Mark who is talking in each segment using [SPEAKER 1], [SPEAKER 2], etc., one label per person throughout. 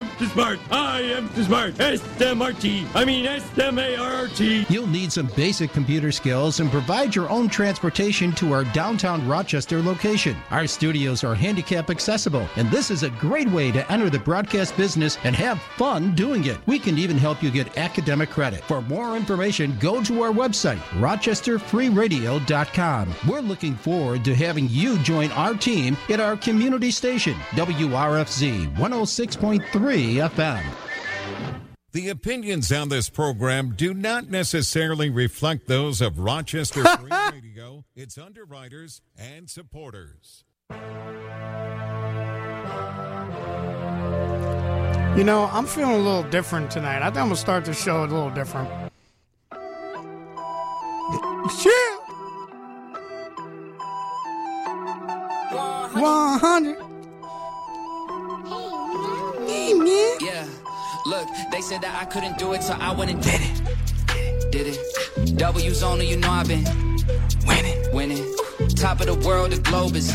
[SPEAKER 1] Mr. Smart. I am Mr. Smart. S-M-R-T. I mean S-M-A-R-T.
[SPEAKER 2] You'll need some basic computer skills and provide your own transportation to our downtown Rochester location. Our studios are handicap accessible, and this is a great way to enter the broadcast business and have fun doing it. We can even help you get academic credit. For more information, go to our website, rochesterfreeradio.com. We're looking forward to having you join our team at our community station, WRFZ 106.3 FM.
[SPEAKER 3] The opinions on this program do not necessarily reflect those of Rochester Free Radio, its underwriters, and supporters.
[SPEAKER 4] You know, I'm feeling a little different tonight. I think I'm gonna start the show a little different. Yeah. 100. Hey, man.
[SPEAKER 5] Yeah, look, they said that I couldn't do it, so I went and did it. Did it. W's only, you know I've been winning, winning. Top of the world, the globe is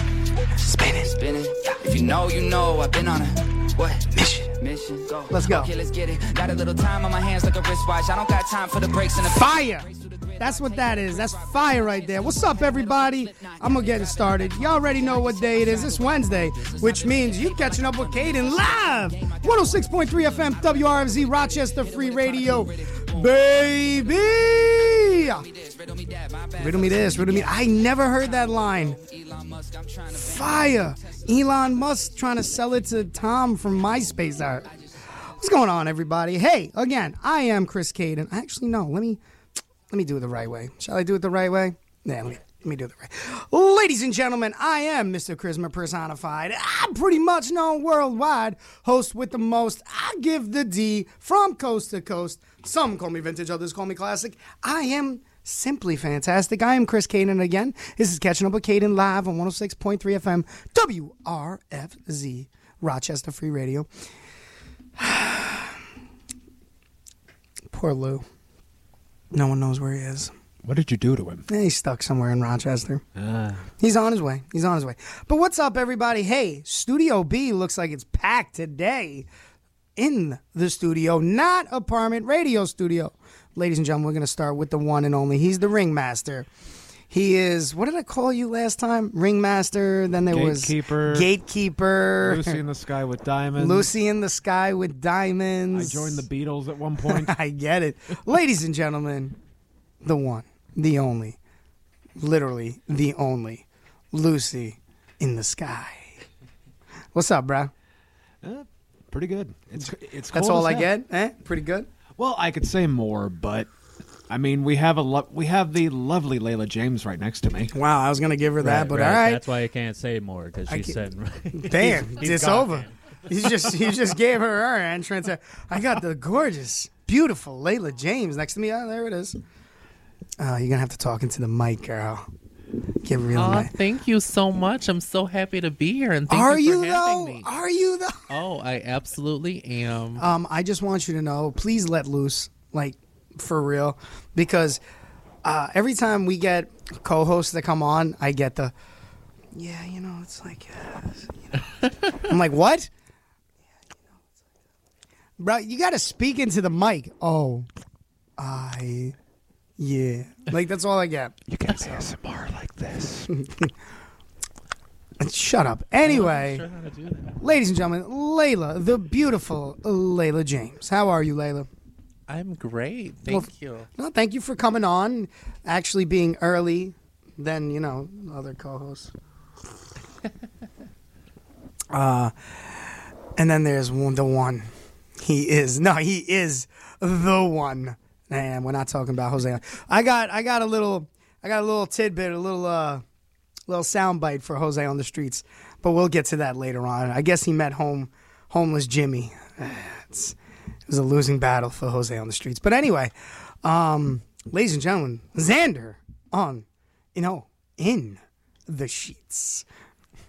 [SPEAKER 5] spinning, spinning. If you know, you know, I've been on a what mission? Mission. Go.
[SPEAKER 4] Let's go.
[SPEAKER 5] Okay, let's get it. Got a little time on my hands like a wristwatch. I don't got time for the breaks and the
[SPEAKER 4] Fire. That's what that is. That's fire right there. What's up, everybody? I'm gonna get it started. You already know what day it is. It's Wednesday, which means you catching up with Caden live. 106.3 FM WRFZ Rochester Free Radio, baby. Riddle me this, riddle me. I never heard that line. Fire. Elon Musk trying to sell it to Tom from MySpace. Art. What's going on, everybody? Hey, again, I am Chris Caden. Actually, no. Let me let me do it the right way. Shall I do it the right way? Yeah, let me, let me do it the right Ladies and gentlemen, I am Mr. Charisma Personified. I'm pretty much known worldwide, host with the most. I give the D from coast to coast. Some call me vintage, others call me classic. I am simply fantastic. I am Chris Caden again. This is Catching Up with Caden live on 106.3 FM, WRFZ, Rochester Free Radio. Poor Lou. No one knows where he is.
[SPEAKER 6] What did you do to him? Ah.
[SPEAKER 4] Eh, He's stuck somewhere in Rochester. He's on his way. He's on his way. But what's up, everybody? Hey, Studio B looks like it's packed today in the studio, not apartment radio studio. Ladies and gentlemen, we're going to start with the one and only. He's the ringmaster. He is, what did I call you last time? Ringmaster. Then there
[SPEAKER 6] Gatekeeper.
[SPEAKER 4] was Gatekeeper.
[SPEAKER 6] Lucy in the Sky with Diamonds.
[SPEAKER 4] Lucy in the Sky with
[SPEAKER 6] I
[SPEAKER 4] Diamonds.
[SPEAKER 6] joined the Beatles at one point.
[SPEAKER 4] I get it. Ladies and gentlemen, the one, the only, literally the only, Lucy in the sky. What's up, bro?
[SPEAKER 6] Eh, pretty good. It's it's
[SPEAKER 4] That's
[SPEAKER 6] cold
[SPEAKER 4] all
[SPEAKER 6] as
[SPEAKER 4] I
[SPEAKER 6] heck.
[SPEAKER 4] get? Eh? Pretty good?
[SPEAKER 6] Well, I could say more, but I mean, we have a lo- we have the lovely Layla James right next to me.
[SPEAKER 4] Wow, I was going to give her that,
[SPEAKER 7] Right,
[SPEAKER 4] but
[SPEAKER 7] right. That's
[SPEAKER 4] all
[SPEAKER 7] why I can't say more because
[SPEAKER 4] I
[SPEAKER 7] she's
[SPEAKER 4] can't-
[SPEAKER 7] sitting right.
[SPEAKER 4] right. Damn,
[SPEAKER 7] he's
[SPEAKER 4] it's
[SPEAKER 7] gone,
[SPEAKER 4] over.
[SPEAKER 7] man.
[SPEAKER 4] You just you just gave her her entrance. I got the gorgeous, beautiful Layla James next to me. Oh, there it is. Oh, you're gonna have to talk into the mic, girl. Get real
[SPEAKER 8] Aw,
[SPEAKER 4] nice.
[SPEAKER 8] Ah, thank you so much. I'm so happy to be here, and thank
[SPEAKER 4] Are you
[SPEAKER 8] you for having
[SPEAKER 4] though?
[SPEAKER 8] me.
[SPEAKER 4] Are you though?
[SPEAKER 8] Oh, I absolutely am.
[SPEAKER 4] Um, I just want you to know, please let loose, like for real, because uh, every time we get co-hosts that come on, I get the, yeah, you know, it's like, uh, you know." I'm like, what? Bro, you got to speak into the mic. Oh, I, yeah, like that's all I get.
[SPEAKER 6] You can't say ASMR like this.
[SPEAKER 4] Shut up. Anyway,
[SPEAKER 8] Sure how to do that.
[SPEAKER 4] ladies and gentlemen, Layla, the beautiful Layla James. How are you, Layla?
[SPEAKER 8] I'm great. Thank you.
[SPEAKER 4] No, thank you for coming on. Actually, being early than you know other co-hosts. uh, and then there's one, the one. He is no, he is the one. And we're not talking about Jose. I got, I got a little, I got a little tidbit, a little, uh, little soundbite for Jose on the streets. But we'll get to that later on. I guess he met home, homeless Jimmy. It's, it was a losing battle for Jose on the streets. But anyway, um, ladies and gentlemen, Xander on, you know, in the sheets.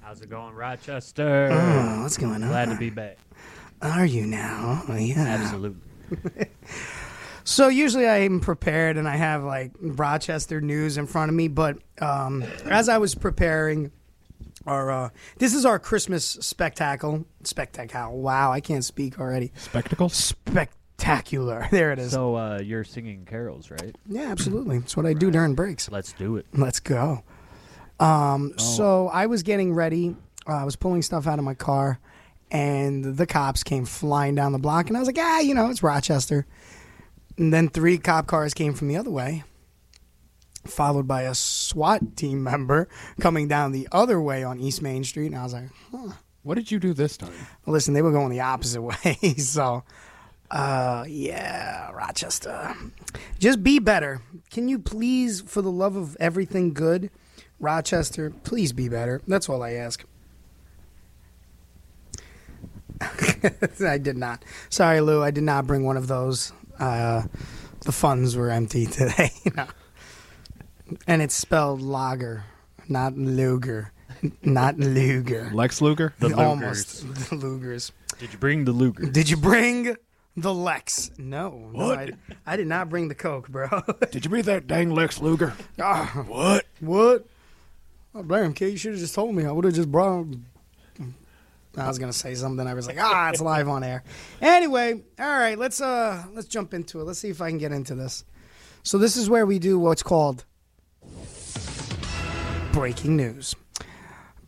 [SPEAKER 7] How's it going, Rochester?
[SPEAKER 4] Oh, what's going on?
[SPEAKER 7] Glad to be back.
[SPEAKER 4] Are you now? Oh, yeah.
[SPEAKER 7] Absolutely.
[SPEAKER 4] So usually I'm prepared and I have like Rochester news in front of me, but um, as I was preparing Our uh, this is our Christmas spectacle. Spectacle. Wow, I can't speak already.
[SPEAKER 9] Spectacles.
[SPEAKER 4] Spectacular. There it is.
[SPEAKER 10] So uh, you're singing carols, right?
[SPEAKER 4] yeah, absolutely. That's what I do during breaks.
[SPEAKER 10] Let's do it.
[SPEAKER 4] Let's go. Um, So I was getting ready. Uh, I was pulling stuff out of my car, and the cops came flying down the block, and I was like, ah, you know, it's Rochester. And then three cop cars came from the other way, followed by a SWAT team member coming down the other way on East Main Street, and I was like,
[SPEAKER 9] What did you do this time?
[SPEAKER 4] listen, they were going the opposite way. so, uh, yeah, Rochester, just be better. Can you please, for the love of everything good, Rochester, please be better. That's all I ask. I did not. Sorry, Lou. I did not bring one of those. Uh, the funds were empty today. No. And it's spelled lager, not Luger. Not Luger.
[SPEAKER 9] Lex Luger.
[SPEAKER 4] Almost. The Lugers.
[SPEAKER 10] Did you bring the Luger?
[SPEAKER 4] Did you bring the Lex? No. no I, I did not bring the Coke, bro.
[SPEAKER 9] Did you be that dang Lex Luger?
[SPEAKER 4] Ah,
[SPEAKER 9] What?
[SPEAKER 4] what? Oh, damn, Kate, you should have just told me. I would have just brought. I was gonna say something. I was like, ah, it's live on air. Anyway, all right, let's uh, let's jump into it. Let's see if I can get into this. So this is where we do what's called breaking news.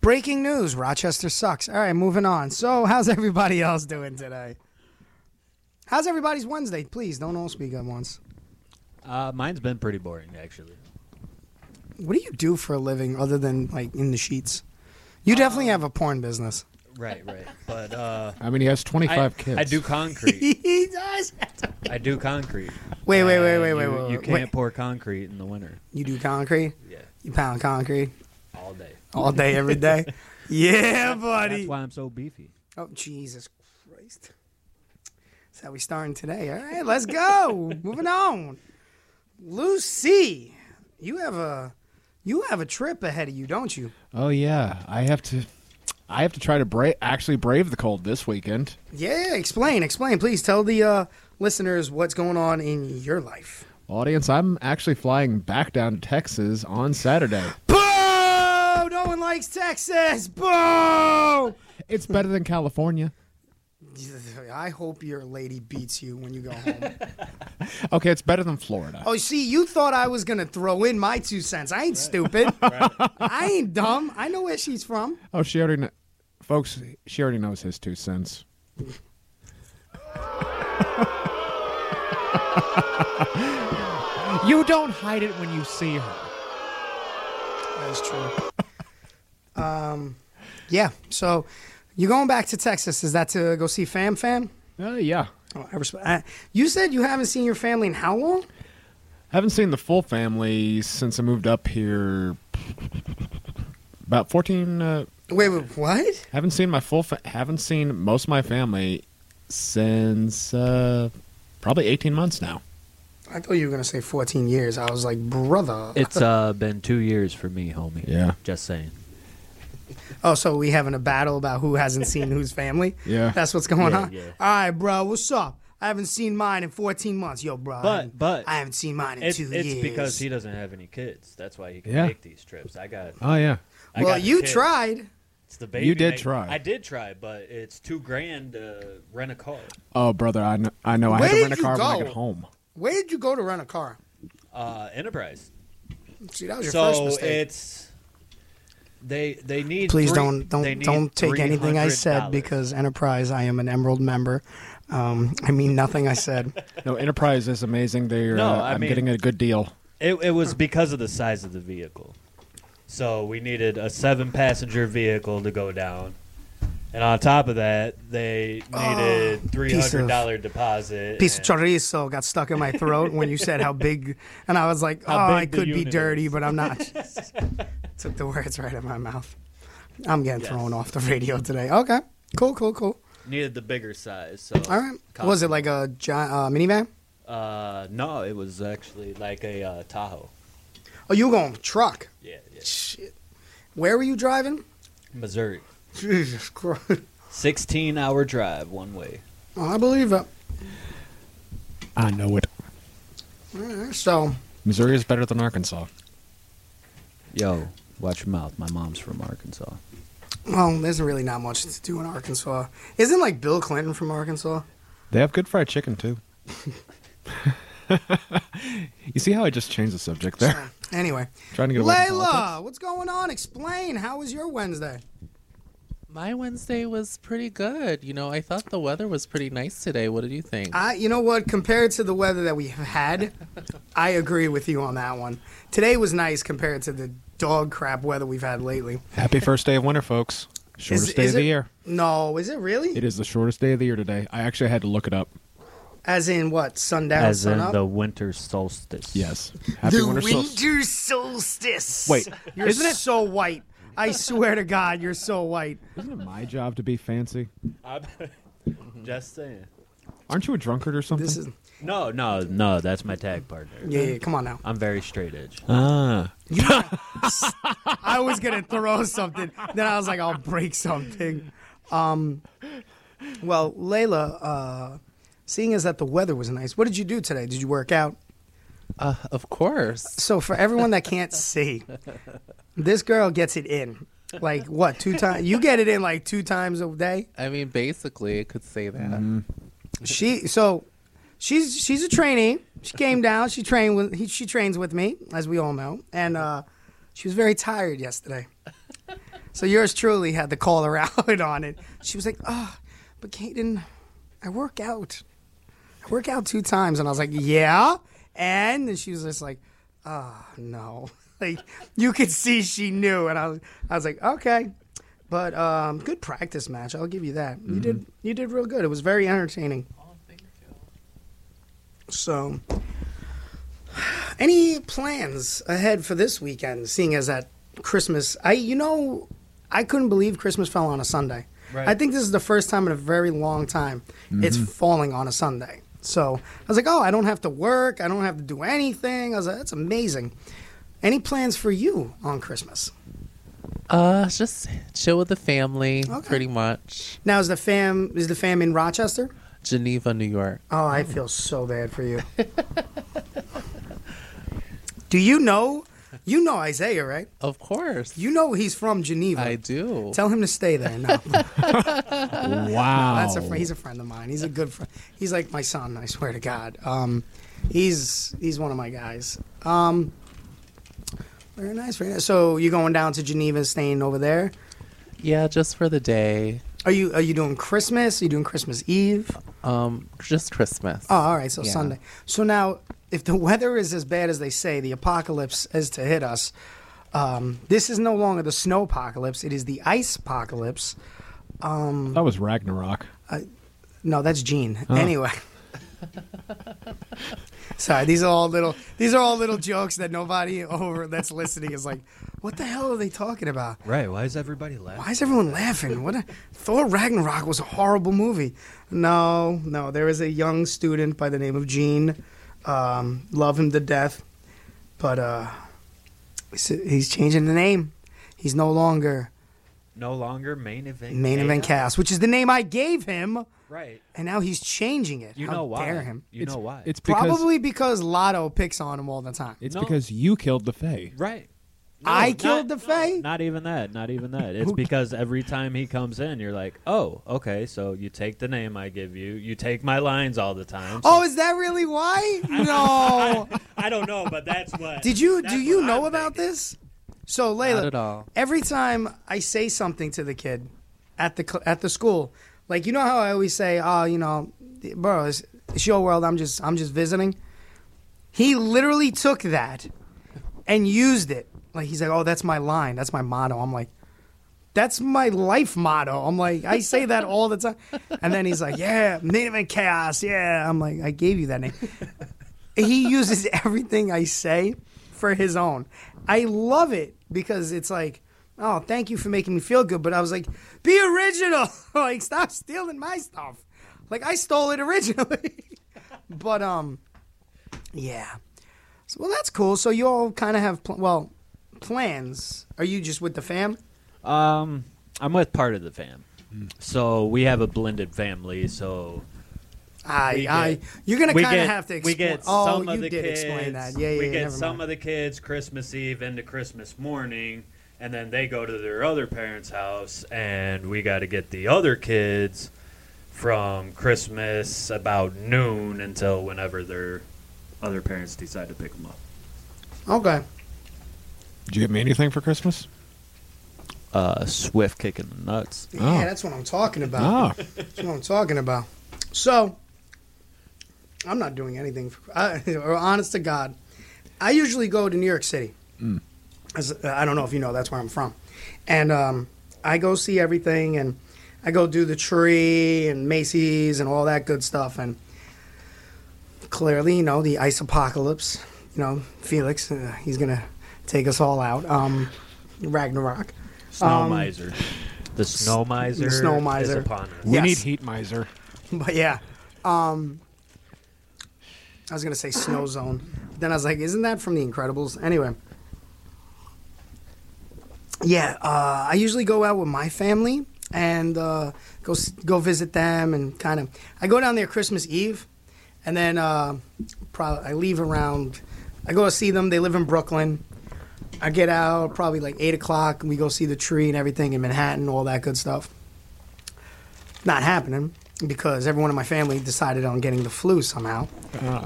[SPEAKER 4] Breaking news: Rochester sucks. All right, moving on. So how's everybody else doing today? How's everybody's Wednesday? Please don't all speak at once.
[SPEAKER 10] Uh, mine's been pretty boring, actually.
[SPEAKER 4] What do you do for a living other than like in the sheets? You definitely have a porn business.
[SPEAKER 10] Right, right. But uh,
[SPEAKER 9] Um, I mean, he has 25
[SPEAKER 10] I,
[SPEAKER 9] kids.
[SPEAKER 10] I do concrete.
[SPEAKER 4] he does.
[SPEAKER 10] I do concrete.
[SPEAKER 4] Wait, wait, wait, wait,
[SPEAKER 10] You-
[SPEAKER 4] wait, wait.
[SPEAKER 10] You
[SPEAKER 4] wait.
[SPEAKER 10] can't pour concrete in the winter.
[SPEAKER 4] You do concrete.
[SPEAKER 10] Yeah,
[SPEAKER 4] You pound concrete
[SPEAKER 10] all day.
[SPEAKER 4] all day, every day. yeah,
[SPEAKER 10] That's
[SPEAKER 4] buddy.
[SPEAKER 10] why I'm so beefy.
[SPEAKER 4] Oh Jesus Christ! That's how we starting today. All right, let's go. Moving on. Lucy, you have a you have a trip ahead of you, don't you?
[SPEAKER 9] Oh yeah, I have to. I have to try to bra- actually brave the cold this weekend.
[SPEAKER 4] Yeah, explain, explain, please. Tell the uh, listeners what's going on in your life.
[SPEAKER 9] Audience, I'm actually flying back down to Texas on Saturday.
[SPEAKER 4] Boo! No one likes Texas. Boo! I
[SPEAKER 9] It's better than California.
[SPEAKER 4] hope your lady beats you when you go home.
[SPEAKER 9] Okay, it's better than Florida.
[SPEAKER 4] oh, see, you thought I was gonna throw in my two cents. I ain't stupid. I ain't dumb. I know where she's from.
[SPEAKER 9] Oh, she already, kn- folks. She already knows his two cents. you don't hide it when you see her.
[SPEAKER 4] That's true. um, yeah. So you're going back to Texas? Is that to go see Fam Fam?
[SPEAKER 9] Uh, yeah,
[SPEAKER 4] Oh, I respect. I, you said you haven't seen your family in how long?
[SPEAKER 9] haven't seen the full family since I moved up here. About fourteen. Uh,
[SPEAKER 4] Wait, wait, what?
[SPEAKER 9] haven't seen my full. Fa- haven't seen most of my family since uh, probably eighteen months now.
[SPEAKER 4] I thought you were gonna say 14 years. I was like, brother.
[SPEAKER 10] It's uh, been two years for me, homie.
[SPEAKER 9] Yeah.
[SPEAKER 10] Just saying.
[SPEAKER 4] Oh, so we having a battle about who hasn't seen whose family?
[SPEAKER 9] Yeah.
[SPEAKER 4] That's what's going
[SPEAKER 10] Yeah,
[SPEAKER 4] on?
[SPEAKER 10] yeah.
[SPEAKER 4] All right, bro, what's up? I haven't seen mine in 14 months. Yo, bro. I
[SPEAKER 10] But-
[SPEAKER 4] haven't-
[SPEAKER 10] but-
[SPEAKER 4] I haven't seen mine in
[SPEAKER 10] It's,
[SPEAKER 4] two
[SPEAKER 10] it's
[SPEAKER 4] years.
[SPEAKER 10] because he doesn't have any kids. That's why he can
[SPEAKER 9] Yeah.
[SPEAKER 10] make these trips. I got.
[SPEAKER 9] Oh yeah.
[SPEAKER 10] I
[SPEAKER 4] well,
[SPEAKER 10] got the
[SPEAKER 4] you
[SPEAKER 10] kids.
[SPEAKER 4] tried.
[SPEAKER 10] It's the baby.
[SPEAKER 9] You did
[SPEAKER 10] making-
[SPEAKER 9] try.
[SPEAKER 10] I did try, but it's two grand to rent a car.
[SPEAKER 9] Oh brother, I know. I know. I
[SPEAKER 4] Where
[SPEAKER 9] had to
[SPEAKER 4] did
[SPEAKER 9] rent a
[SPEAKER 4] you
[SPEAKER 9] car when I
[SPEAKER 4] go?
[SPEAKER 9] got home.
[SPEAKER 4] Where did you go to rent a car?
[SPEAKER 10] Uh, Enterprise.
[SPEAKER 4] See, that was your first
[SPEAKER 10] so
[SPEAKER 4] mistake.
[SPEAKER 10] it's they they need.
[SPEAKER 4] Please do
[SPEAKER 10] three-
[SPEAKER 4] don't
[SPEAKER 10] they
[SPEAKER 4] don't
[SPEAKER 10] need
[SPEAKER 4] don't take anything I said
[SPEAKER 10] $300.
[SPEAKER 4] because Enterprise. I am an Emerald member. Um, I mean nothing I said.
[SPEAKER 9] No, Enterprise is amazing. They're
[SPEAKER 10] No,
[SPEAKER 9] uh,
[SPEAKER 10] I
[SPEAKER 9] I'm
[SPEAKER 10] mean-
[SPEAKER 9] getting a good deal.
[SPEAKER 10] it, it was because of the size of the vehicle. So we needed a seven passenger vehicle to go down. And on top of that, they needed three
[SPEAKER 4] Ah, piece of-
[SPEAKER 10] hundred dollar deposit.
[SPEAKER 4] Piece of
[SPEAKER 10] and-
[SPEAKER 4] chorizo got stuck in my throat when you said how big, and I was like,
[SPEAKER 10] How
[SPEAKER 4] oh,
[SPEAKER 10] big
[SPEAKER 4] I
[SPEAKER 10] the
[SPEAKER 4] could be
[SPEAKER 10] unit
[SPEAKER 4] dirty,
[SPEAKER 10] is."
[SPEAKER 4] but I'm not. Took the words right out of my mouth. I'm getting thrown off the radio today. Okay, cool, cool, cool.
[SPEAKER 10] needed the bigger size. So
[SPEAKER 4] All right.
[SPEAKER 10] cost-
[SPEAKER 4] Was it like a gi- uh, minivan?
[SPEAKER 10] Uh, no, it was actually like a uh, Tahoe.
[SPEAKER 4] Oh, you were going truck?
[SPEAKER 10] Yeah, yeah.
[SPEAKER 4] Shit. Where were you driving?
[SPEAKER 10] Missouri,
[SPEAKER 4] Jesus Christ.
[SPEAKER 10] sixteen hour drive one way.
[SPEAKER 4] I believe it.
[SPEAKER 9] I know it.
[SPEAKER 4] So
[SPEAKER 9] Missouri is better than Arkansas.
[SPEAKER 10] Yo, watch your mouth. My mom's from Arkansas.
[SPEAKER 4] Well, there's really not much to do in Arkansas. Isn't like Bill Clinton from Arkansas?
[SPEAKER 6] They have good fried chicken too. you see how I just changed the subject there?
[SPEAKER 4] Anyway,
[SPEAKER 6] Trying to get away from
[SPEAKER 4] Layla,
[SPEAKER 6] politics.
[SPEAKER 4] what's going on? Explain. How was your Wednesday?
[SPEAKER 8] My Wednesday was pretty good. You know, I thought the weather was pretty nice today. What did you think?
[SPEAKER 4] I, you know what? Compared to the weather that we have had, I agree with you on that one. Today was nice compared to the dog crap weather we've had lately.
[SPEAKER 6] Happy first day of winter, folks. Shortest
[SPEAKER 4] Is-
[SPEAKER 6] day
[SPEAKER 4] is
[SPEAKER 6] of the
[SPEAKER 4] it-
[SPEAKER 6] year.
[SPEAKER 4] No, is it really?
[SPEAKER 6] It is the shortest day of the year today. I actually had to look it up.
[SPEAKER 4] As in what? Sundown,
[SPEAKER 7] As
[SPEAKER 4] sun
[SPEAKER 7] in
[SPEAKER 4] up.
[SPEAKER 7] the winter solstice.
[SPEAKER 6] Yes. Happy winter solstice.
[SPEAKER 4] solstice.
[SPEAKER 6] Wait,
[SPEAKER 4] you're
[SPEAKER 6] isn't it-
[SPEAKER 4] so white. I swear to God, you're so white.
[SPEAKER 6] Isn't it my job to be fancy?
[SPEAKER 7] Just saying.
[SPEAKER 6] Aren't you a drunkard or something?
[SPEAKER 4] This is
[SPEAKER 7] No, no, no. That's my tag partner.
[SPEAKER 4] yeah. yeah come on now.
[SPEAKER 7] I'm very straight edge.
[SPEAKER 6] ah.
[SPEAKER 4] I was gonna throw something, then I was like, I'll break something. Um, well, Layla, uh, seeing as that the weather was nice, what did you do today? Did you work out?
[SPEAKER 8] Uh, of course.
[SPEAKER 4] So for everyone that can't see, this girl gets it in. Like what? Two times? You get it in like two times a day.
[SPEAKER 8] I mean, basically, it could say that.
[SPEAKER 4] She so she's she's a trainee. She came down. She trained with he, she trains with me, as we all know, and uh, she was very tired yesterday. So yours truly had to call her out on it. She was like, "Oh, but Caden, I work out. I work out two times," and I was like, "Yeah," and then she was just like, "Oh no." Like you could see she knew, and I was, I was like, okay, but um, good practice match. I'll give you that. You did, you did real good. It was very entertaining. So, any plans ahead for this weekend? Seeing as that Christmas, I you know, I couldn't believe Christmas fell on a Sunday. I think this is the first time in a very long time it's falling on a Sunday. So I was like, oh, I don't have to work. I don't have to do anything. I was like, that's amazing. Any plans for you on Christmas?
[SPEAKER 8] Uh, it's just chill with the family,
[SPEAKER 4] Okay.
[SPEAKER 8] pretty much.
[SPEAKER 4] Now is the fam is the fam in Rochester?
[SPEAKER 8] Geneva, New York.
[SPEAKER 4] Oh, I feel so bad for you. Do you know? You know Isaiah, right?
[SPEAKER 8] Of course.
[SPEAKER 4] You know he's from Geneva.
[SPEAKER 8] I do.
[SPEAKER 4] Tell him to stay there. No,
[SPEAKER 6] Wow.
[SPEAKER 4] that's a fr- he's a friend of mine. He's a good friend. He's like my son. I swear to God. Um, he's he's one of my guys. Um, very nice, very nice. So you going down to Geneva, staying over there?
[SPEAKER 8] yeah, just for the day.
[SPEAKER 4] Are you are you doing Christmas? Are you doing Christmas Eve?
[SPEAKER 8] Um, just Christmas.
[SPEAKER 4] Oh, all right. So
[SPEAKER 8] Yeah.
[SPEAKER 4] Sunday. So now, if the weather is as bad as they say, the apocalypse is to hit us. Um, this is no longer the snow apocalypse. It is the ice apocalypse.
[SPEAKER 6] that was Ragnarok.
[SPEAKER 4] Um, No, that's Gene. Anyway. Sorry, these are all little these are all little jokes that nobody over that's listening is like, what the hell are they talking about?
[SPEAKER 7] Right. Why is everybody laughing?
[SPEAKER 4] Why is everyone laughing? What a, Thor Ragnarok was a horrible movie. No, no, there is a young student by the name of Gene. Um, love him to death, but uh, he's, he's changing the name. He's no longer
[SPEAKER 7] No longer main event.
[SPEAKER 4] Main Event Cast, which is the name I gave him,
[SPEAKER 7] Right.
[SPEAKER 4] and now he's changing it.
[SPEAKER 7] You
[SPEAKER 4] How
[SPEAKER 7] know why?
[SPEAKER 4] dare him?
[SPEAKER 7] You
[SPEAKER 6] it's,
[SPEAKER 7] know why?
[SPEAKER 6] It's because
[SPEAKER 4] Probably because Lotto picks on him all the time.
[SPEAKER 6] it's
[SPEAKER 7] No.
[SPEAKER 6] because you killed the Fae.
[SPEAKER 7] right.
[SPEAKER 4] I
[SPEAKER 7] not-
[SPEAKER 4] killed the Fae.
[SPEAKER 7] Not even that. Not even that. It's because every time he comes in, you're like, oh, okay. So you take the name I give you. You take my lines all the time. So
[SPEAKER 4] Oh, is that really why? No.
[SPEAKER 7] I don't know, but that's what.
[SPEAKER 4] Did you
[SPEAKER 7] that's
[SPEAKER 4] do
[SPEAKER 7] what
[SPEAKER 4] you
[SPEAKER 7] I'm
[SPEAKER 4] know about
[SPEAKER 7] thinking.
[SPEAKER 4] this? So Layla,
[SPEAKER 8] Not at all.
[SPEAKER 4] every time I say something to the kid at the cl- at the school, like you know how I always say, "Oh, you know, bro, it's, it's your world. I'm just I'm just visiting." He literally took that and used it. Like he's like, "Oh, that's my line. That's my motto." I'm like, "That's my life motto." I'm like, I say that all the time. And then he's like, "Yeah, main event chaos. Yeah." I'm like, "I gave you that name." he uses everything I say for his own. I love it because it's like, oh, thank you for making me feel good. But I was like, be original. like, stop stealing my stuff. Like, I stole it originally. but, um, yeah. So, well, that's cool. So, you all kind of have, pl- well, plans. Are you just with the fam?
[SPEAKER 7] Um, I'm with part of the fam. So we have a blended family. So
[SPEAKER 4] I,
[SPEAKER 7] We
[SPEAKER 4] I,
[SPEAKER 7] get-
[SPEAKER 4] you're gonna
[SPEAKER 7] we
[SPEAKER 4] kind of
[SPEAKER 7] get
[SPEAKER 4] have to explain.
[SPEAKER 7] we get
[SPEAKER 4] oh,
[SPEAKER 7] some
[SPEAKER 4] you
[SPEAKER 7] of the
[SPEAKER 4] did
[SPEAKER 7] kids.
[SPEAKER 4] explain that. Yeah, yeah.
[SPEAKER 7] we get
[SPEAKER 4] never
[SPEAKER 7] some
[SPEAKER 4] mind.
[SPEAKER 7] of the kids Christmas Eve into Christmas morning,
[SPEAKER 9] and then they go to their other parents' house, and we got to get the other kids from Christmas about noon until whenever their other parents decide to pick them up.
[SPEAKER 4] Okay.
[SPEAKER 6] Did you get me anything for Christmas?
[SPEAKER 10] Uh, Swift kicking the nuts.
[SPEAKER 6] Oh.
[SPEAKER 4] Yeah, that's what I'm talking about.
[SPEAKER 6] Ah.
[SPEAKER 4] That's what I'm talking about. So, I'm not doing anything. For, I, or honest to God, I usually go to New York City.
[SPEAKER 6] Mm.
[SPEAKER 4] As- uh, I don't know if you know, that's where I'm from. And um, I go see everything, and I go do the tree and Macy's and all that good stuff. And clearly, you know, the ice apocalypse. You know, Felix, uh, he's gonna take us all out. Um, Ragnarok. Um,
[SPEAKER 9] Snow miser. The snow miser.
[SPEAKER 4] snow
[SPEAKER 9] is
[SPEAKER 4] miser.
[SPEAKER 9] upon us.
[SPEAKER 6] We
[SPEAKER 4] Yes.
[SPEAKER 6] need heat miser.
[SPEAKER 4] But yeah, um, I was gonna say Snow Zone. Then I was like, isn't that from The Incredibles? Anyway, yeah, uh, I usually go out with my family and uh, go s- go visit them and kind of. I go down there Christmas Eve, and then uh, probably I leave around. I go to see them. They live in Brooklyn. I get out probably like eight o'clock. And we go see the tree and everything in Manhattan, all that good stuff not happening because everyone in my family decided on getting the flu somehow.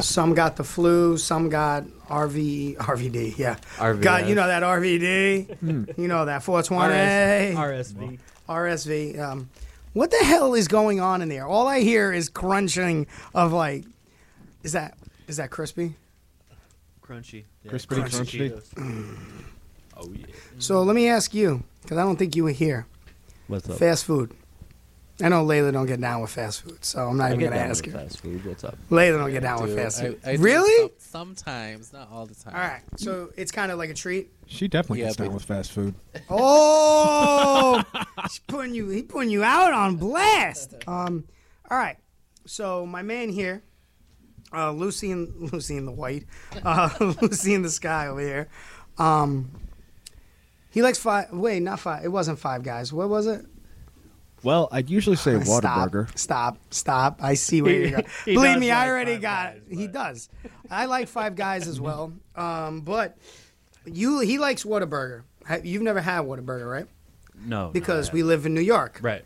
[SPEAKER 4] Some got the flu, some got RV, RVD, yeah. Got, you know that RVD, you know that 420,
[SPEAKER 9] RSV.
[SPEAKER 4] RSV. Um, what the hell is going on in there? All I hear is crunching of like, is that is that crispy?
[SPEAKER 9] Crunchy.
[SPEAKER 6] Crispity crunchy.
[SPEAKER 8] Mm-hmm.
[SPEAKER 4] So let me ask you, because I don't think you were here.
[SPEAKER 10] What's up?
[SPEAKER 4] Fast food. I know Layla don't get down with fast food, so I'm not
[SPEAKER 10] I
[SPEAKER 4] even
[SPEAKER 10] get
[SPEAKER 4] gonna
[SPEAKER 10] down
[SPEAKER 4] ask
[SPEAKER 10] with
[SPEAKER 4] her.
[SPEAKER 10] fast food. What's up?
[SPEAKER 4] Layla don't get down with
[SPEAKER 8] Dude,
[SPEAKER 4] fast
[SPEAKER 8] I-
[SPEAKER 4] food.
[SPEAKER 8] I do
[SPEAKER 4] really?
[SPEAKER 8] some- sometimes, not all the time.
[SPEAKER 4] All right, so it's kind of like a treat.
[SPEAKER 6] She definitely
[SPEAKER 8] Yeah,
[SPEAKER 6] gets down
[SPEAKER 8] but-
[SPEAKER 6] with fast food.
[SPEAKER 4] Oh, he's putting you, he putting you out on blast. Um, all right, so my man here, uh, Lucy and Lucy in the white, uh, Lucy in the sky over here. Um, he likes five. Wait, not five. It wasn't five guys. What was it?
[SPEAKER 6] Well, I'd usually say
[SPEAKER 4] stop,
[SPEAKER 6] Waterburger.
[SPEAKER 4] Stop, stop. I see where you're going.
[SPEAKER 9] he
[SPEAKER 4] Believe
[SPEAKER 9] does
[SPEAKER 4] me, I
[SPEAKER 9] like
[SPEAKER 4] already
[SPEAKER 9] Five
[SPEAKER 4] got.
[SPEAKER 9] Guys,
[SPEAKER 4] he does. I like Five Guys as well. Um, but you, he likes Whataburger. Ha- You've never had Whataburger, right?
[SPEAKER 9] Oh,
[SPEAKER 10] No.
[SPEAKER 4] Because we live in New York.
[SPEAKER 10] Right.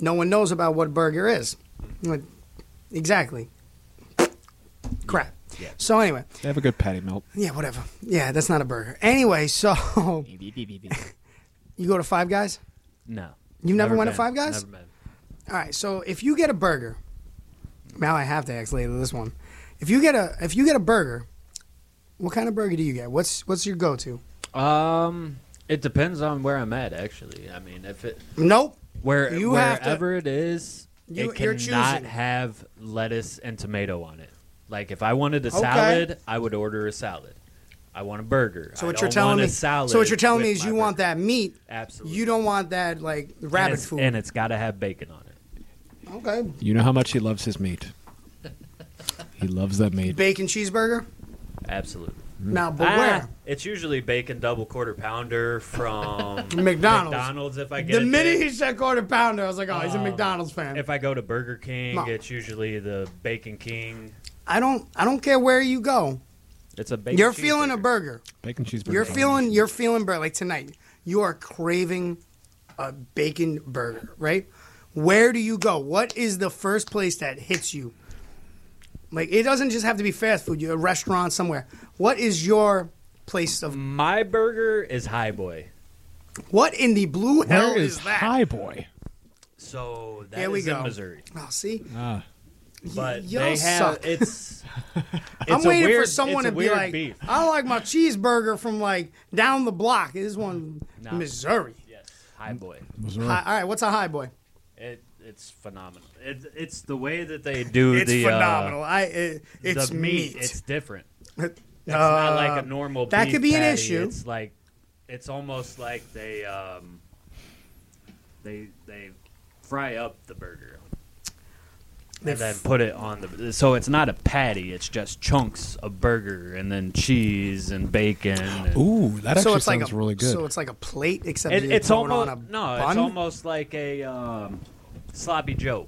[SPEAKER 4] No one knows about what burger is. Like, Exactly. Crap. So anyway,
[SPEAKER 6] They have a good patty melt.
[SPEAKER 4] yeah, whatever. Yeah, that's not a burger. Anyway, so you go to Five Guys.
[SPEAKER 10] no.
[SPEAKER 4] You never, went to
[SPEAKER 10] been.
[SPEAKER 4] Five Guys.
[SPEAKER 10] Never been.
[SPEAKER 4] All right, so if you get a burger, now I have to ask later this one. If you get a if you get a burger, what kind of burger do you get? What's what's your go to?
[SPEAKER 10] Um, it depends on where I'm at. Actually, I mean, if it
[SPEAKER 4] Nope.
[SPEAKER 10] where
[SPEAKER 4] You have to-
[SPEAKER 10] wherever it is,
[SPEAKER 4] You-
[SPEAKER 10] it
[SPEAKER 4] you're
[SPEAKER 10] cannot
[SPEAKER 4] choosing.
[SPEAKER 10] have lettuce and tomato on it. Like if I wanted a
[SPEAKER 4] Okay.
[SPEAKER 10] salad, I would order a salad. I want a burger.
[SPEAKER 4] So
[SPEAKER 10] I
[SPEAKER 4] what you're
[SPEAKER 10] don't
[SPEAKER 4] telling
[SPEAKER 10] want
[SPEAKER 4] me?
[SPEAKER 10] A salad
[SPEAKER 4] so what you're telling me
[SPEAKER 10] with
[SPEAKER 4] is
[SPEAKER 10] my
[SPEAKER 4] you want
[SPEAKER 10] burger.
[SPEAKER 4] that meat.
[SPEAKER 10] Absolutely.
[SPEAKER 4] You don't want that like
[SPEAKER 10] and
[SPEAKER 4] rabbit
[SPEAKER 10] it's-
[SPEAKER 4] food.
[SPEAKER 10] and it's got to have bacon on it.
[SPEAKER 4] okay.
[SPEAKER 6] You know how much he loves his meat. He loves that meat.
[SPEAKER 4] Bacon cheeseburger.
[SPEAKER 10] Absolutely.
[SPEAKER 4] Mm-hmm. Now, but
[SPEAKER 9] Ah,
[SPEAKER 4] where?
[SPEAKER 9] It's usually bacon double quarter pounder from
[SPEAKER 4] McDonald's.
[SPEAKER 9] Um, McDonald's if I get Um,
[SPEAKER 4] The
[SPEAKER 9] it
[SPEAKER 4] minute
[SPEAKER 9] there.
[SPEAKER 4] he said quarter pounder, I was like, oh, he's a McDonald's fan.
[SPEAKER 9] if I go to Burger King,
[SPEAKER 4] No.
[SPEAKER 9] it's usually the Bacon King.
[SPEAKER 4] I don't, I don't care where you go.
[SPEAKER 10] It's a bacon.
[SPEAKER 4] You're feeling a
[SPEAKER 10] cheeseburger.
[SPEAKER 4] burger.
[SPEAKER 6] Bacon cheeseburger.
[SPEAKER 4] You're feeling you're feeling burger like tonight. You are craving a bacon burger, right? Where do you go? What is the first place that hits you? Like it doesn't just have to be fast food. You're a restaurant somewhere. What is your place of
[SPEAKER 10] My burger is High Boy.
[SPEAKER 4] what in the blue hell
[SPEAKER 6] Where
[SPEAKER 4] is,
[SPEAKER 6] is
[SPEAKER 4] that?
[SPEAKER 6] High Boy?
[SPEAKER 9] So that
[SPEAKER 4] There we
[SPEAKER 9] is
[SPEAKER 4] go.
[SPEAKER 9] in Missouri.
[SPEAKER 4] Oh, see,
[SPEAKER 9] But
[SPEAKER 4] y'all
[SPEAKER 9] they have
[SPEAKER 4] suck.
[SPEAKER 9] it's. it's
[SPEAKER 4] I'm
[SPEAKER 9] a
[SPEAKER 4] waiting
[SPEAKER 9] weird-
[SPEAKER 4] for someone
[SPEAKER 9] it's a
[SPEAKER 4] to be
[SPEAKER 9] weird
[SPEAKER 4] like,
[SPEAKER 9] beef.
[SPEAKER 4] I like my cheeseburger from like down the block. This one,
[SPEAKER 10] Nah.
[SPEAKER 4] Missouri.
[SPEAKER 10] Yes, High Boy.
[SPEAKER 4] Hi, all right, what's a high boy?
[SPEAKER 10] It it's phenomenal. It, it's the way that they do
[SPEAKER 4] It's
[SPEAKER 10] the uh,
[SPEAKER 4] phenomenal. I it, it's
[SPEAKER 10] the meat.
[SPEAKER 4] meat.
[SPEAKER 10] It's different.
[SPEAKER 4] It's
[SPEAKER 10] not like a normal.
[SPEAKER 4] Uh, that
[SPEAKER 10] beef
[SPEAKER 4] could be an
[SPEAKER 10] patty.
[SPEAKER 4] issue.
[SPEAKER 10] It's like, it's almost like they um, they they fry up the burger and then put it on the. So it's not a patty. It's just chunks of burger and then cheese and bacon. and-
[SPEAKER 6] Ooh, that actually
[SPEAKER 4] so it's like
[SPEAKER 6] sounds
[SPEAKER 4] a,
[SPEAKER 6] really good.
[SPEAKER 4] So it's like a plate, except
[SPEAKER 10] It-
[SPEAKER 4] you
[SPEAKER 10] it's
[SPEAKER 4] throw it
[SPEAKER 10] almost
[SPEAKER 4] on a
[SPEAKER 10] no.
[SPEAKER 4] bun?
[SPEAKER 10] It's almost like a um, sloppy Joe,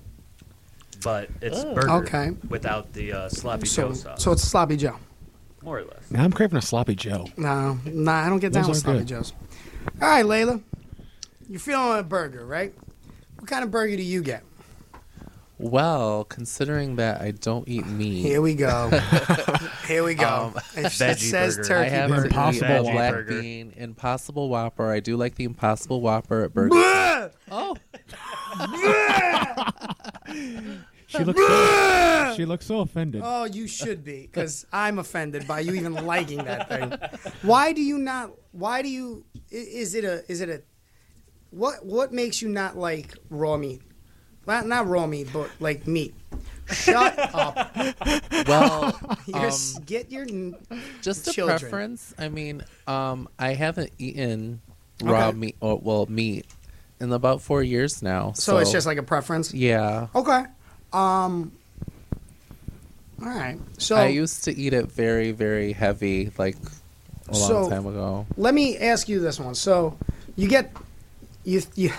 [SPEAKER 10] but it's burger
[SPEAKER 4] Oh. Okay.
[SPEAKER 10] without the uh, sloppy
[SPEAKER 4] so,
[SPEAKER 10] Joe sauce,
[SPEAKER 4] so it's sloppy Joe.
[SPEAKER 10] more or less.
[SPEAKER 6] now I'm craving a sloppy Joe.
[SPEAKER 4] No, no, I don't get down
[SPEAKER 6] Those
[SPEAKER 4] with
[SPEAKER 6] are
[SPEAKER 4] sloppy
[SPEAKER 6] good.
[SPEAKER 4] Joes. All right, Layla. You're feeling a burger, right? What kind of burger do you get?
[SPEAKER 8] Well, considering that I don't eat meat,
[SPEAKER 4] Here we go. Here we go.
[SPEAKER 8] Um,
[SPEAKER 4] it
[SPEAKER 7] veggie
[SPEAKER 4] says
[SPEAKER 7] burger.
[SPEAKER 8] I
[SPEAKER 4] turkey
[SPEAKER 8] have
[SPEAKER 4] burger.
[SPEAKER 8] impossible
[SPEAKER 7] Veggie
[SPEAKER 8] black
[SPEAKER 7] burger.
[SPEAKER 8] bean, impossible whopper. I do like the impossible whopper at Burger. King. oh,
[SPEAKER 6] She looks so, she looks so offended.
[SPEAKER 4] Oh, you should be, because I'm offended by you even liking that thing. Why do you not? Why do you? i- Is it a? Is it a? What What makes you not like raw meat? Not not raw meat, but like meat. Shut up!
[SPEAKER 8] well,
[SPEAKER 4] You're,
[SPEAKER 8] um,
[SPEAKER 4] s- get your n-
[SPEAKER 8] just a
[SPEAKER 4] children.
[SPEAKER 8] preference. I mean, um, I haven't eaten raw
[SPEAKER 4] Okay.
[SPEAKER 8] meat or well meat in about four years now.
[SPEAKER 4] So,
[SPEAKER 8] So,
[SPEAKER 4] it's just like a preference.
[SPEAKER 8] yeah.
[SPEAKER 4] Okay. Um. All right. So
[SPEAKER 8] I used to eat it very very heavy like a long
[SPEAKER 4] So-
[SPEAKER 8] time ago.
[SPEAKER 4] let me ask you this one. So, you get you you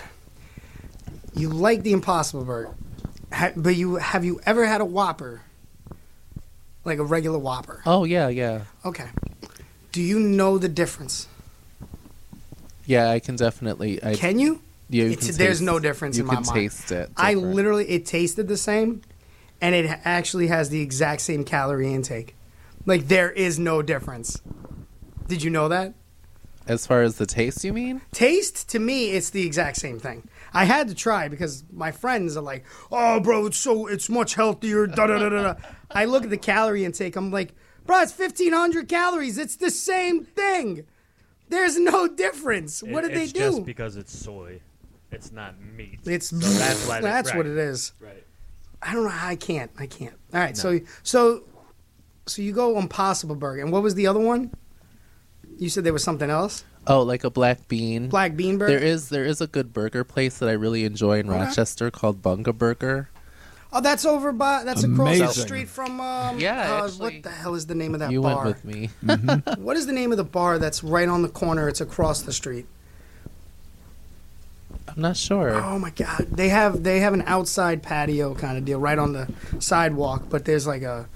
[SPEAKER 4] you like the Impossible Burger, ha, but you have you ever had a Whopper, like a regular Whopper?
[SPEAKER 8] Oh yeah yeah
[SPEAKER 4] Okay. Do you know the difference?
[SPEAKER 8] yeah. I can definitely. I,
[SPEAKER 4] Can you?
[SPEAKER 8] you
[SPEAKER 4] It's-
[SPEAKER 8] can
[SPEAKER 4] there's
[SPEAKER 8] taste-
[SPEAKER 4] no difference
[SPEAKER 8] You
[SPEAKER 4] in my
[SPEAKER 8] can
[SPEAKER 4] mind.
[SPEAKER 8] taste it.
[SPEAKER 4] I
[SPEAKER 8] different.
[SPEAKER 4] literally it tasted the same, and it actually has the exact same calorie intake. Like there is no difference. Did you know that?
[SPEAKER 8] as far as the taste, you mean?
[SPEAKER 4] Taste to me, it's the exact same thing. I had to try because my friends are like, "Oh, bro, it's so it's much healthier." Da da da da. da." I look at the calorie intake. I'm like, "Bro, it's 1,500 calories. It's the same thing. There's no difference. What
[SPEAKER 7] It-
[SPEAKER 4] did they
[SPEAKER 7] it's Just
[SPEAKER 4] do?"
[SPEAKER 7] because it's soy, it's not meat.
[SPEAKER 4] It's
[SPEAKER 7] that's why they-
[SPEAKER 4] that's
[SPEAKER 7] right.
[SPEAKER 4] what it is.
[SPEAKER 7] right.
[SPEAKER 4] I don't know how I can't. I can't. All right, so so so you go Impossible Burger, and what was the other one? You said there was something else.
[SPEAKER 8] Oh, like a black bean.
[SPEAKER 4] Black bean burger.
[SPEAKER 8] There is there is a good burger place that I really enjoy in Rochester called Bunga Burger.
[SPEAKER 4] Oh, that's over by. That's across the
[SPEAKER 6] Amazing.
[SPEAKER 4] street from. Um,
[SPEAKER 8] Yeah,
[SPEAKER 4] uh,
[SPEAKER 8] actually-
[SPEAKER 4] what the hell is the name of that
[SPEAKER 8] You
[SPEAKER 4] bar?
[SPEAKER 8] went with me.
[SPEAKER 4] What is the name of the bar that's right on the corner? It's across the street.
[SPEAKER 8] I'm not sure.
[SPEAKER 4] Oh my god, they have they have an outside patio kind of deal right on the sidewalk, but there's like a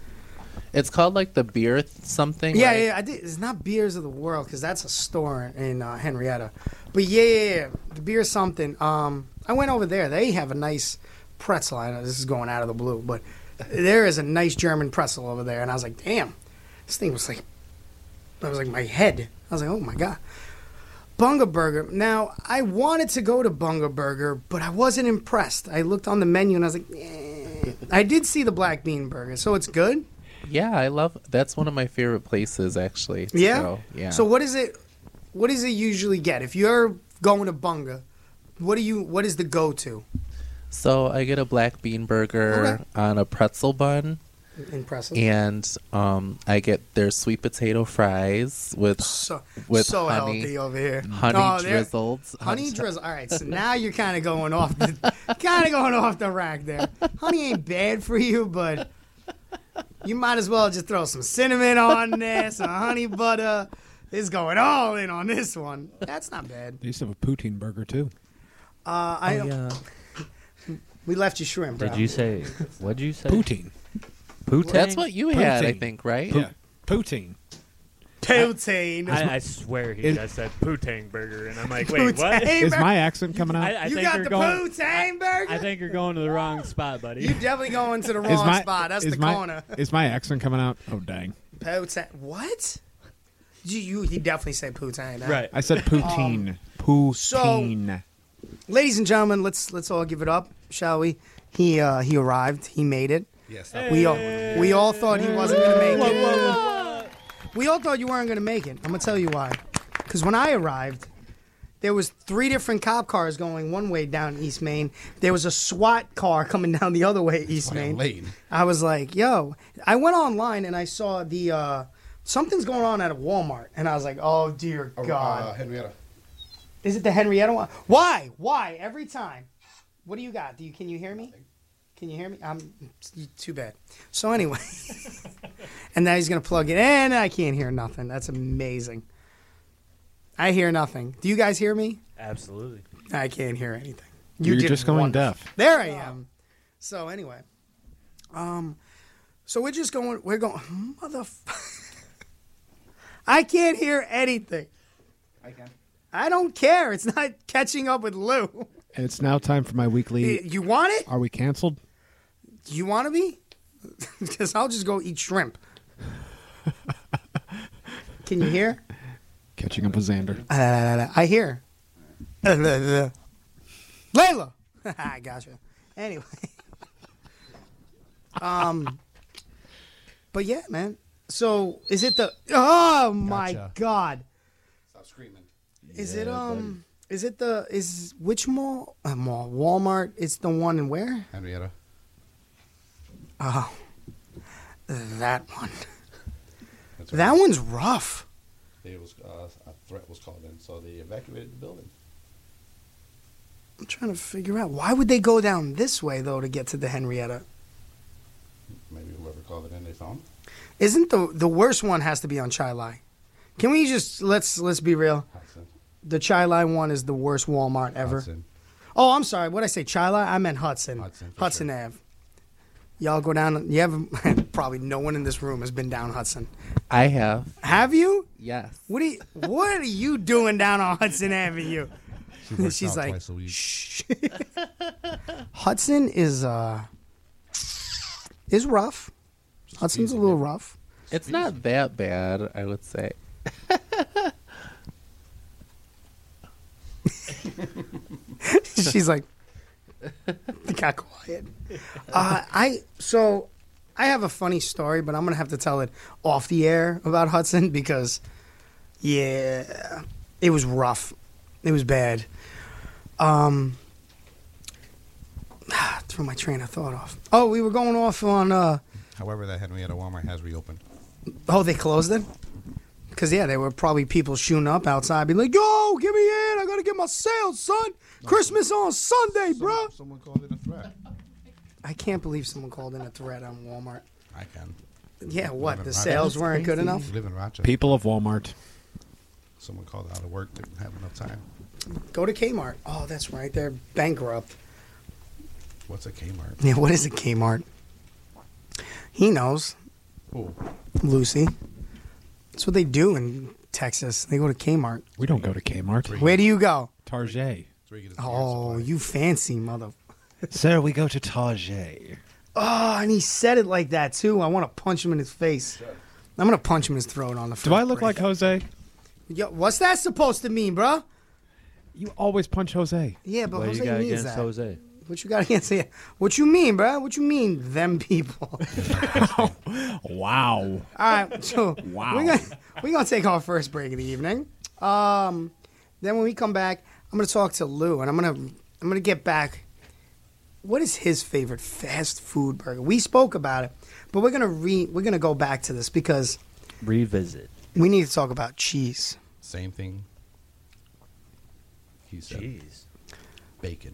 [SPEAKER 8] It's called like the beer th- something.
[SPEAKER 4] yeah
[SPEAKER 8] right?
[SPEAKER 4] yeah. I did, it's not Beers of the World because that's a store in uh, Henrietta, but yeah, yeah, yeah, the beer something. Um, I went over there. They have a nice pretzel. I know this is going out of the blue, but there is a nice German pretzel over there, and I was like, damn, this thing was like I was like my head. I was like, oh my god. Bunga Burger. Now I wanted to go to Bunga Burger, but I wasn't impressed. I looked on the menu and I was like, eh. I did see the black bean burger, so it's good.
[SPEAKER 8] Yeah, I love. That's one of my favorite places actually. to
[SPEAKER 4] Yeah.
[SPEAKER 8] go. yeah.
[SPEAKER 4] So what is it? What does it usually get if you're going to Bunga? What do you? What is the go-to?
[SPEAKER 8] So I get a black bean burger
[SPEAKER 4] Okay.
[SPEAKER 8] on a pretzel bun,
[SPEAKER 4] Impressive.
[SPEAKER 8] and um, I get their sweet potato fries with
[SPEAKER 4] so
[SPEAKER 8] with
[SPEAKER 4] so
[SPEAKER 8] honey. Mm-hmm.
[SPEAKER 4] healthy over here.
[SPEAKER 8] honey
[SPEAKER 4] Oh, there-
[SPEAKER 8] drizzled.
[SPEAKER 4] Honey drizzle. All right, so now you're kind of going off, the, kind of going off the rack there. Honey ain't bad for you, but you might as well just throw some cinnamon on there, some honey butter. It's going all in on this one. That's not bad.
[SPEAKER 6] They used to have a poutine burger too.
[SPEAKER 4] Uh, I
[SPEAKER 6] Oh,
[SPEAKER 8] Yeah.
[SPEAKER 4] we left you shrimp. Bro.
[SPEAKER 11] Did you say? What'd you say?
[SPEAKER 6] Poutine.
[SPEAKER 11] Poutine?
[SPEAKER 8] That's what you had, I
[SPEAKER 6] Poutine.
[SPEAKER 8] think, right?
[SPEAKER 6] Yeah. Poutine.
[SPEAKER 4] Poutine.
[SPEAKER 7] I, I swear he
[SPEAKER 6] It-
[SPEAKER 7] just said poutine burger, and I'm like, wait, what?
[SPEAKER 4] Poutine
[SPEAKER 6] Is
[SPEAKER 4] bur-
[SPEAKER 6] my accent coming out?
[SPEAKER 7] I, I
[SPEAKER 4] you
[SPEAKER 7] think
[SPEAKER 4] got
[SPEAKER 7] you're
[SPEAKER 4] the
[SPEAKER 7] going.
[SPEAKER 4] poutine burger.
[SPEAKER 7] I think you're going to the wrong spot, buddy.
[SPEAKER 4] you're definitely going to the wrong
[SPEAKER 6] is my,
[SPEAKER 4] spot. That's
[SPEAKER 6] is
[SPEAKER 4] the
[SPEAKER 6] my,
[SPEAKER 4] corner.
[SPEAKER 6] Is my accent coming out? Oh dang!
[SPEAKER 4] Poutine. What? You, you he definitely said poutine. huh? Oh,
[SPEAKER 7] right.
[SPEAKER 6] I said poutine.
[SPEAKER 4] Um,
[SPEAKER 6] poutine.
[SPEAKER 4] ladies and gentlemen, let's let's all give it up, shall we? He uh, he arrived. He made it.
[SPEAKER 2] Yes.
[SPEAKER 4] We all we all thought he wasn't gonna make it. We all thought you weren't gonna make it. I'm gonna tell you why. Because when I arrived, there was three different cop cars going one way down East Main. There was a SWAT car coming down the other way East Main.
[SPEAKER 2] lane.
[SPEAKER 4] I was like, yo, I went online and I saw the uh, something's going on at a Walmart, and I was like, oh dear God.
[SPEAKER 2] uh, Henrietta.
[SPEAKER 4] Is it the Henrietta one? Why? Why? Every time. What do you got? Do you can you hear me? Can you hear me? I'm too bad. So anyway, and now he's gonna plug it in. I can't hear nothing. That's amazing. I hear nothing. Do you guys hear me?
[SPEAKER 7] Absolutely.
[SPEAKER 4] I can't hear anything.
[SPEAKER 6] You're
[SPEAKER 4] did
[SPEAKER 6] just going
[SPEAKER 4] wonderful.
[SPEAKER 6] deaf.
[SPEAKER 4] There I am. So anyway, um, so we're just going. We're going. Motherf. I can't hear anything. I can. I don't care. It's not catching up with Lou.
[SPEAKER 6] And it's now time for my weekly.
[SPEAKER 4] You want it?
[SPEAKER 6] Are we canceled?
[SPEAKER 4] Do you want to be? Because I'll just go eat shrimp. Can you hear?
[SPEAKER 6] Catching up with Xander.
[SPEAKER 4] Uh, I hear. Layla. I gotcha. Anyway. um. But yeah, man. So is it the? Oh my
[SPEAKER 12] Gotcha.
[SPEAKER 4] god.
[SPEAKER 13] Stop screaming.
[SPEAKER 4] Is it um? Is it the? Is which mall? Uh, mall Walmart. It's the one in where?
[SPEAKER 13] Henrietta.
[SPEAKER 4] Oh, that one. That one's rough.
[SPEAKER 13] It was uh, a threat was called in, so they evacuated the building.
[SPEAKER 4] I'm trying to figure out why would they go down this way though to get to the Henrietta?
[SPEAKER 13] Maybe whoever called it in, they found. it.
[SPEAKER 4] Isn't the the worst one has to be on Chai Lai? Can we just let's let's be real?
[SPEAKER 13] Hudson.
[SPEAKER 4] The Chai Lai one is the worst Walmart ever.
[SPEAKER 13] Hudson.
[SPEAKER 4] Oh, I'm sorry. What I say, Chai Lai? I meant Hudson.
[SPEAKER 13] Hudson, for
[SPEAKER 4] Hudson Ave. Y'all go down. You have probably no one in this room has been down Hudson.
[SPEAKER 8] I have.
[SPEAKER 4] Have you?
[SPEAKER 8] Yes.
[SPEAKER 4] What are you, What are you doing down on Hudson Avenue?
[SPEAKER 13] She works
[SPEAKER 4] She's
[SPEAKER 13] out
[SPEAKER 4] like,
[SPEAKER 13] twice a week.
[SPEAKER 4] Shh. Hudson is uh is rough. Hudson's a little rough.
[SPEAKER 8] It's not that bad, I would say.
[SPEAKER 4] She's like, it got quiet. Uh, I so I have a funny story, but I'm gonna have to tell it off the air about Hudson because, yeah, it was rough. It was bad. Um, threw my train of thought off. Oh, we were going off on. Uh,
[SPEAKER 13] However, that Henrietta Walmart has reopened.
[SPEAKER 4] oh, they closed it. Cause yeah, there were probably people shooting up outside, being like, "Yo, give me in! I gotta get my sales, son. Christmas on Sunday,
[SPEAKER 13] Some-
[SPEAKER 4] bro."
[SPEAKER 13] Someone called it a threat.
[SPEAKER 4] I can't believe someone called in a threat on Walmart.
[SPEAKER 13] I can.
[SPEAKER 4] Yeah, what? The
[SPEAKER 13] Right.
[SPEAKER 4] sales weren't good enough?
[SPEAKER 13] You live in Rochester.
[SPEAKER 6] People of Walmart.
[SPEAKER 13] Someone called out of work. Didn't have enough time.
[SPEAKER 4] Go to Kmart. Oh, that's right. They're bankrupt.
[SPEAKER 13] What's a Kmart?
[SPEAKER 4] Yeah, what is a Kmart? He knows,
[SPEAKER 13] Oh,
[SPEAKER 4] Lucy. That's what they do in Texas. They go to Kmart.
[SPEAKER 6] We don't go to Kmart.
[SPEAKER 4] Where do you go?
[SPEAKER 6] Target.
[SPEAKER 13] three get a
[SPEAKER 4] Oh, you fancy mother.
[SPEAKER 6] Sir, we go to Target.
[SPEAKER 4] Oh, and he said it like that too. I want to punch him in his face. I'm gonna punch him in his throat on the.
[SPEAKER 6] Do I look like Jose?
[SPEAKER 4] Yo, what's that supposed to mean, bruh?
[SPEAKER 6] You always punch Jose.
[SPEAKER 4] Yeah, but
[SPEAKER 10] What
[SPEAKER 4] Jose
[SPEAKER 10] you got
[SPEAKER 4] means
[SPEAKER 10] against
[SPEAKER 4] that.
[SPEAKER 10] Jose?
[SPEAKER 4] What you got against it? What you mean, bruh? What you mean, them people?
[SPEAKER 6] Wow.
[SPEAKER 4] All right, so
[SPEAKER 6] Wow.
[SPEAKER 4] we're gonna we're gonna take our first break of the evening. Um, then when we come back, I'm gonna talk to Lou, and I'm gonna I'm gonna get back. What is his favorite fast food burger? We spoke about it, but we're gonna re we're gonna go back to this because
[SPEAKER 10] Revisit.
[SPEAKER 4] we need to talk about cheese.
[SPEAKER 13] Same thing. He said
[SPEAKER 10] Jeez.
[SPEAKER 13] bacon.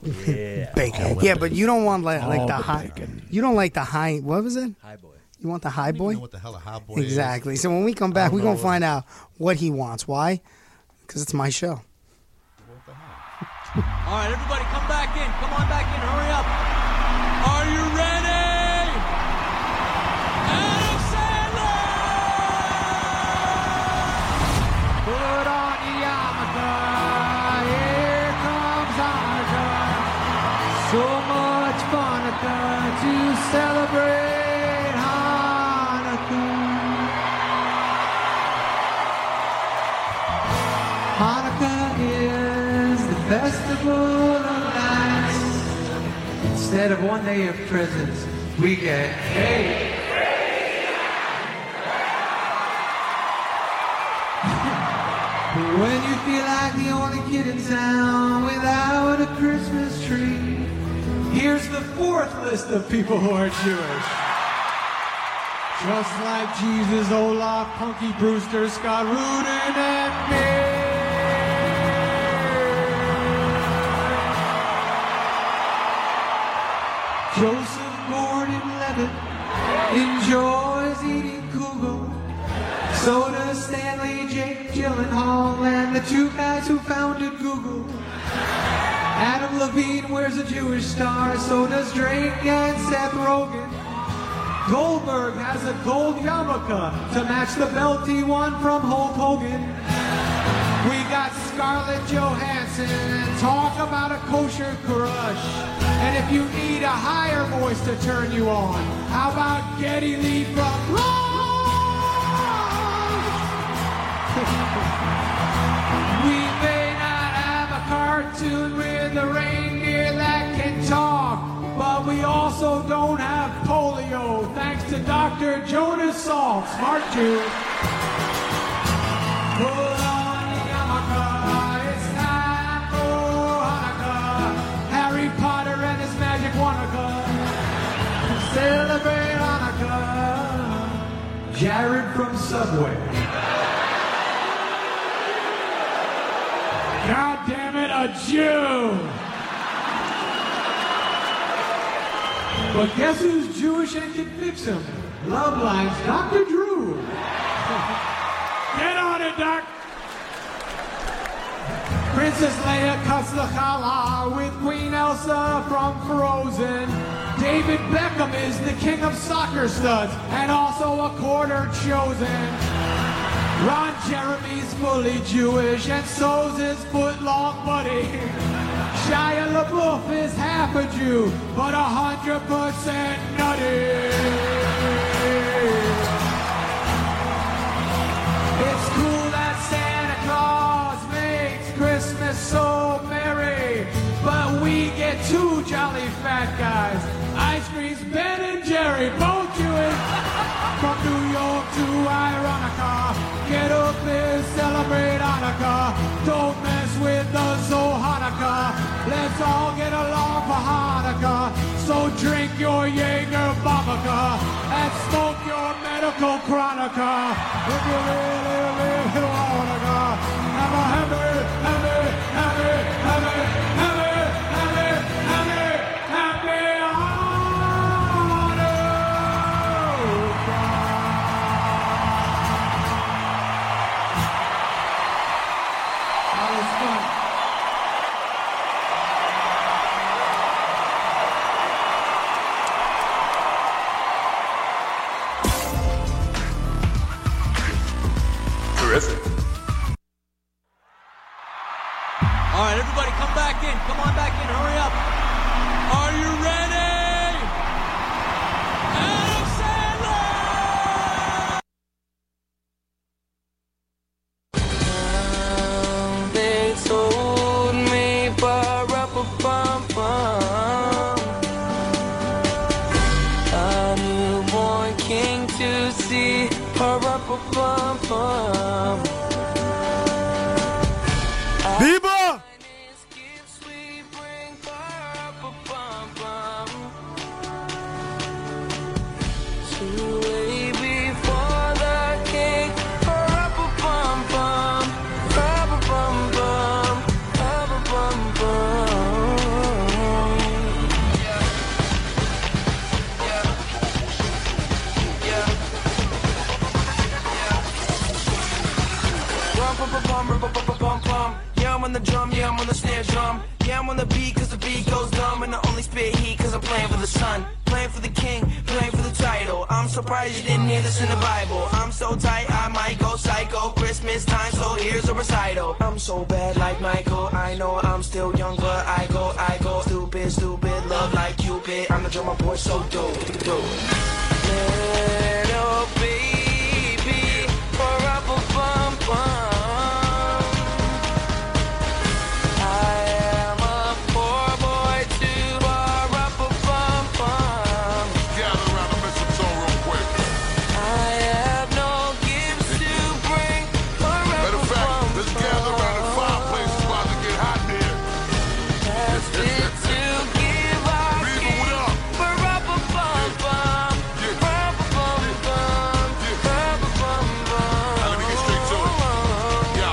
[SPEAKER 10] Yeah.
[SPEAKER 4] Bacon, yeah, but you don't want like, like
[SPEAKER 6] All
[SPEAKER 4] the,
[SPEAKER 6] the
[SPEAKER 4] high. You don't like the high. What was it?
[SPEAKER 10] Hi, boy.
[SPEAKER 4] You want the high
[SPEAKER 13] I don't
[SPEAKER 4] boy?
[SPEAKER 13] even know what the hell a hot boy is.
[SPEAKER 4] Exactly. So when we come back, we're gonna find out what he wants. Why? Because it's my show.
[SPEAKER 13] What the hell?
[SPEAKER 14] All right, everybody, come back in. Come on back in. Hurry up. Are you ready? Adam Sandler! Put on the yarmulke. Here comes Hanukkah. So much Hanukkah to celebrate Hanukkah. Hanukkah is the festival of lights. Instead of one day of presents, we get cake. But when you feel like the only kid in town without a Christmas tree, here's the fourth list of people who are Jewish. Just like Jesus, Olaf, Punky Brewster, Scott Rudin, and me. Joseph Gordon Levitt enjoys eating kugel. So does Stanley, Jake Gyllenhaal, and the two guys who founded Google. Adam Levine wears a Jewish star, so does Drake and Seth Rogen. Goldberg has a gold yarmulke to match the belt he won from Hulk Hogan. We got Scarlett Johansson. Talk about a kosher crush. And if you need a higher voice to turn you on, how about Getty Lee from We may not have a cartoon with a reindeer that can talk, but we also don't have polio, thanks to Dr. Jonas Salk. Smart Jew. Put on the yarmulke. It's time for Hanukkah. Harry Potter and his magic Wanaka. Celebrate Hanukkah. Jared from Subway. God damn it, a Jew! But guess who's Jewish and can fix him? Love Lines, Dr. Drew. Get on it, Doc! Princess Leia cuts the challah with Queen Elsa from Frozen. David Beckham is the king of soccer studs and also a quarter chosen. Ron Jeremy's fully Jewish and so's his footlong buddy. Shia LaBeouf is half a Jew, but a hundred percent nutty. It's cool that Santa Claus makes Christmas so merry, but we get two jolly fat guys. Ice cream's Ben and Jerry, both Jewish. From New York to Ironica, Get up and celebrate Hanukkah. Don't mess with the Hanukkah. Let's all get along for Hanukkah. So drink your Jaeger Babaka and smoke your medical Chronica. If you really, really want Hanukkah, have a happy, happy, happy, happy, happy, happy, happy, happy Hanukkah. That was fun.
[SPEAKER 15] Terrific.
[SPEAKER 1] All right, everybody, come back in. Come on back in. Hurry up. Are you ready? Adam Sandler! They told me, ba-ra-ba-bum-bum. A newborn king to see, ba-ra-ba-bum-bum.
[SPEAKER 16] Bieber!
[SPEAKER 17] Yeah, I'm on the drum, yeah, I'm on the snare drum. Yeah, I'm on the beat, cause the beat goes dumb. And I only spit heat, cause I'm playing for the sun. Playing for the king, playing for the title. I'm surprised you didn't hear this in the Bible. I'm so tight, I might go psycho. Christmas time, so here's a recital. I'm so bad like Michael. I know I'm still young, but I go, I go. Stupid, stupid, love like Cupid. I'm the drummer boy, so dope, dope. Little baby, forever bum bum. I am a poor boy to bar up a bum bum. Gather around and listen to real quick. I have no gifts to bring for up Matter of fact, let's gather around the fireplace. It's about to get hot there. Nothing to give I People up. For up a bum bum. Rub a bum bum. Rub a bum bum. Now let me get straight to it.
[SPEAKER 15] Yo,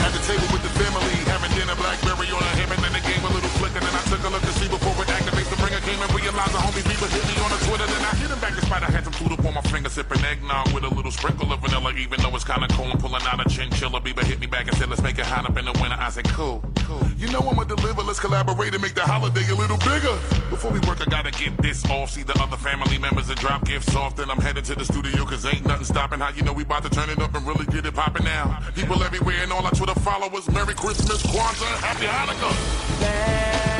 [SPEAKER 15] at the table with the family, having dinner, blackberry on a ham, and then the game a little flicker. Then I took a look to see before it activates. The bringer came and realized the homie Bieber hit me on a Twitter. Then I hit him back despite I had some food up on my finger, sipping eggnog with a little sprinkle of vanilla. Even though it's kinda cool, I'm pulling out a chinchilla. Bieber hit me back and said, let's make it hot up in the winter. I said, cool. cool.
[SPEAKER 5] You know I'ma deliver. Let's collaborate and make the holiday a little bigger.
[SPEAKER 15] Before we work, I gotta get this off. See the other family members and drop gifts off. Then I'm headed to the studio, cause ain't nothing stopping. How you know we about to turn it up and really get it poppin' now? People everywhere and all our Twitter followers, Merry Christmas, Kwanzaa, Happy Hanukkah.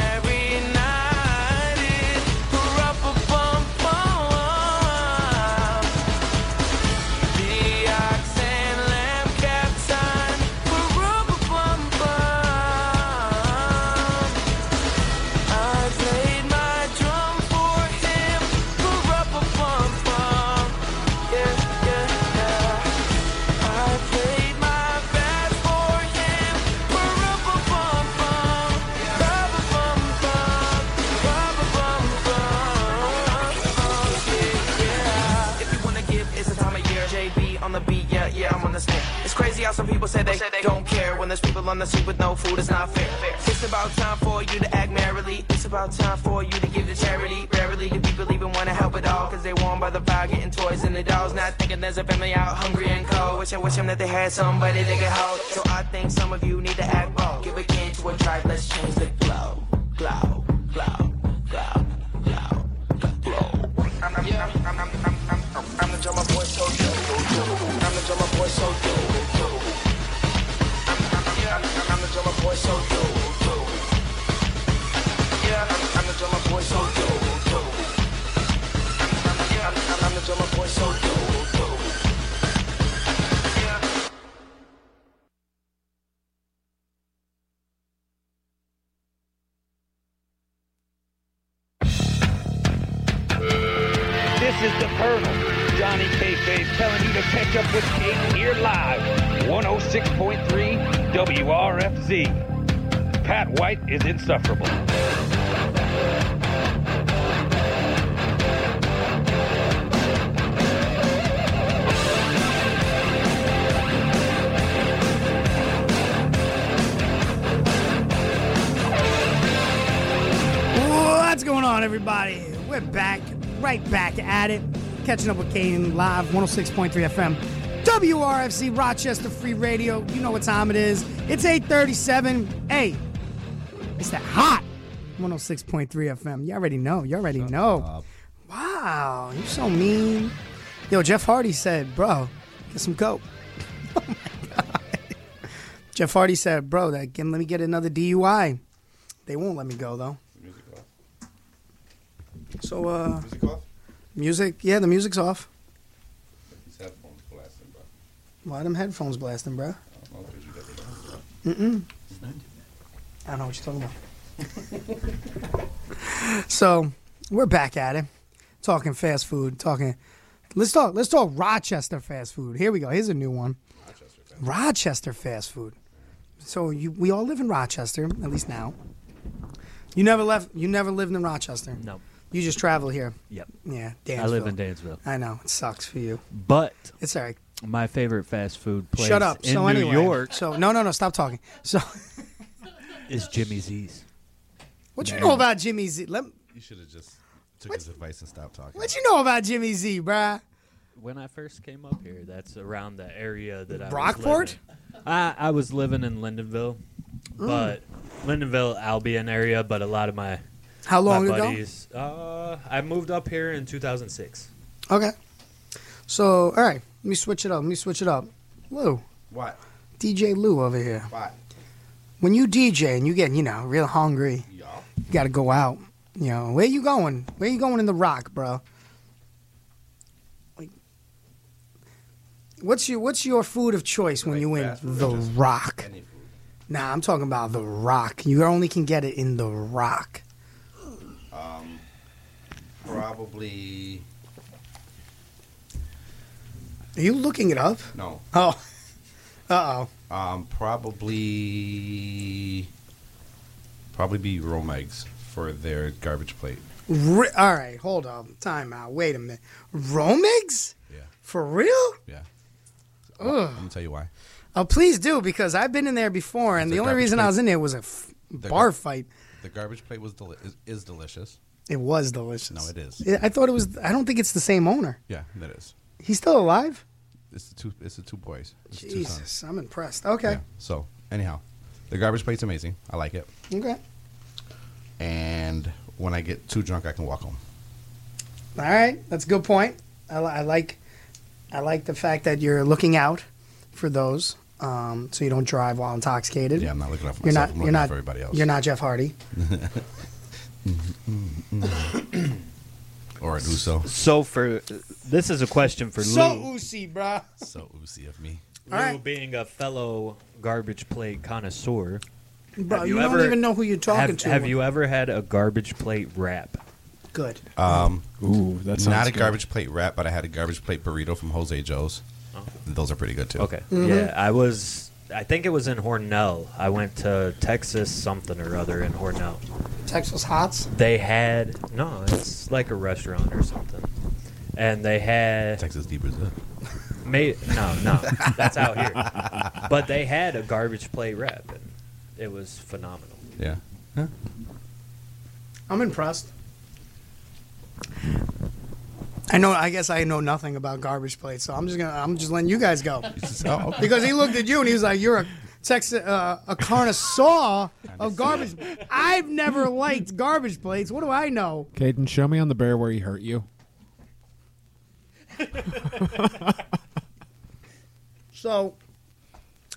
[SPEAKER 17] If you wanna give, it's the time of year. JB on the beat, yeah, yeah, I'm on the stick. It's crazy how some people say they, say they don't care when there's people on the street with no food. It's not fair. It's about time for you to act merrily. It's about time for you to give to charity. Rarely do people even wanna help at all, cause they warm by the fire getting toys and the dolls. Not thinking there's a family out hungry and cold. Wish I wish them that they had somebody they could hold. So I think some of you need to act bold. Give again to a tribe, let's change the glow, glow, glow, glow. I'm, I'm, I'm, I'm, I'm, I'm, I'm, I'm the drummer boy, so yo, yo, yo. I'm the drummer boy, so yo, yo. I'm, I'm, I'm, I'm, I'm the drummer boy, so yo, yo. Yeah, I'm, I'm the drummer boy, so yo, yo. I'm, I'm, yeah, I'm, I'm, I'm the drummer boy, so yo, yo. Yeah.
[SPEAKER 1] This is the Colonel, Johnny Kayfabe, telling you to catch up with Kate here live, 106.3 WRFZ. Pat White is insufferable.
[SPEAKER 4] What's going on, everybody? We're back, right back at it. Catching up with Kane live, 106.3 FM, WRFC Rochester Free Radio. You know what time it is. It's 8:37. Hey, it's that hot 106.3 FM. You already know. You already know. Wow, you so mean. Yo, Jeff Hardy said, "Bro, get some coke." Oh Jeff Hardy said, "Bro, that can let me get another DUI." They won't let me go though. So, uh, music off? Music, yeah, the music's off.
[SPEAKER 13] These headphones blasting, bro.
[SPEAKER 4] Why them headphones blasting, bro?
[SPEAKER 13] I don't know if you got it.
[SPEAKER 4] Mm-mm. I don't know what you're talking about. so, we're back at it, talking fast food, talking. Let's talk. Let's talk Rochester fast food. Here we go. Here's a new one. Rochester fast, food. So you, we all live in Rochester, at least now. You never left. You never lived in Rochester.
[SPEAKER 18] No.
[SPEAKER 4] You just travel here.
[SPEAKER 18] Yep.
[SPEAKER 4] Yeah. Dansville.
[SPEAKER 18] I live in Dansville.
[SPEAKER 4] I know it sucks for you.
[SPEAKER 18] But
[SPEAKER 4] it's all right.
[SPEAKER 18] My favorite fast food place
[SPEAKER 4] Shut up.
[SPEAKER 18] in
[SPEAKER 4] so
[SPEAKER 18] New
[SPEAKER 4] anyway,
[SPEAKER 18] York
[SPEAKER 4] So no, no, no. Stop talking. So
[SPEAKER 18] is Jimmy Z's.
[SPEAKER 4] what you know about Jimmy Z? Let,
[SPEAKER 13] You should have just took his advice and stopped talking.
[SPEAKER 4] what you know about Jimmy Z, bruh?
[SPEAKER 10] When I first came up here, that's around the area that I
[SPEAKER 4] Brockport?
[SPEAKER 10] Was living. I I was living in Lindenville,
[SPEAKER 4] Mm.
[SPEAKER 10] but Lindenville Albion area. But a lot of my
[SPEAKER 4] How long
[SPEAKER 10] my
[SPEAKER 4] ago?
[SPEAKER 10] buddies, Uh, I moved up here in 2006.
[SPEAKER 4] Okay. So all right, let me switch it up. Let me switch it up. Lou,
[SPEAKER 13] What?
[SPEAKER 4] DJ Lou over here.
[SPEAKER 13] What?
[SPEAKER 4] When you DJ and you get you know real hungry, you got to go out. You know where you going? Where you going in the rock, bro? Like, What's your what's your food of choice when you in the rock? Nah, I'm talking about the rock. You only can get it in the rock.
[SPEAKER 13] Um, probably
[SPEAKER 4] Are you looking it up?
[SPEAKER 13] no.
[SPEAKER 4] Oh, uh
[SPEAKER 13] oh. Um, probably probably be Romegs for their garbage plate.
[SPEAKER 4] Re- all right, hold on. Time out. Wait a minute. Romegs? Yeah. For real?
[SPEAKER 13] Yeah.
[SPEAKER 4] Ugh.
[SPEAKER 13] I'm gonna tell you why.
[SPEAKER 4] Oh, please do because I've been in there before, and
[SPEAKER 13] Their
[SPEAKER 4] the only
[SPEAKER 13] garbage
[SPEAKER 4] reason I
[SPEAKER 13] plate-
[SPEAKER 4] was in there was a f-
[SPEAKER 13] their
[SPEAKER 4] bar
[SPEAKER 13] gar-
[SPEAKER 4] fight.
[SPEAKER 13] The garbage plate was deli- is, is delicious.
[SPEAKER 4] It was delicious. No,
[SPEAKER 13] it is.
[SPEAKER 4] I thought it was. I don't think it's the same owner.
[SPEAKER 13] Yeah, that is.
[SPEAKER 4] He's still alive.
[SPEAKER 13] It's the two. It's the two boys. It's two sons.
[SPEAKER 4] Jesus, I'm impressed. Okay.
[SPEAKER 13] So anyhow, The garbage plate's amazing. I like it.
[SPEAKER 4] Okay.
[SPEAKER 13] And when I get too drunk, I can walk home.
[SPEAKER 4] All right, that's a good point. I, li- I like, I like the fact that you're looking out for those, um, so you don't drive while intoxicated.
[SPEAKER 13] Yeah, I'm not looking out for
[SPEAKER 4] you're
[SPEAKER 13] myself.
[SPEAKER 4] Not,
[SPEAKER 13] I'm
[SPEAKER 4] you're
[SPEAKER 13] looking out
[SPEAKER 4] not
[SPEAKER 13] for everybody else.
[SPEAKER 4] You're not Jeff Hardy.
[SPEAKER 13] Or an Uso.
[SPEAKER 10] So for this is a question for
[SPEAKER 4] So
[SPEAKER 10] Lou.
[SPEAKER 4] oozy, bruh.
[SPEAKER 13] So oozy of me.
[SPEAKER 10] Lou being a fellow garbage plate connoisseur.
[SPEAKER 4] Bro,
[SPEAKER 10] have
[SPEAKER 4] you don't even know who you're talking
[SPEAKER 10] have-
[SPEAKER 4] to.
[SPEAKER 10] Have you ever had a garbage plate wrap?
[SPEAKER 4] Good.
[SPEAKER 13] Um,
[SPEAKER 9] Ooh, that sounds
[SPEAKER 13] not a
[SPEAKER 9] good.
[SPEAKER 13] garbage plate wrap, but I had a garbage plate burrito from Jose Joe's.
[SPEAKER 10] Oh.
[SPEAKER 13] Those are pretty good too.
[SPEAKER 10] Okay.
[SPEAKER 4] Mm-hmm.
[SPEAKER 13] Mhm.
[SPEAKER 10] Yeah, I was. I think it was in Hornell. I went to Texas something or other in Hornell.
[SPEAKER 4] Texas Hots.
[SPEAKER 10] They had no, it's like a restaurant or something, and they had
[SPEAKER 13] Texas Deep Brazil.
[SPEAKER 10] Made no, no, that's out here. But they had a garbage plate wrap, and it was phenomenal.
[SPEAKER 13] Yeah.
[SPEAKER 4] I'm impressed. I know. I guess I know nothing about garbage plates, so I'm just gonna. I'm just letting you guys go.
[SPEAKER 13] oh, okay.
[SPEAKER 4] Because he looked at you and he was like, "You're a Texas, uh, a connoisseur of garbage." I've never liked garbage plates. What do I know?
[SPEAKER 9] Caden, show me on the bear where he hurt you.
[SPEAKER 4] So,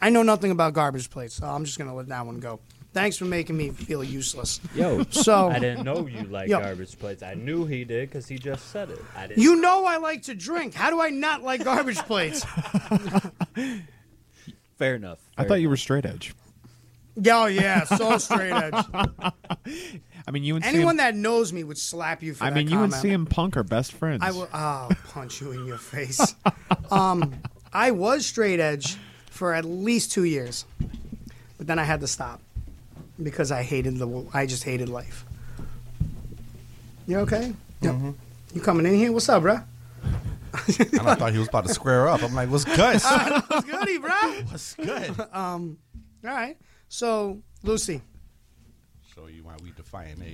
[SPEAKER 4] I know nothing about garbage plates, so I'm just gonna let that one go. Thanks for making me feel useless.
[SPEAKER 10] Yo,
[SPEAKER 4] so
[SPEAKER 10] I didn't know you like
[SPEAKER 4] Yo.
[SPEAKER 10] garbage plates. I knew he did because he just said it. I didn't.
[SPEAKER 4] You know I like to drink. How do I not like garbage plates?
[SPEAKER 10] fair enough.
[SPEAKER 9] I thought you were straight edge.
[SPEAKER 4] Oh yeah, so straight edge.
[SPEAKER 9] I mean, you and
[SPEAKER 4] Anyone
[SPEAKER 9] CM,
[SPEAKER 4] that knows me would slap you for
[SPEAKER 9] I
[SPEAKER 4] that
[SPEAKER 9] mean, you
[SPEAKER 4] comment.
[SPEAKER 9] and CM Punk are best friends.
[SPEAKER 4] I will. I'll punch you in your face. um, I was straight edge for at least two years, but then I had to stop because I hated the. I just hated life. You okay? Yep. You coming in here? What's up, bro?
[SPEAKER 13] And I thought he was about to square up. I'm like, what's good?
[SPEAKER 4] What's goody, bro?
[SPEAKER 13] What's good?
[SPEAKER 4] um, all right. So Lucy,
[SPEAKER 13] Show you why we define it.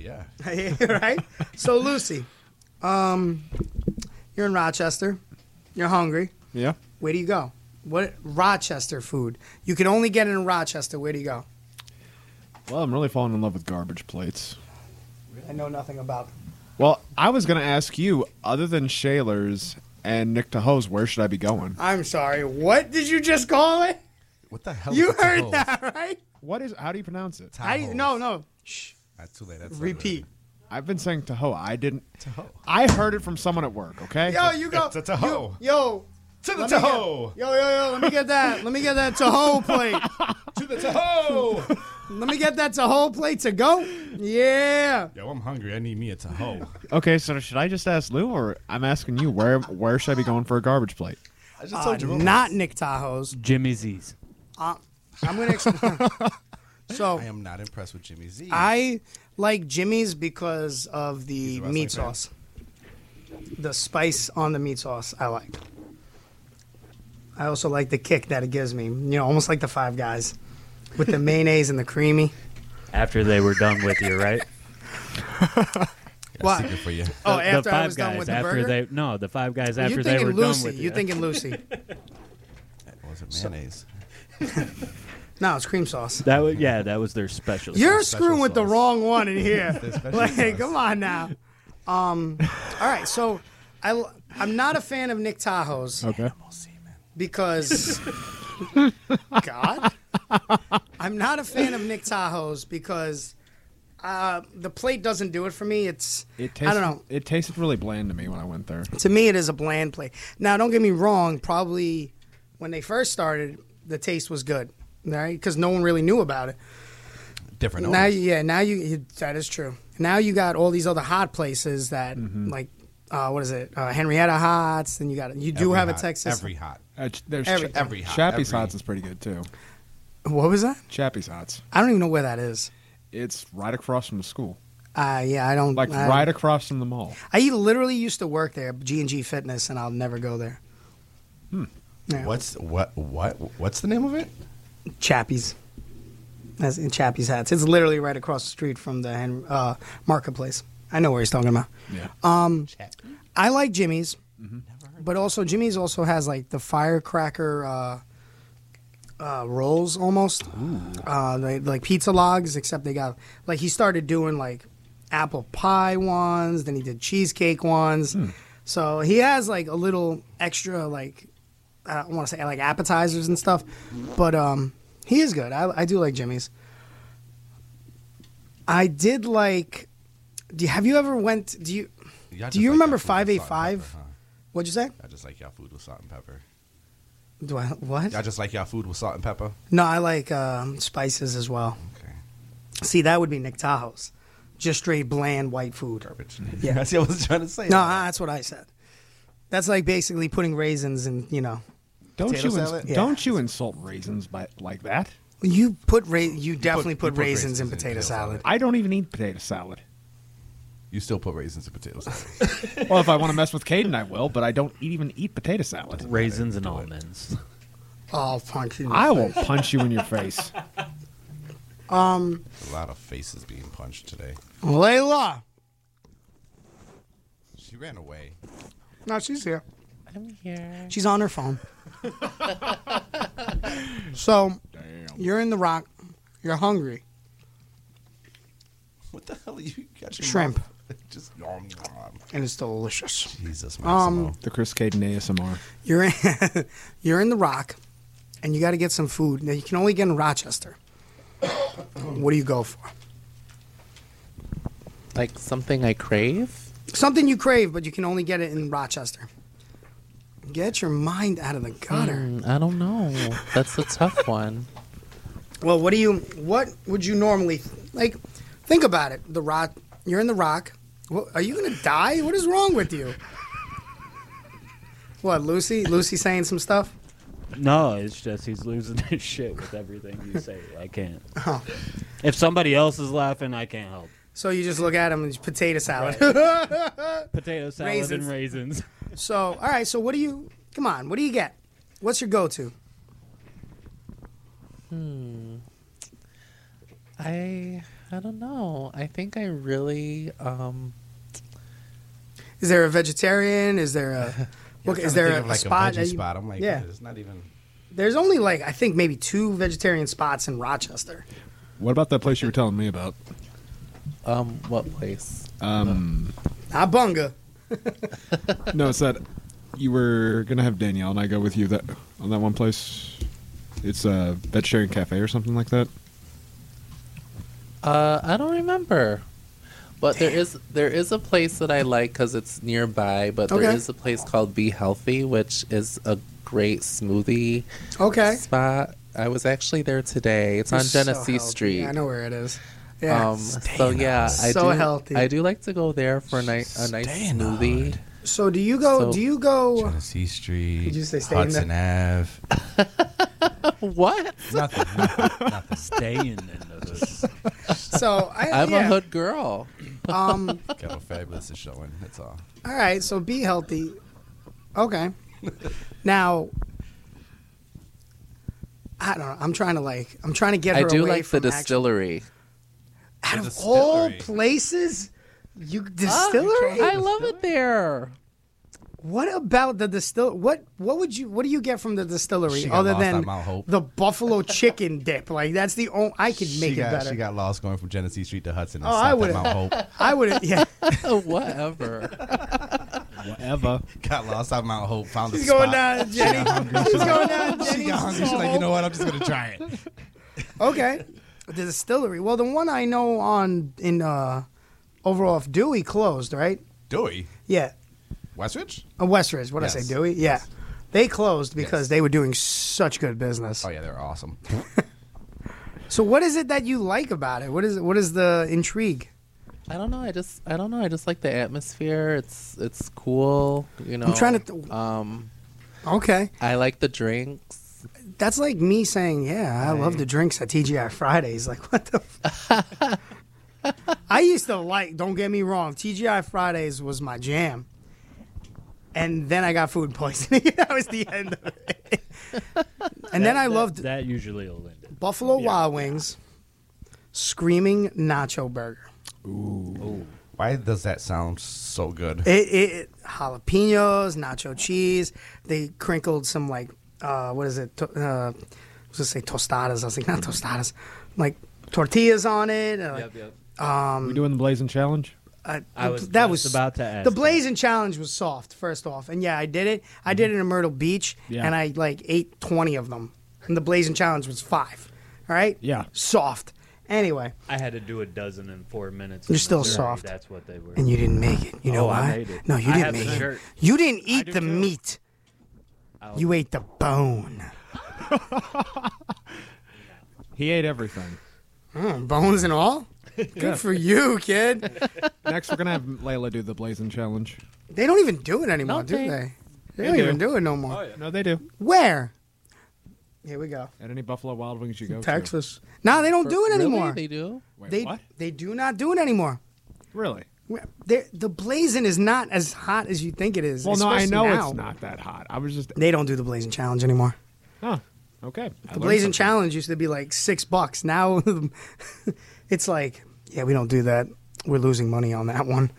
[SPEAKER 13] Yeah.
[SPEAKER 4] right? So Lucy, um, you're in Rochester. You're hungry.
[SPEAKER 9] Yeah.
[SPEAKER 4] Where do you go? What Rochester food? You can only get it in Rochester. Where do you go?
[SPEAKER 9] Well, I'm really falling in love with garbage plates.
[SPEAKER 4] I know nothing about.
[SPEAKER 9] Well, I was going to ask you, other than Shaler's and Nick Tahoe's, where should I be going?
[SPEAKER 4] I'm sorry. What did you just call it?
[SPEAKER 13] What the hell?
[SPEAKER 4] You
[SPEAKER 9] is
[SPEAKER 4] heard
[SPEAKER 9] Tahoe's?
[SPEAKER 4] that right?
[SPEAKER 9] What is? How do you pronounce it?
[SPEAKER 4] How do you, no, no. Shh.
[SPEAKER 13] That's too late.
[SPEAKER 4] Repeat.
[SPEAKER 9] I've been saying Tahoe. I didn't. Tahoe. I heard it from someone at work. Okay.
[SPEAKER 4] Yo, you go.
[SPEAKER 9] It's a Tahoe.
[SPEAKER 4] You, yo.
[SPEAKER 9] To the
[SPEAKER 4] let me get-
[SPEAKER 9] Tahoe.
[SPEAKER 4] Yo, yo, yo. Let me get that. Let me get that Tahoe plate.
[SPEAKER 13] to the Tahoe.
[SPEAKER 4] let me get that Tahoe plate to go. Yeah.
[SPEAKER 13] Yo, I'm hungry. I need me a Tahoe.
[SPEAKER 9] Okay, so should I just ask Lou, or I'm asking you, where where should I be going for a garbage plate?
[SPEAKER 4] I just told you. Uh, Not Nick Tahoe's.
[SPEAKER 9] Jimmy's Z's.
[SPEAKER 4] Uh, I'm gonna explain. so
[SPEAKER 13] I am not impressed with Jimmy Z.
[SPEAKER 4] I like Jimmy's because of the
[SPEAKER 13] wrestling
[SPEAKER 4] meat
[SPEAKER 13] fan.
[SPEAKER 4] sauce. The spice on the meat sauce, I like. I also like the kick that it gives me. You know, almost like the Five Guys with the mayonnaise and the creamy.
[SPEAKER 10] After they were done with you, right?
[SPEAKER 4] Why?
[SPEAKER 13] secret for you.
[SPEAKER 4] Oh,
[SPEAKER 10] the,
[SPEAKER 4] after
[SPEAKER 10] the
[SPEAKER 4] I
[SPEAKER 10] five
[SPEAKER 4] was
[SPEAKER 10] guys
[SPEAKER 4] done with the
[SPEAKER 10] after
[SPEAKER 4] burger?
[SPEAKER 10] they no, the five guys after
[SPEAKER 4] You're
[SPEAKER 10] they
[SPEAKER 4] thinking
[SPEAKER 10] were
[SPEAKER 4] Lucy.
[SPEAKER 10] done with you.
[SPEAKER 4] You're thinking Lucy.
[SPEAKER 13] Was it mayonnaise?
[SPEAKER 4] No, it's cream sauce.
[SPEAKER 10] That was yeah, that was their special.
[SPEAKER 4] You're
[SPEAKER 10] sauce.
[SPEAKER 4] screwing with the wrong one in here.
[SPEAKER 10] It's special
[SPEAKER 4] like,
[SPEAKER 10] sauce.
[SPEAKER 4] come on now. Um, all right, so I, l- I'm not a fan of Nick Tahoe's
[SPEAKER 9] Okay.
[SPEAKER 4] because God, I'm not a fan of Nick Tahoe's because uh, the plate doesn't do it for me. It's
[SPEAKER 9] It tasted,
[SPEAKER 4] I don't know.
[SPEAKER 9] It tasted really bland to me when I went there.
[SPEAKER 4] To me, it is a bland plate. Now, don't get me wrong. Probably when they first started, the taste was good, right? Because no one really knew about it.
[SPEAKER 13] Different.
[SPEAKER 4] Now,
[SPEAKER 13] owners.
[SPEAKER 4] you- yeah, now you, you that is true. Now you got all these other hot places that
[SPEAKER 9] Mm-hmm.
[SPEAKER 4] like uh, what is it? Uh, Henrietta Hots. Then you got you do
[SPEAKER 9] Every
[SPEAKER 4] have
[SPEAKER 9] hot.
[SPEAKER 4] a Texas
[SPEAKER 9] Every
[SPEAKER 13] hot.
[SPEAKER 9] Uh, there's
[SPEAKER 4] Every-
[SPEAKER 9] Ch-
[SPEAKER 4] every hot,
[SPEAKER 9] Chappie's
[SPEAKER 4] every-
[SPEAKER 9] Hots is pretty good too.
[SPEAKER 4] What was that?
[SPEAKER 9] Chappie's Hots.
[SPEAKER 4] I don't even know where that is.
[SPEAKER 9] It's right across from the school,
[SPEAKER 4] Uh, yeah, I don't
[SPEAKER 9] like
[SPEAKER 4] I,
[SPEAKER 9] right across from the mall.
[SPEAKER 4] I literally used to work there, G and G Fitness, and I'll never go there. Yeah.
[SPEAKER 13] What's what what what's the name of it?
[SPEAKER 4] Chappies. That's in Chappies hats. It's literally right across the street from the Hen- uh, marketplace. I know where he's talking about.
[SPEAKER 9] Yeah.
[SPEAKER 4] Um, I like Jimmy's, but also Jimmy's also has like the firecracker uh, uh, rolls almost, uh, like, like pizza logs, except they got like he started doing like apple pie ones, then he did cheesecake ones.
[SPEAKER 19] Hmm.
[SPEAKER 4] So he has like a little extra like I don't want to say like appetizers and stuff, but um, he is good. I, I do like Jimmy's. I did like. Do you, have you ever went? Do you
[SPEAKER 19] Yeah, I
[SPEAKER 4] do
[SPEAKER 19] just
[SPEAKER 4] you
[SPEAKER 19] like
[SPEAKER 4] remember
[SPEAKER 19] that food
[SPEAKER 4] five
[SPEAKER 19] with
[SPEAKER 4] eight
[SPEAKER 19] salt and pepper,
[SPEAKER 4] five?
[SPEAKER 19] huh?
[SPEAKER 4] What'd you say?
[SPEAKER 19] I just like y'all food with salt and pepper.
[SPEAKER 4] Do I what?
[SPEAKER 19] I just like y'all food with salt and pepper.
[SPEAKER 4] No, I like um, spices as well. See, that would be Nick Tahoe's, just straight bland white food. Garbage. Yeah,
[SPEAKER 19] That's what I was trying to say.
[SPEAKER 4] No, I- that's what I said. That's like basically putting raisins in, you know.
[SPEAKER 6] Don't
[SPEAKER 4] potato
[SPEAKER 6] you ins-
[SPEAKER 4] salad. Yeah.
[SPEAKER 6] don't you insult raisins by like that?
[SPEAKER 4] You put ra- you definitely put, raisins, in potato salad.
[SPEAKER 6] I don't even eat potato salad.
[SPEAKER 19] You still put raisins in potato salad.
[SPEAKER 6] well, if I want to mess with Caden, I will, but I don't e-, even eat potato salad.
[SPEAKER 11] Raisins and almonds.
[SPEAKER 4] I'll punch you. in the
[SPEAKER 6] I will
[SPEAKER 4] face.
[SPEAKER 6] punch you in your face.
[SPEAKER 4] Um,
[SPEAKER 19] A lot of faces being punched today.
[SPEAKER 4] Layla.
[SPEAKER 19] She ran away.
[SPEAKER 4] No, she's here.
[SPEAKER 8] I'm here.
[SPEAKER 4] She's on her phone. so, you're in the rock. You're hungry.
[SPEAKER 19] What the hell? You got your
[SPEAKER 4] Shrimp.
[SPEAKER 19] mouth- Just nom, nom.
[SPEAKER 4] And it's delicious.
[SPEAKER 19] Jesus,
[SPEAKER 4] Um,
[SPEAKER 6] the Chris Caden ASMR.
[SPEAKER 4] You're in, you're in the rock, and you got to get some food. Now you can only get in Rochester. what do you go for?
[SPEAKER 8] Like something I crave?
[SPEAKER 4] Something you crave, but you can only get it in Rochester. Get your mind out of the gutter.
[SPEAKER 8] Hmm, I don't know. That's a tough one.
[SPEAKER 4] Well, what do you? What would you normally like? Think about it. The rock. You're in the rock. What, are you gonna die? What is wrong with you? What, Lucy? Lucy saying some stuff?
[SPEAKER 11] No, it's just he's losing his shit with everything you say. I can't.
[SPEAKER 4] Oh.
[SPEAKER 11] If somebody else is laughing, I can't help.
[SPEAKER 4] So you just look at him and it's potato salad.
[SPEAKER 11] Potato salad and raisins.
[SPEAKER 4] So, all right. So, what do you? Come on. What do you get? What's your go-to?
[SPEAKER 8] Hmm. I I don't know. I think I really um
[SPEAKER 4] Is there a vegetarian? Is there a? What,
[SPEAKER 19] I'm
[SPEAKER 4] is
[SPEAKER 19] trying to
[SPEAKER 4] there
[SPEAKER 19] think
[SPEAKER 4] a,
[SPEAKER 19] of
[SPEAKER 4] a
[SPEAKER 19] like
[SPEAKER 4] spot?
[SPEAKER 19] A
[SPEAKER 4] that
[SPEAKER 19] veggie
[SPEAKER 4] you-
[SPEAKER 19] spot. I'm like,
[SPEAKER 4] yeah.
[SPEAKER 19] it's not even.
[SPEAKER 4] There's only like I think maybe two vegetarian spots in Rochester.
[SPEAKER 6] What about that place you were telling me about?
[SPEAKER 8] Um, what place?
[SPEAKER 6] Um,
[SPEAKER 4] Abunga.
[SPEAKER 6] no, it's that you were gonna have Danielle and I go with you that on that one place. It's a vegetarian cafe or something like that.
[SPEAKER 8] Uh, I don't remember. But there is there is a place that I like because it's nearby. But there
[SPEAKER 4] Okay.
[SPEAKER 8] is a place called Be Healthy, which is a great smoothie
[SPEAKER 4] Okay.
[SPEAKER 8] spot. I was actually there today. It's
[SPEAKER 4] You're
[SPEAKER 8] on
[SPEAKER 4] so
[SPEAKER 8] Genesee
[SPEAKER 4] healthy.
[SPEAKER 8] Street.
[SPEAKER 4] I know where it is. Yeah.
[SPEAKER 8] Um, so yeah, I
[SPEAKER 4] so
[SPEAKER 8] do,
[SPEAKER 4] healthy.
[SPEAKER 8] I do like to go there for a nice a nice smoothie.
[SPEAKER 4] So do you go?
[SPEAKER 8] So-
[SPEAKER 4] do you go?
[SPEAKER 19] Tennessee Street.
[SPEAKER 4] Did you say stay in
[SPEAKER 19] Hudson Ave.
[SPEAKER 8] What?
[SPEAKER 19] Nothing. nothing, nothing.
[SPEAKER 11] Staying in the hood.
[SPEAKER 4] So I,
[SPEAKER 8] I'm a
[SPEAKER 4] yeah.
[SPEAKER 8] hood girl.
[SPEAKER 4] Um,
[SPEAKER 19] Got a fabulous is showing. That's all.
[SPEAKER 4] All right, so be healthy. Okay. now, I don't know. I'm trying to like. I'm trying to get
[SPEAKER 8] I
[SPEAKER 4] her
[SPEAKER 8] do
[SPEAKER 4] away
[SPEAKER 8] like the
[SPEAKER 4] from action.
[SPEAKER 8] distillery.
[SPEAKER 4] Out of all places, you distillery.
[SPEAKER 8] I love it there.
[SPEAKER 4] What about the distill? What what would you? What do you get from the distillery
[SPEAKER 19] She got
[SPEAKER 4] other
[SPEAKER 19] lost
[SPEAKER 4] than
[SPEAKER 19] at Mount Hope.
[SPEAKER 4] the buffalo chicken dip? Like that's the only I could make
[SPEAKER 19] she
[SPEAKER 4] it
[SPEAKER 19] got,
[SPEAKER 4] better.
[SPEAKER 19] She got lost going from Genesee Street to Hudson. And
[SPEAKER 4] oh, I would
[SPEAKER 19] Mount Hope.
[SPEAKER 4] have. I would have. Yeah.
[SPEAKER 8] Whatever.
[SPEAKER 19] Whatever. Got lost out Mount Hope. Found
[SPEAKER 4] She's
[SPEAKER 19] the spot.
[SPEAKER 4] going down,
[SPEAKER 19] She got
[SPEAKER 4] Jenny.
[SPEAKER 19] hungry.
[SPEAKER 4] She's
[SPEAKER 19] like-
[SPEAKER 4] going down,
[SPEAKER 19] She
[SPEAKER 4] Jenny.
[SPEAKER 19] got hungry. She's like, you know what? I'm just gonna try it.
[SPEAKER 4] okay. The distillery. Well, the one I know on in uh over off Dewey closed, right?
[SPEAKER 19] Dewey,
[SPEAKER 4] Yeah.
[SPEAKER 19] Westridge.
[SPEAKER 4] Uh, Westridge, what I
[SPEAKER 19] Yes.
[SPEAKER 4] say, Dewey? Yeah. They closed because they were doing such good business.
[SPEAKER 19] Oh yeah, they're awesome.
[SPEAKER 4] So what is it that you like about it? What is what is the intrigue?
[SPEAKER 8] I don't know. I just I don't know. I just like the atmosphere. It's it's cool. You know.
[SPEAKER 4] trying to th-
[SPEAKER 8] um.
[SPEAKER 4] Okay.
[SPEAKER 8] I like the drinks.
[SPEAKER 4] That's like me saying, "Yeah, I love the drinks at TGI Fridays." Like, what the? F- I used to like. Don't get me wrong. TGI Fridays was my jam, and then I got food poisoning. that was the end of it. And then
[SPEAKER 11] That-
[SPEAKER 4] I
[SPEAKER 11] that-
[SPEAKER 4] loved
[SPEAKER 11] that. Usually will end. it.
[SPEAKER 4] Buffalo Wild Wings, screaming nacho burger.
[SPEAKER 19] Ooh. Why does that sound so good?
[SPEAKER 4] It, it, it jalapenos, nacho cheese. They crinkled some like uh, what is it? To- Uh, was gonna say tostadas. I was like, not tostadas, like tortillas on it. and, like, Um,
[SPEAKER 6] we doing the blazing challenge?
[SPEAKER 4] I,
[SPEAKER 6] I was
[SPEAKER 4] that
[SPEAKER 6] just
[SPEAKER 4] was
[SPEAKER 6] about to ask
[SPEAKER 4] The
[SPEAKER 6] that.
[SPEAKER 4] blazing challenge was soft, first off, and yeah, I did it. I did it in Myrtle Beach,
[SPEAKER 6] Yeah.
[SPEAKER 4] and I like ate twenty of them, and the blazing challenge was five. All right,
[SPEAKER 7] Yeah.
[SPEAKER 4] soft. Anyway,
[SPEAKER 7] I had to do a dozen in four minutes.
[SPEAKER 4] You're
[SPEAKER 7] in
[SPEAKER 4] still
[SPEAKER 7] Missouri.
[SPEAKER 4] soft.
[SPEAKER 7] That's what they were.
[SPEAKER 4] And you didn't make it. You know
[SPEAKER 7] Oh,
[SPEAKER 4] why?
[SPEAKER 7] I made it.
[SPEAKER 4] No, you
[SPEAKER 7] I
[SPEAKER 4] didn't
[SPEAKER 7] have the
[SPEAKER 4] make it.
[SPEAKER 7] shirt.
[SPEAKER 4] You didn't eat the meat. You ate the bone.
[SPEAKER 6] He ate everything.
[SPEAKER 4] Mm, bones and all? Good
[SPEAKER 6] Yeah.
[SPEAKER 4] for you, kid.
[SPEAKER 6] Next, we're gonna have Layla do the blazing challenge.
[SPEAKER 4] They don't even do it anymore,
[SPEAKER 6] Don't
[SPEAKER 4] do
[SPEAKER 6] they?
[SPEAKER 4] they? They,
[SPEAKER 6] They
[SPEAKER 4] don't
[SPEAKER 6] do.
[SPEAKER 4] even do it no more.
[SPEAKER 6] No, they do.
[SPEAKER 4] Where? Here we go.
[SPEAKER 6] At any Buffalo Wild Wings you go
[SPEAKER 4] Texas. No, they don't do it anymore.
[SPEAKER 8] do.
[SPEAKER 6] Wait,
[SPEAKER 4] they
[SPEAKER 6] what?
[SPEAKER 4] they do not do it anymore.
[SPEAKER 6] Really?
[SPEAKER 4] They're- the blazing is not as hot as you think it is.
[SPEAKER 6] Well, no, I
[SPEAKER 4] especially
[SPEAKER 6] know
[SPEAKER 4] now.
[SPEAKER 6] it's not that hot. I was just.
[SPEAKER 4] They don't do the blazing challenge anymore.
[SPEAKER 6] Huh. Okay. I
[SPEAKER 4] The
[SPEAKER 6] learned something.
[SPEAKER 4] Blazing Challenge used to be like six bucks. Now it's like, yeah, we don't do that. We're losing money on that one.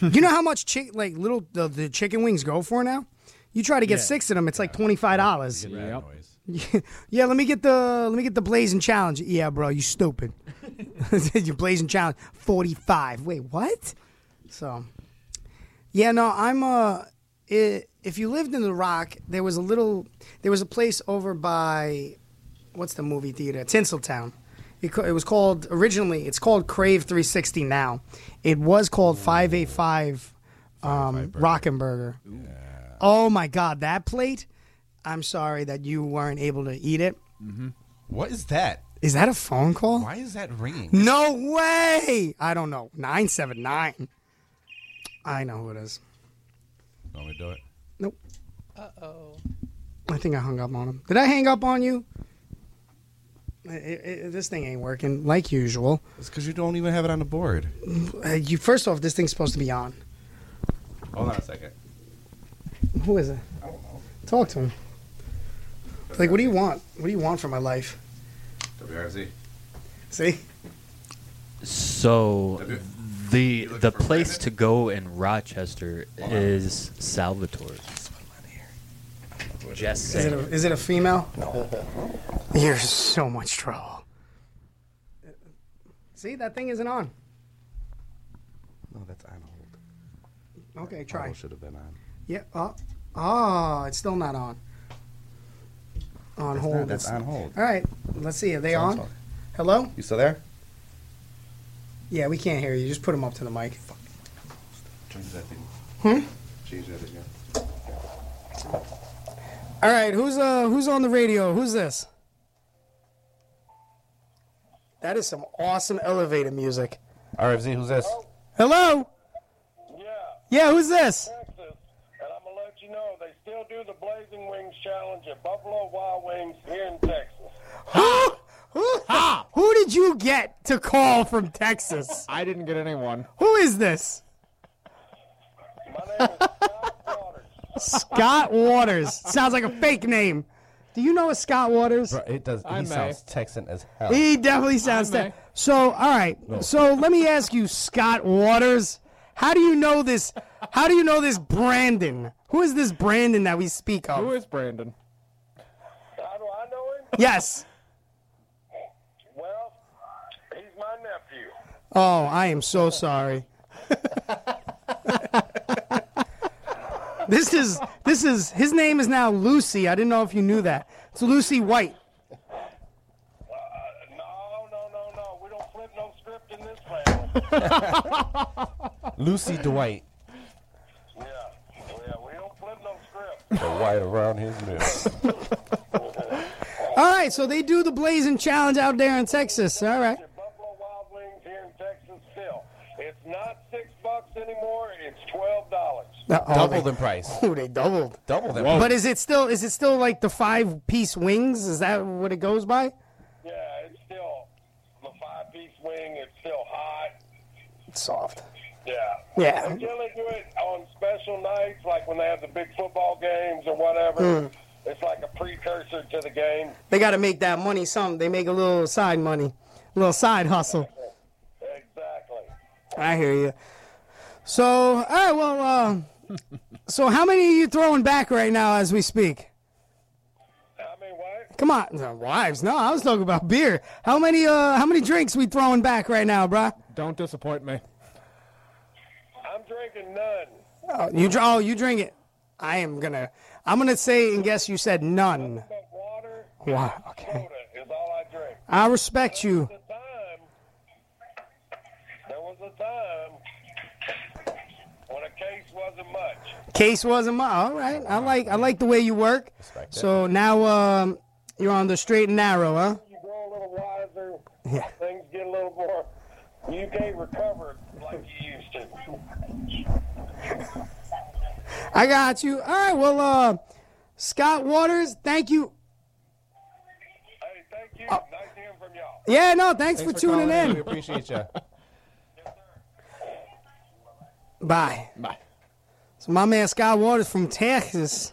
[SPEAKER 4] you know how much chick like little the, the chicken wings go for now? You try to get
[SPEAKER 6] Yeah.
[SPEAKER 4] six of them, it's like twenty five dollars.
[SPEAKER 6] Yep.
[SPEAKER 4] Yeah, let me get the let me get the Blazing Challenge. Yeah, bro, you stupid. Your Blazing Challenge forty five. Wait, what? So, yeah, no, I'm uh i if you lived in the Rock, there was a little, there was a place over by, what's the movie theater? Tinseltown. It, co- it was called originally. It's called Crave 360 now. It was called 585 um, Rockenburger. Oh my God, that plate! I'm sorry that you weren't able to eat it.
[SPEAKER 19] What is that?
[SPEAKER 4] Is that a phone call?
[SPEAKER 19] Why is that ringing?
[SPEAKER 4] No way! I don't know. 979. I know who it is.
[SPEAKER 19] Want me to do it?
[SPEAKER 4] Nope. Uh oh. I think I hung up on him. Did I hang up on you? I- I- I- this thing ain't working like usual.
[SPEAKER 19] It's because you don't even have it on the board.
[SPEAKER 4] Uh, you first off, this thing's supposed to be on.
[SPEAKER 19] Hold on a second.
[SPEAKER 4] Who is it? I don't know. Talk to him. Like, what do you want? What do you want from my life?
[SPEAKER 19] WRZ.
[SPEAKER 4] See? e-,
[SPEAKER 7] So the the place to go in Rochester is Salvatore. Just
[SPEAKER 4] Is it
[SPEAKER 7] saying.
[SPEAKER 4] a, is it a female? No. You're so much trouble. See, that thing isn't on.
[SPEAKER 19] No, that's on hold.
[SPEAKER 4] Okay, try.
[SPEAKER 19] Hold should have been on.
[SPEAKER 4] Yeah. Oh, oh, it's still not on. On
[SPEAKER 19] It's
[SPEAKER 4] hold.
[SPEAKER 19] not, that's
[SPEAKER 4] It's-
[SPEAKER 19] on hold.
[SPEAKER 4] All right. Let's see. Are they
[SPEAKER 19] Someone's
[SPEAKER 4] on?
[SPEAKER 19] talking.
[SPEAKER 4] Hello?
[SPEAKER 19] You still there?
[SPEAKER 4] Yeah, we can't hear you. Just put them up to the mic.
[SPEAKER 19] Change that thing.
[SPEAKER 4] Hmm?
[SPEAKER 19] Change that thing.
[SPEAKER 4] All right. Who's uh Who's on the radio? Who's this? That is some awesome elevator music.
[SPEAKER 19] RFZ, who's this?
[SPEAKER 4] Hello. Yeah. Yeah. Who's this? Who, who, who did you get to call from Texas?
[SPEAKER 6] I didn't get anyone.
[SPEAKER 4] Who is this? Scott Waters. Sounds like a fake name. Do you know a Scott Waters?
[SPEAKER 13] It does.
[SPEAKER 4] I
[SPEAKER 13] he
[SPEAKER 4] may.
[SPEAKER 13] sounds Texan as hell.
[SPEAKER 4] He definitely sounds that. So, all right. So, let me ask you, Scott Waters, how do you know this? How do you know this Brandon? Who is this Brandon that we speak of?
[SPEAKER 6] Who is Brandon?
[SPEAKER 4] Yes. Well, he's my nephew. Oh, I am so sorry. this is this is his name is now Lucy. I didn't know if you knew that. It's Lucy White.
[SPEAKER 13] Lucy Dwight. Yeah, yeah, we don't flip no script. The white around his lips.
[SPEAKER 4] All right, so they do the Blazing Challenge out there in Texas. All right. Uh-oh,
[SPEAKER 13] Double
[SPEAKER 4] they-
[SPEAKER 13] the price.
[SPEAKER 4] Oh, they doubled.
[SPEAKER 13] Double the
[SPEAKER 4] But is it still is it still like the five piece wings? Is that what it goes by? It's soft. Yeah.
[SPEAKER 20] They generally do it on special nights, like when they have the big football games or whatever.
[SPEAKER 4] Mm.
[SPEAKER 20] It's like a precursor to the game.
[SPEAKER 4] They got to make that money. Some they make a little side money, a little side hustle. Exactly. I hear you. So, all right. Well, uh, so how many are you throwing back right now as we speak? How many what? Come on, no, wives. No, I was talking about beer. How many uh how many drinks we throwing back right now, bruh?
[SPEAKER 6] Don't disappoint me.
[SPEAKER 13] I'm drinking none.
[SPEAKER 4] Oh, you dr- oh, you drink it. I am gonna I'm gonna say and guess you said none. Water. Okay. I respect you. Case wasn't my all right. I like I like the way you work. So now um, you're on the straight and narrow, huh? Yeah.
[SPEAKER 20] Things get a little more. You can't recover like you used to.
[SPEAKER 4] I got you. All right. Well, uh, Scott Waters, thank you. Hey, thank you. nice hearing from y'all. Yeah, no, thanks, for, tuning
[SPEAKER 20] calling
[SPEAKER 4] in.
[SPEAKER 20] We appreciate
[SPEAKER 19] ya.
[SPEAKER 4] Bye. Bye. So my man Scott Waters from Texas.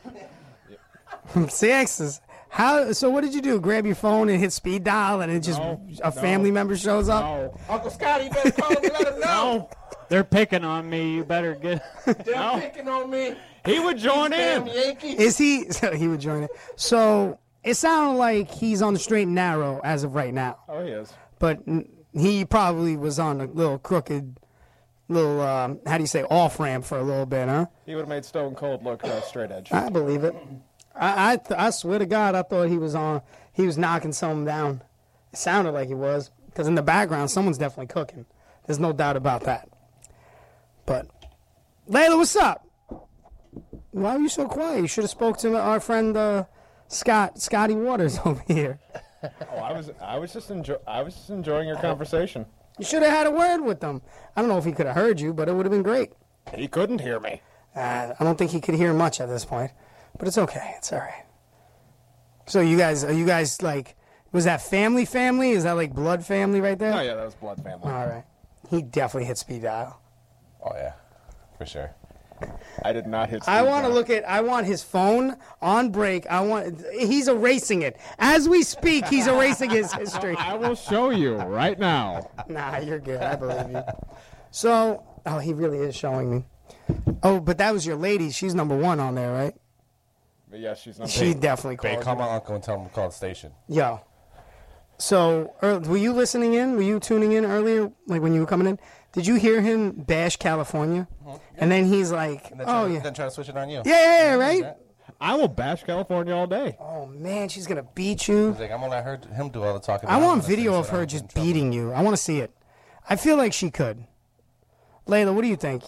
[SPEAKER 4] From Texas. How? So what did you do? Grab your phone and hit speed dial, and it just a family member shows up.
[SPEAKER 13] Uncle Scotty, you better call him and let him know.
[SPEAKER 11] They're picking on me. You better get.
[SPEAKER 13] They're picking on me.
[SPEAKER 11] He would join
[SPEAKER 13] These damn
[SPEAKER 11] in.
[SPEAKER 13] Yankees.
[SPEAKER 4] Is he? So he would join it. So it sounded like he's on the straight and narrow as of right now,
[SPEAKER 6] Oh, he is.
[SPEAKER 4] but n- he probably was on a little crooked, little um, how do you say off ramp for a little bit, huh?
[SPEAKER 6] He would have made Stone Cold look uh, straight edge.
[SPEAKER 4] I believe it. I I, th- I swear to God, I thought he was on. He was knocking something down. It sounded like he was, because in the background, someone's definitely cooking. There's no doubt about that. But Layla, what's up? Why were you so quiet? You should have spoke to our friend uh, Scott Scotty Waters over here.
[SPEAKER 6] Oh, I was, I was just enjoy, I was just enjoying your conversation.
[SPEAKER 4] You should have had a word with them. I don't know if he could have heard you, but it would have been great.
[SPEAKER 6] He couldn't hear me.
[SPEAKER 4] Uh, I don't think he could hear much at this point, but it's okay. It's all right. So you guys, are you guys like, was that family family? Is that like blood family right there?
[SPEAKER 6] Oh yeah, that was blood family.
[SPEAKER 4] All right. He definitely hit speed dial.
[SPEAKER 6] Oh yeah, for sure. I did not hit.
[SPEAKER 4] I
[SPEAKER 6] speed
[SPEAKER 4] want to
[SPEAKER 6] dial.
[SPEAKER 4] look at. I want his phone on break. I want. He's erasing it as we speak. He's erasing his history.
[SPEAKER 6] I will show you right now.
[SPEAKER 4] Nah, you're good. I believe you. So, oh, he really is showing me. Oh, but that was your lady. She's number one on there, right?
[SPEAKER 6] But yeah, she's not.
[SPEAKER 4] She definitely
[SPEAKER 13] Babe,
[SPEAKER 4] called.
[SPEAKER 13] call my uncle and tell him to call the station.
[SPEAKER 4] Yo. So, er, were you listening in? Were you tuning in earlier, like when you were coming in? Did you hear him bash California? And then he's like,
[SPEAKER 13] And then
[SPEAKER 4] "Oh
[SPEAKER 13] try,
[SPEAKER 4] yeah,
[SPEAKER 13] Then try to switch it on you.
[SPEAKER 4] yeah, yeah, yeah, right."
[SPEAKER 6] I will bash California all day.
[SPEAKER 4] Oh man, she's gonna beat you.
[SPEAKER 13] He's like, I'm gonna let her, him do all the talking.
[SPEAKER 4] I
[SPEAKER 13] but I'm
[SPEAKER 4] want
[SPEAKER 13] gonna
[SPEAKER 4] video
[SPEAKER 13] finish
[SPEAKER 4] of
[SPEAKER 13] what I'm
[SPEAKER 4] her
[SPEAKER 13] doing.
[SPEAKER 4] just beating you. I want to see it. I feel like she could. Layla, what do you think?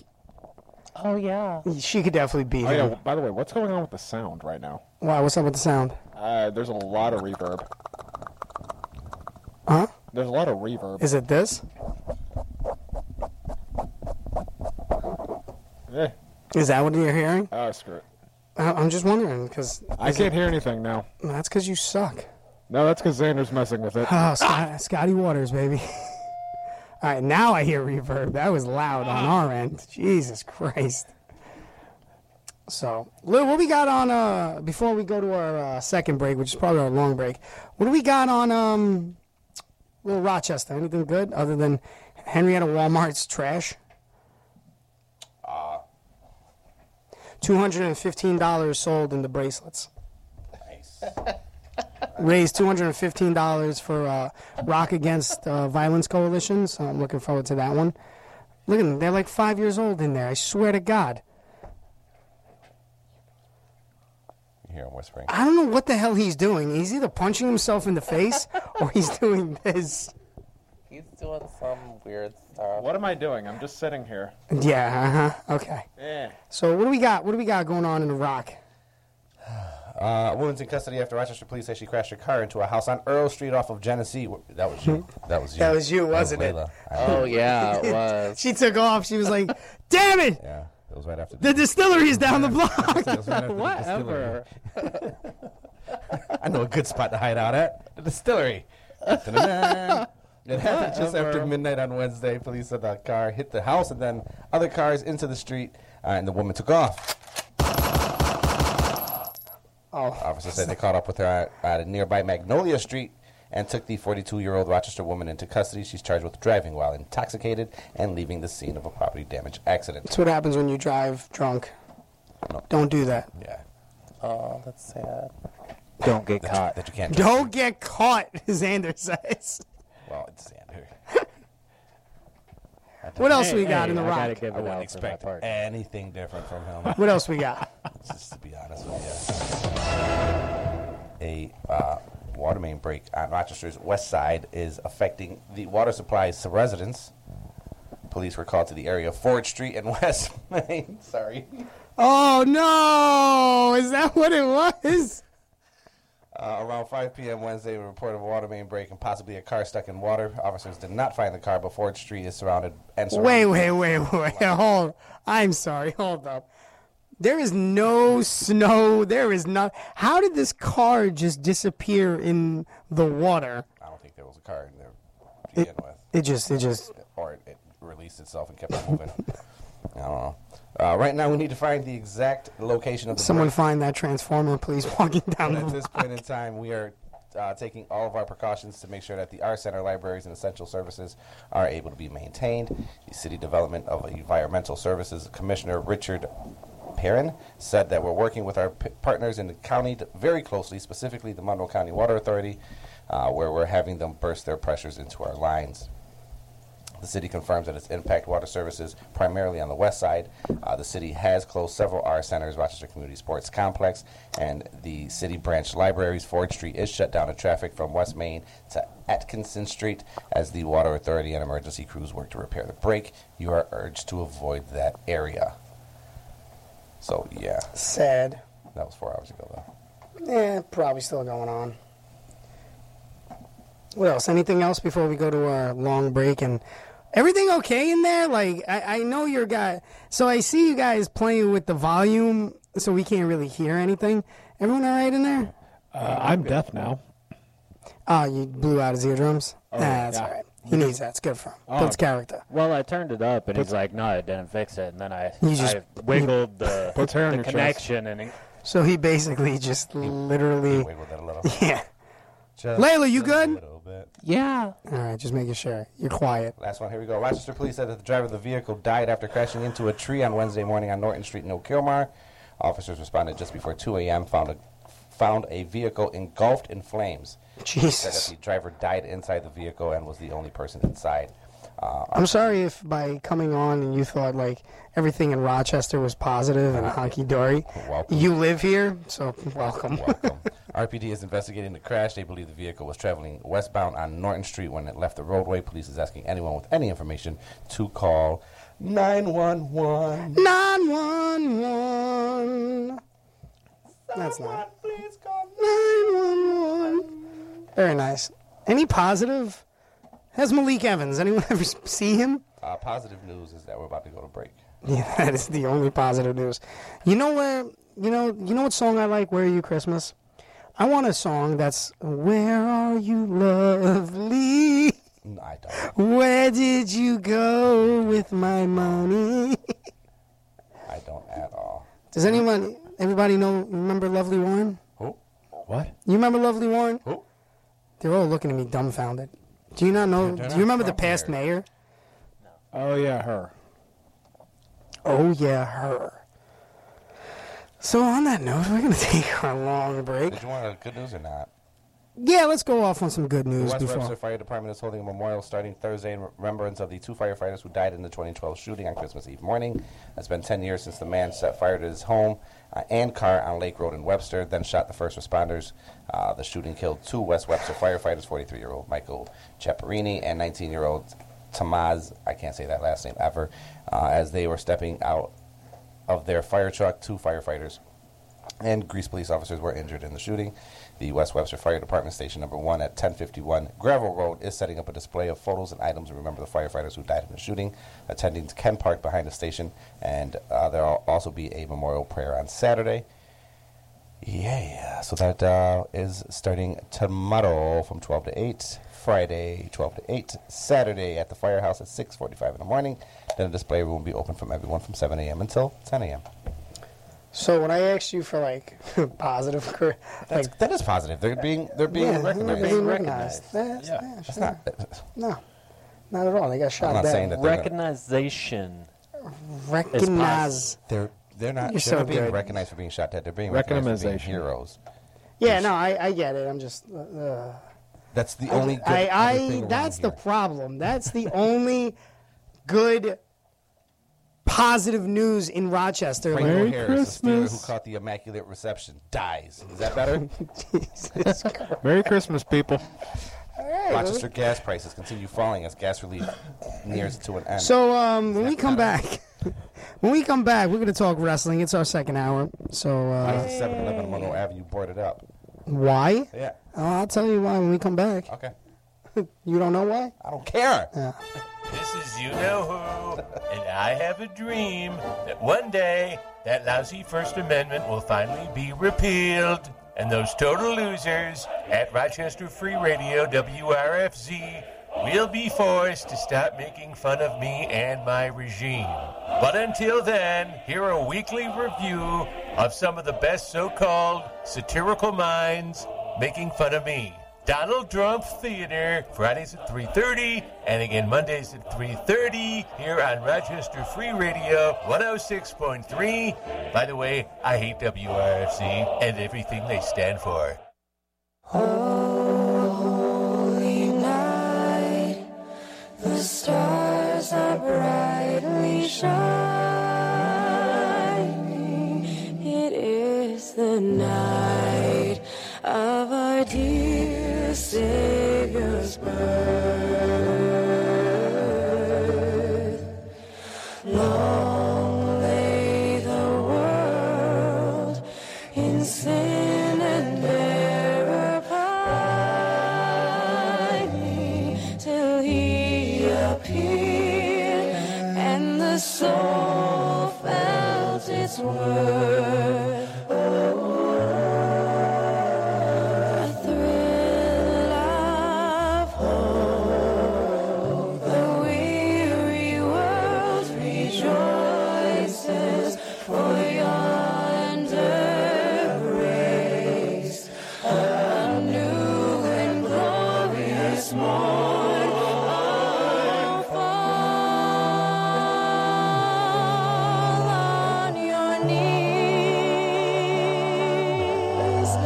[SPEAKER 6] Oh yeah.
[SPEAKER 4] She could definitely beat
[SPEAKER 6] Oh yeah.
[SPEAKER 4] him.
[SPEAKER 6] well, By the way, what's going on with the sound right now?
[SPEAKER 4] Wow, what's up with the sound?
[SPEAKER 6] Uh, there's a lot of reverb.
[SPEAKER 4] Huh?
[SPEAKER 6] There's a lot of reverb.
[SPEAKER 4] Is it this?
[SPEAKER 6] Eh,
[SPEAKER 4] Is that what you're hearing?
[SPEAKER 6] oh screw it.
[SPEAKER 4] I- I'm just wondering because
[SPEAKER 6] I can't hear anything now.
[SPEAKER 4] That's because you suck.
[SPEAKER 6] No, that's because Xander's messing with it.
[SPEAKER 4] Oh, Scott, Scotty Waters, baby. All right, now I hear reverb. That was loud on our end. Jesus Christ. So, Lou, what we got on uh before we go to our uh, second break, which is probably our long break? What do we got on um little Rochester? Anything good other than Henrietta Walmart's trash? Two hundred and fifteen dollars sold in the bracelets. Raised two hundred and fifteen dollars for uh, Rock Against uh, Violence Coalition, so I'm looking forward to that one. Look at them; they're like five years old in there. I swear to God.
[SPEAKER 13] You hear him whispering.
[SPEAKER 4] I don't know what the hell he's doing. He's either punching himself in the face or he's doing this.
[SPEAKER 8] He's doing some weird stuff.
[SPEAKER 6] What am I doing? I'm just sitting here.
[SPEAKER 4] Yeah. Uh huh. Okay.
[SPEAKER 6] Eh.
[SPEAKER 4] So what do we got? What do we got going on in the Rock?
[SPEAKER 13] Uh, a woman's in custody after Rochester police say she crashed her car into a house on Earl Street off of Genesee. Wh- That was you. That was you.
[SPEAKER 4] Hmm. That was you, wasn't it?
[SPEAKER 13] Layla.
[SPEAKER 8] Oh yeah, it was.
[SPEAKER 4] She took off. She was like, "Damn it!
[SPEAKER 13] Yeah, it was right after.
[SPEAKER 4] The distillery is down the
[SPEAKER 13] It was right
[SPEAKER 4] block."
[SPEAKER 13] after the distillery. I know a good spot to hide out at the distillery. Da-da-da. It happened just after midnight on Wednesday. Police said uh, the car hit the house and then other cars into the street, uh, and the woman took off.
[SPEAKER 4] Oh.
[SPEAKER 13] Officers said they caught up with her at, at a nearby Magnolia Street and took the 42 year old Rochester woman into custody. She's charged with driving while intoxicated and leaving the scene of a property damage accident.
[SPEAKER 4] That's what happens when you drive drunk. Don't do that.
[SPEAKER 13] Yeah.
[SPEAKER 8] Oh, that's sad.
[SPEAKER 10] Don't get caught.
[SPEAKER 19] Uh, that you can't.
[SPEAKER 4] Don't get caught, Xander says.
[SPEAKER 19] Well, it's Xander.
[SPEAKER 4] What else we got in the rock?
[SPEAKER 19] I wouldn't expect anything different from him.
[SPEAKER 4] What else we got?
[SPEAKER 19] Just to be honest with you, a uh, water main break on Rochester's west side is affecting the water supplies to residents. Police were called to the area of Ford Street and West Main. Sorry.
[SPEAKER 4] Oh no! Oh, Is that what it was?
[SPEAKER 19] Uh, around 5 p.m. Wednesday, a report of a water main break and possibly a car stuck in water. Officers did not find the car, but Ford Street is surrounded and surrounded.
[SPEAKER 4] Wait, wait, wait, wait. Hold. I'm sorry. Hold up. There is no snow. There is not. How did this car just disappear in the water?
[SPEAKER 19] I don't think there was a car in there.
[SPEAKER 4] It, it just, it just.
[SPEAKER 19] Or it, it released itself and kept on moving. I don't know. Uh, right now, we need to find the exact location of the
[SPEAKER 4] Someone
[SPEAKER 19] break.
[SPEAKER 4] find that transformer, please. Walking down
[SPEAKER 19] And
[SPEAKER 4] the
[SPEAKER 19] at this point in time, we are uh, taking all of our precautions to make sure that the art center libraries and essential services are able to be maintained. The City Development of Environmental Services Commissioner Richard Perrin said that we're working with our p- partners in the county t- very closely, specifically the Monroe County Water Authority, uh, where we're having them burst their pressures into our lines. The city confirms that its impact water services primarily on the west side. Uh, the city has closed several R centers, Rochester Community Sports Complex, and the city branch libraries. Ford Street is shut down to traffic from West Main to Atkinson Street as the Water Authority and emergency crews work to repair the break. You are urged to avoid that area. So, yeah.
[SPEAKER 4] Sad.
[SPEAKER 19] That was four hours ago, though.
[SPEAKER 4] Yeah, Eh, probably still going on. What else? Anything else before we go to our long break? And everything okay in there? Like I, I know your guy. So I see you guys playing with the volume, so we can't really hear anything. Everyone all right in there?
[SPEAKER 6] Uh, I'm deaf now.
[SPEAKER 4] Oh, you blew out his eardrums.
[SPEAKER 6] Oh,
[SPEAKER 4] nah, that's
[SPEAKER 6] yeah. Oh,
[SPEAKER 4] all right. Oh. He needs that. It's good for him. Builds character.
[SPEAKER 10] Well, I turned it up, and he's like, "No, it didn't fix it." And then I,
[SPEAKER 4] You just-
[SPEAKER 10] I wiggled the,
[SPEAKER 6] Puts hair on
[SPEAKER 10] the
[SPEAKER 6] your chest.
[SPEAKER 10] connection, and it,
[SPEAKER 4] So he basically just literally. Yeah.
[SPEAKER 19] Just
[SPEAKER 4] Layla, you
[SPEAKER 19] a
[SPEAKER 4] good?
[SPEAKER 19] little bit.
[SPEAKER 4] Yeah. All right, just making sure you're quiet.
[SPEAKER 19] Last one, here we go. Rochester police said that the driver of the vehicle died after crashing into a tree on Wednesday morning on Norton Street in O'Kilmar. Officers responded just before 2 a.m. found a found a vehicle engulfed in flames.
[SPEAKER 4] Jesus.
[SPEAKER 19] Said that the driver died inside the vehicle and was the only person inside. Uh,
[SPEAKER 4] I'm sorry if by coming on and you thought like everything in Rochester was positive and honky dory.
[SPEAKER 19] Welcome.
[SPEAKER 4] You live here, so welcome.
[SPEAKER 19] Welcome. RPD is investigating the crash. They believe the vehicle was traveling westbound on Norton Street when it left the roadway. Police is asking anyone with any information to call 911.
[SPEAKER 4] Nine one one. That's not. Nine one one. Very nice. Any positive? Has Malik Evans? Anyone ever s- see him?
[SPEAKER 19] Uh, positive news is that we're about to go to break.
[SPEAKER 4] Yeah, that is the only positive news. You know where? You know? You know what song I like? Where are you, Christmas? I want a song that's "Where Are You, Lovely."
[SPEAKER 19] I
[SPEAKER 4] don't. Where did you go with my money?
[SPEAKER 19] I don't at all.
[SPEAKER 4] Does anyone, everybody know? Remember Lovely Warren?
[SPEAKER 19] Who? What?
[SPEAKER 4] You remember Lovely Warren?
[SPEAKER 19] Who?
[SPEAKER 4] They're all looking at me dumbfounded. Do you not know?
[SPEAKER 6] they're
[SPEAKER 4] Do
[SPEAKER 6] not
[SPEAKER 4] you remember the
[SPEAKER 6] from
[SPEAKER 4] past
[SPEAKER 6] here.
[SPEAKER 4] mayor?
[SPEAKER 6] Oh yeah, her.
[SPEAKER 4] Oh yeah, her. So on that note, we're gonna take our long break.
[SPEAKER 19] Did you want a good news or not?
[SPEAKER 4] Yeah, let's go off on some good
[SPEAKER 19] The
[SPEAKER 4] news
[SPEAKER 19] West
[SPEAKER 4] before.
[SPEAKER 19] Webster Fire Department is holding a memorial starting Thursday in remembrance of the two firefighters who died in the 2012 shooting on Christmas Eve morning. It's been 10 years since the man set fire to his home uh, and car on Lake Road in Webster, then shot the first responders. Uh, the shooting killed two West Webster firefighters, 43-year-old Michael Chaparini and 19-year-old Tamaz, I can't say that last name ever, uh, as they were stepping out of their fire truck, two firefighters and Greece police officers were injured in the shooting. The West Webster Fire Department Station Number 1 at 1051 Gravel Road is setting up a display of photos and items to remember the firefighters who died in the shooting, attending to Ken Park behind the station, and uh, there will also be a memorial prayer on Saturday. Yeah, so that uh, is starting tomorrow from 12 to 8, Friday 12 to 8, Saturday at the firehouse at 6.45 in the morning. Then the display room will be open from everyone from 7 a.m. until 10 a.m.
[SPEAKER 4] So when I asked you for like positive, cor-
[SPEAKER 19] That's,
[SPEAKER 4] like
[SPEAKER 19] that is positive. They're being they're being
[SPEAKER 4] Yeah, they're
[SPEAKER 19] recognized.
[SPEAKER 4] being recognized. That's- yeah,
[SPEAKER 19] That's
[SPEAKER 4] sure.
[SPEAKER 19] not.
[SPEAKER 4] no, not at all. They got shot.
[SPEAKER 19] I'm not
[SPEAKER 4] down.
[SPEAKER 19] saying that they're gonna-
[SPEAKER 10] recognition.
[SPEAKER 4] Recognize.
[SPEAKER 19] They're they're not.
[SPEAKER 4] You're
[SPEAKER 19] they're
[SPEAKER 4] so
[SPEAKER 19] not being
[SPEAKER 4] good.
[SPEAKER 19] recognized for being shot dead. They're being recognized for being
[SPEAKER 6] Recognition.
[SPEAKER 19] heroes.
[SPEAKER 4] Yeah, no, I, I get it. I'm just. uh, Uh,
[SPEAKER 19] That's the
[SPEAKER 4] I-
[SPEAKER 19] only. Good
[SPEAKER 4] I,
[SPEAKER 19] other thing
[SPEAKER 4] I
[SPEAKER 19] around
[SPEAKER 4] that's
[SPEAKER 19] here.
[SPEAKER 4] the problem. That's the only good positive news in Rochester.
[SPEAKER 19] Franco Harris, the Steeler who caught the immaculate reception, dies. Is that better?
[SPEAKER 6] Merry Christmas, people.
[SPEAKER 19] Rochester gas prices continue falling as gas relief nears to an end.
[SPEAKER 4] So um, when we come back, when we come back, we're gonna talk wrestling. It's our second hour. So
[SPEAKER 19] Why
[SPEAKER 4] uh,
[SPEAKER 19] is the 7-Eleven on Monroe Avenue boarded up?
[SPEAKER 4] why?
[SPEAKER 19] Yeah.
[SPEAKER 4] Oh, I'll tell you why when we come back.
[SPEAKER 19] Okay.
[SPEAKER 4] you don't know why?
[SPEAKER 19] I don't care.
[SPEAKER 4] Yeah.
[SPEAKER 21] This is You Know Who, and I have a dream that one day that lousy First Amendment will finally be repealed, and those total losers at Rochester Free Radio WRFZ will be forced to stop making fun of me and my regime. But until then, here a weekly review of some of the best so called satirical minds making fun of me. Donald Trump Theater, Fridays at 3.30, and again Mondays at 3.30 here on Rochester Free Radio 106.3. By the way, I hate WRFC and everything they stand for.
[SPEAKER 1] Holy night, the stars are brightly shining. It is the night of our dear Savior's birth. Long lay the world in sin and error pining till he appeared and the soul felt its worth. Oh, a thrill of hope, the weary world rejoices for yonder breaks a new and glorious morn oh, of fall on your knees. Oh,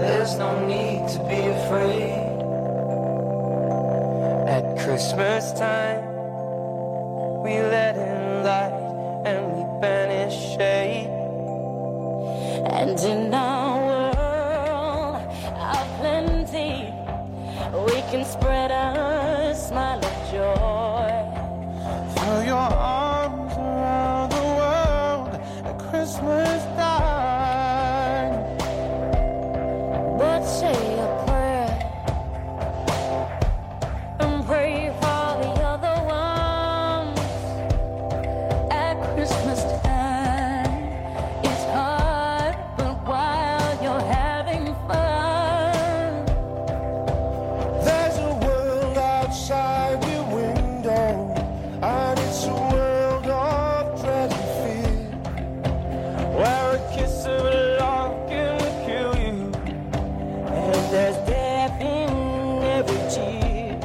[SPEAKER 1] There's no need to be afraid. At Christmas time, we let in light and we banish shade. And in our world of plenty, we can spread a smile of joy. Throw your arms around the world at Christmas time. But say a prayer and pray for the other ones at Christmas time. It's hard, but while you're having fun,
[SPEAKER 14] There's a world outside your window, and it's a world of dread and fear.
[SPEAKER 1] where a kiss of love can kill you, and there's death in every tear.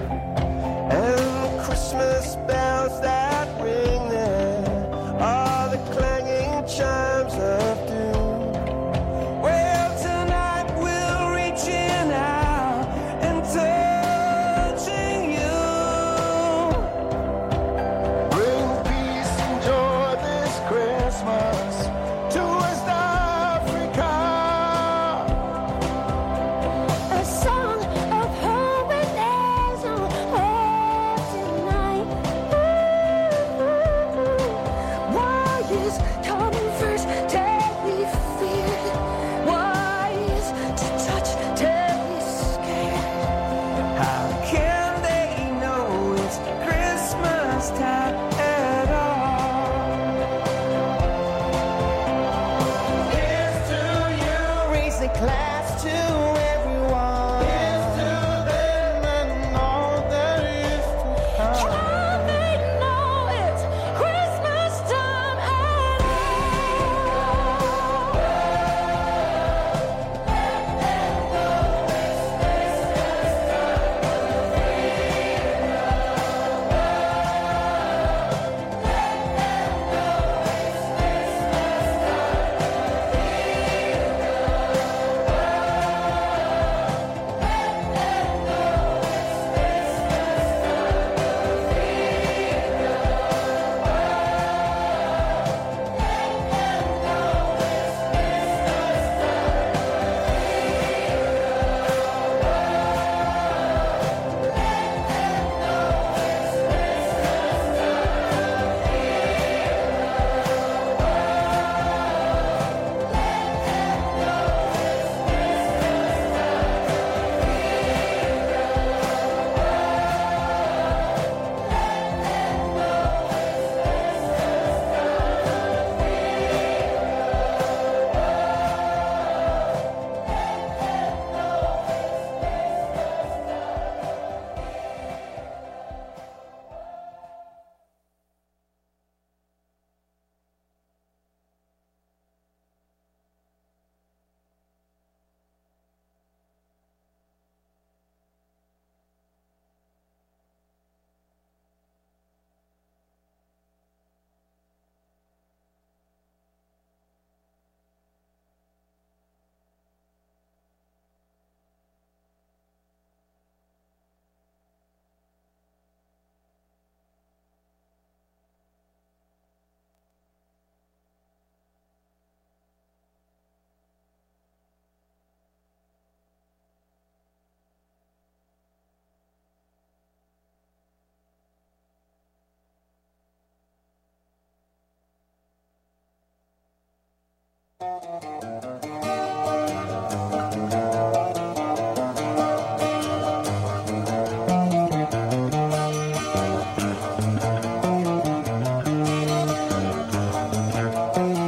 [SPEAKER 14] And the Christmas bells that ring there are the clanging chimes of doom. Well, tonight we'll reach in out and touching you. Bring peace and joy this Christmas to West Africa.
[SPEAKER 1] A song of hope and there's no hope tonight. Why is comfort take me fear? Why is to touch take me scared?
[SPEAKER 14] How can they know it's Christmas time at all? Here's to you, raise the class to everyone. Here's to them and all that is to come. Come and know it's Christmas time at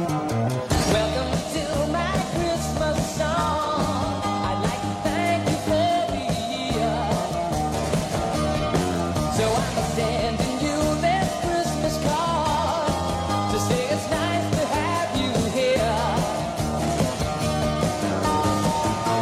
[SPEAKER 1] Welcome to my Christmas song. I'd like to thank you for the year. So I'm sending you this Christmas card to say it's nice to have you here. Oh, Oh,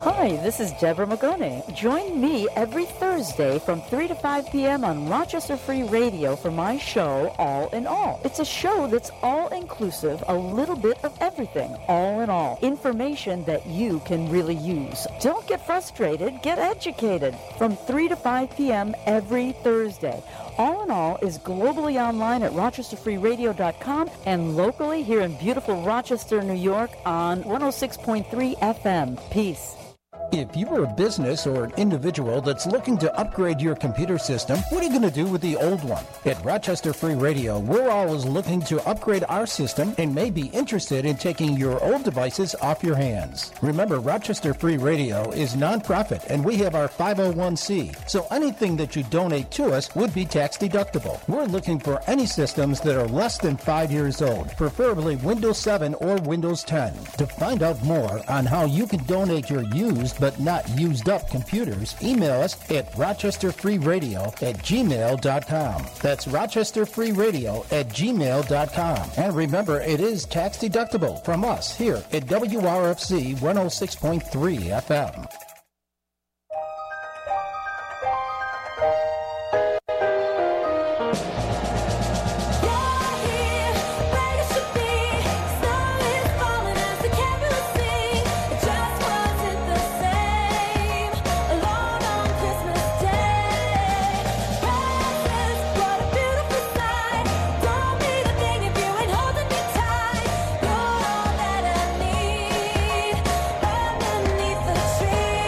[SPEAKER 22] Hi, this is Deborah Magone. Join me every Thursday from 3 to 5 p.m. on Rochester Free Radio for my show, All in All. It's a show that's all inclusive, a little bit of everything, all in all. Information that you can really use. Don't get frustrated, get educated from 3 to 5 p.m. every Thursday. All in All is globally online at rochesterfreeradio.com and locally here in beautiful Rochester, New York on 106.3 FM. Peace.
[SPEAKER 2] If you are a business or an individual that's looking to upgrade your computer system, what are you going to do with the old one? At Rochester Free Radio, we're always looking to upgrade our system and may be interested in taking your old devices off your hands. Remember, Rochester Free Radio is nonprofit and we have our 501c, so anything that you donate to us would be tax deductible. We're looking for any systems that are less than five years old, preferably Windows 7 or Windows 10. To find out more on how you can donate your used but not used up computers, email us at rochesterfreeradio at gmail.com. That's rochesterfreeradio at gmail.com. And remember, it is tax deductible from us here at WRFC 106.3 FM.
[SPEAKER 23] Underneath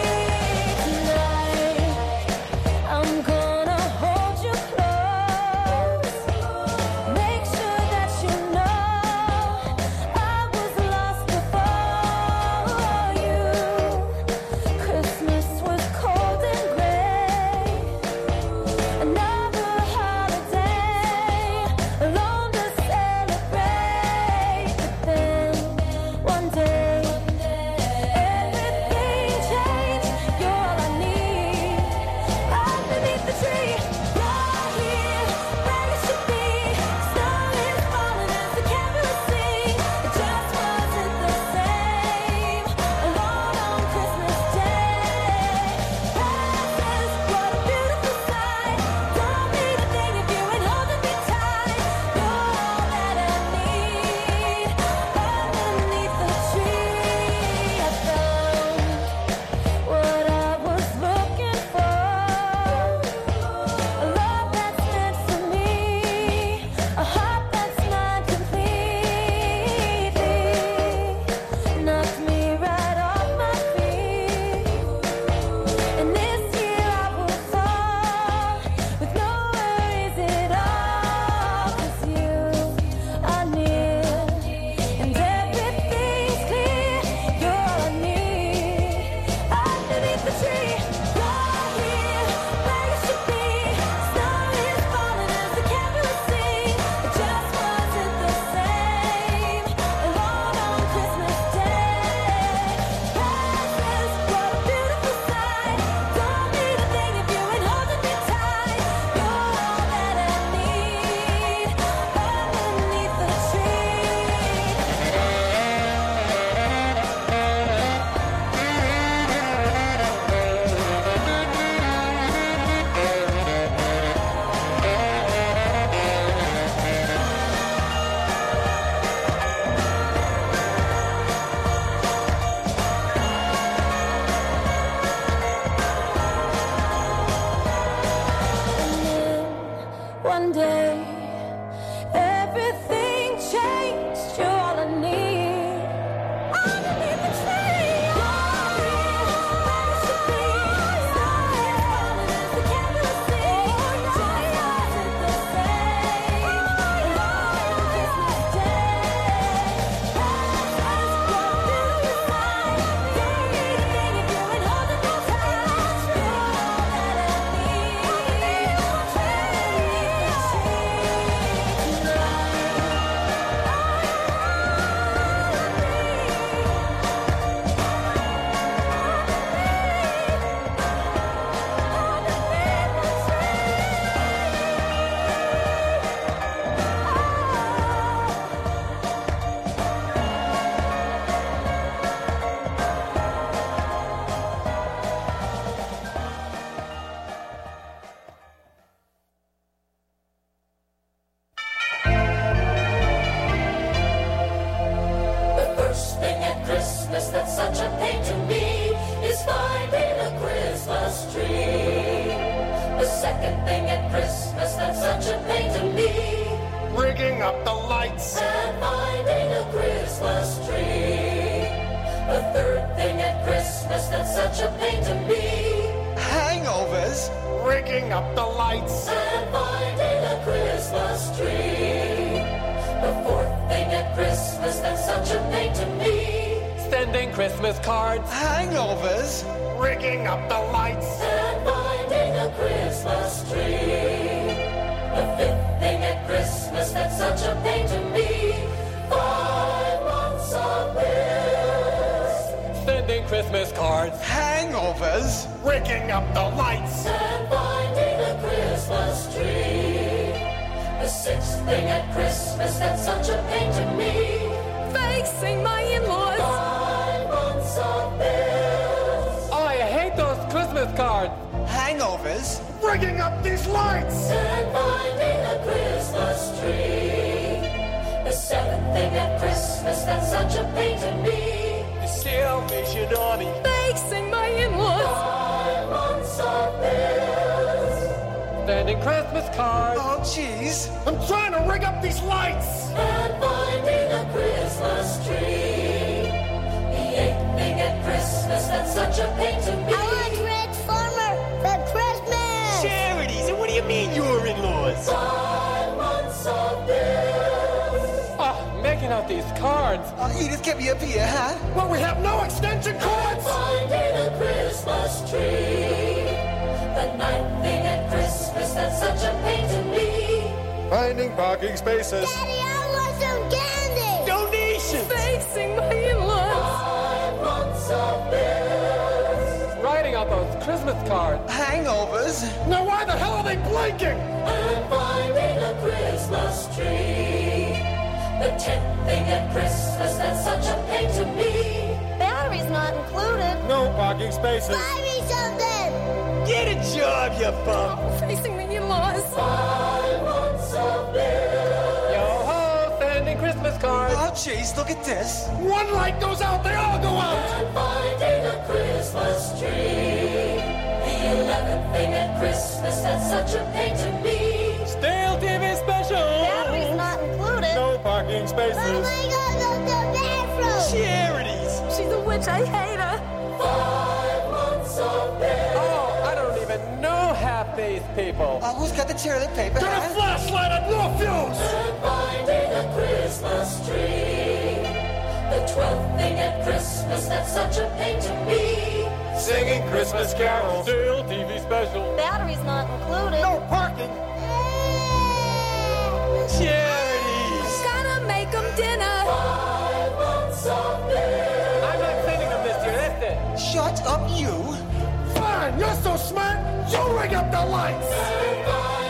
[SPEAKER 23] the tree
[SPEAKER 1] worst thing at Christmas that's such a pain to me is finding a Christmas tree. The second thing at Christmas that's such a pain to me, rigging up the lights and finding a Christmas tree. The third thing at Christmas that's such a pain to me, hangovers, rigging up the lights and finding a Christmas tree. The fourth thing at Christmas that's such a pain to me. Sending Christmas cards. Hangovers. Rigging up the lights. And finding a Christmas tree. The fifth thing at Christmas that's such a pain to me. Five months of bills. Sending Christmas cards. Hangovers. Rigging up the lights. And finding a Christmas tree. The sixth thing at Christmas that's such a pain to me. Facing my in-laws. Five months of bills. Oh, I hate those Christmas cards. Hangovers. Rigging up these lights. And finding a Christmas tree. The seventh thing at Christmas that's such a pain to me. The Salvation Army. Facing my in-laws. Five months of bills. Standing Christmas cards. Oh, jeez. I'm trying to rig up these lights. And finding a Christmas tree. The eighth thing at Christmas that's such a pain to me. I want Red Farmer for Christmas. Charities, and what do you mean you're in-laws? Five months of bills. Oh, making out these cards. Uh, Edith, get me a beer, huh? Well, we have no extension cords. Finding a Christmas tree. The ninth thing at Christmas that's such a pain to me.
[SPEAKER 24] Finding parking spaces.
[SPEAKER 1] Donations! Facing my in-laws! Five months of bills! Writing on those Christmas cards! Hangovers! Now why the hell are they blinking? And finding a Christmas tree! The tenth thing at Christmas that's such a pain to me! Batteries not included!
[SPEAKER 24] No parking spaces.
[SPEAKER 1] me something! Get a job, you bum! facing the in-laws! Five months of bills! Yo ho, sending Christmas cards! Oh, jeez, look at this! One light goes out, they all go out! And finding a Christmas tree! The eleventh thing at Christmas that's such a pain to me! Stale TV special! Batteries not included!
[SPEAKER 24] No parking spaces.
[SPEAKER 1] Charities! She's a witch, I hate her! Five months of bills! Oh, I don't even know half these people! Oh, who's got the toilet paper? Get a flashlight, I blew a fuse! And finding a Christmas tree! The twelfth thing at Christmas that's such a pain to me!
[SPEAKER 24] Singing Christmas carols.
[SPEAKER 1] Still TV special! Batteries not included! No parking! Charities! Gotta make them dinner! Five months of bills! I'm not sending them this year, that's it! Shut up, you! Fine, you're so smart, you ring up the lights!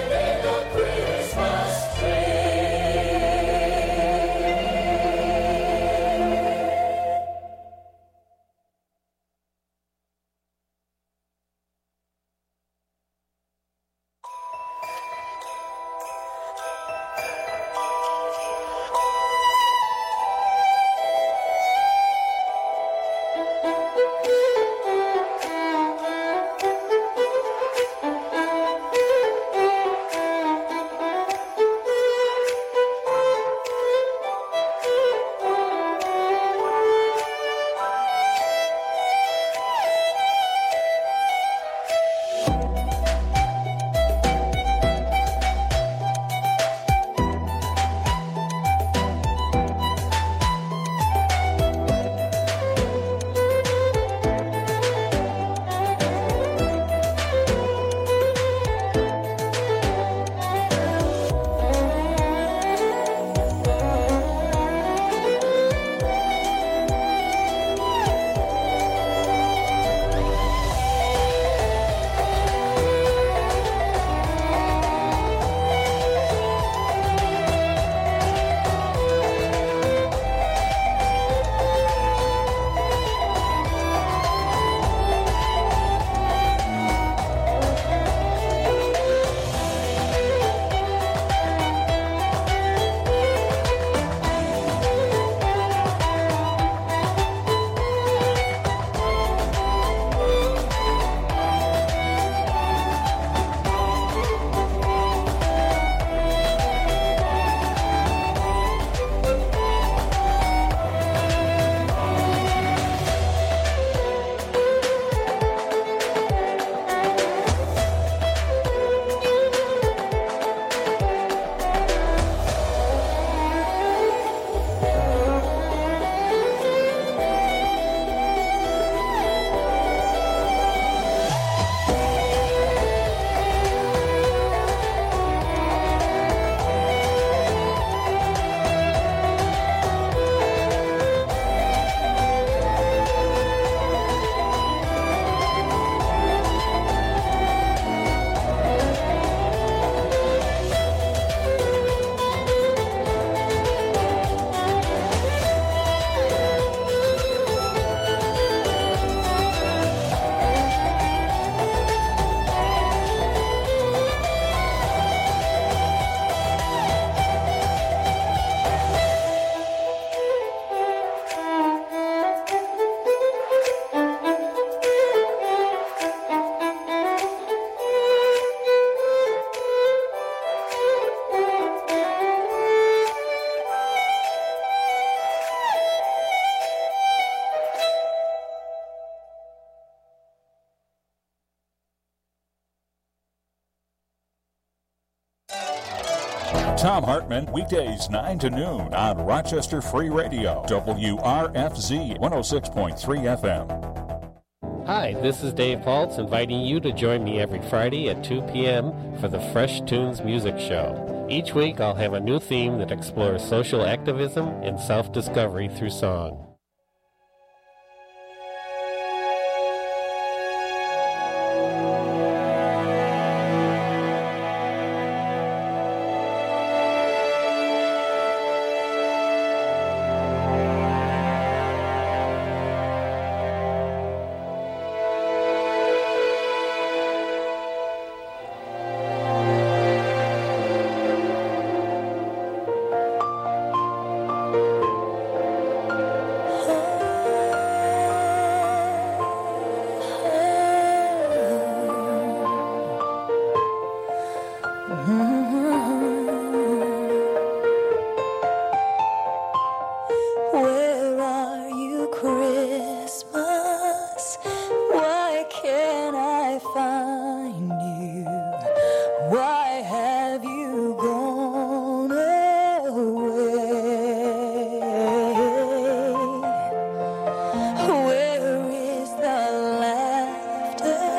[SPEAKER 21] Tom Hartman, weekdays 9 to noon on Rochester Free Radio, WRFZ 106.3 FM.
[SPEAKER 13] Hi, this is Dave Paltz inviting you to join me every Friday at 2 p.m. for the Fresh Tunes Music Show. Each week I'll have a new theme that explores social activism and self discovery through song.
[SPEAKER 1] Where are you, Christmas? Why can't I find you? Why have you gone away? Where is the laughter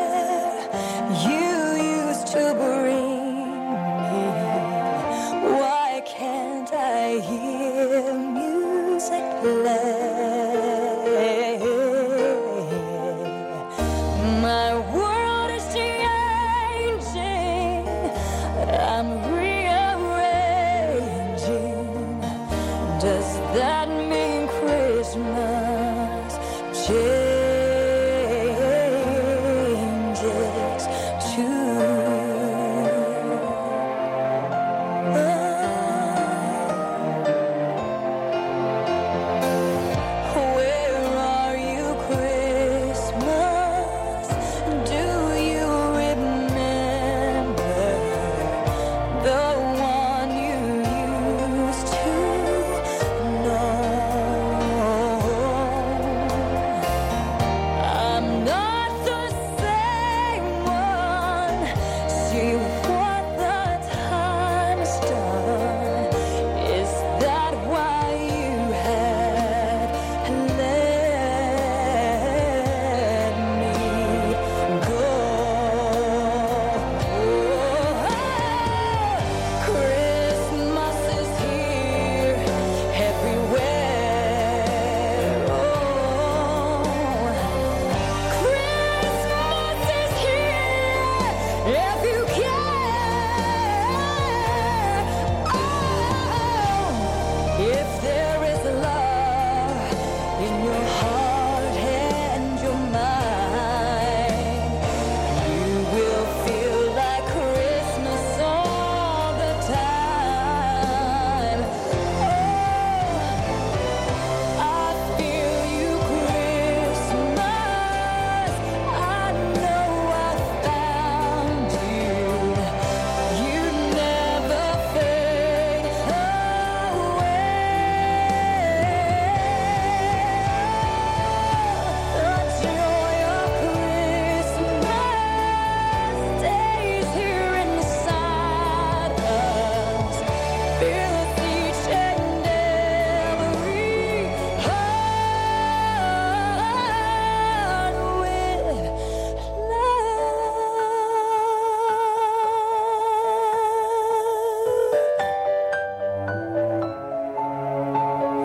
[SPEAKER 1] you used to bring me? Why can't I hear music play? My world is changing. I'm rearranging. Does that mean Christmas changes too? Ah. Where are you, Christmas? Do you remember the one you used to know? I'm not the same one. See what the time's done. Is that why you had let me Oh, go? Christmas is here everywhere. Oh, Christmas is here if you care. Oh. If there is love in your heart and your mind, you will feel like Christmas all the time. Oh, I feel you, Christmas. I know I found you. You never fade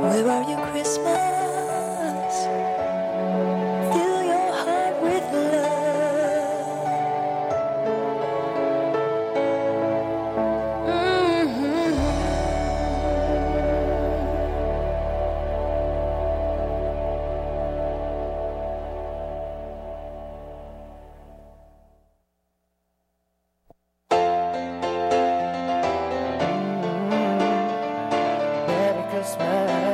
[SPEAKER 1] Where are you, Christmas? Fill your heart with love. Mhm. Merry Christmas. I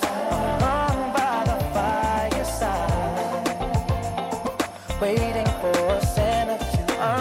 [SPEAKER 1] Oh, Oh,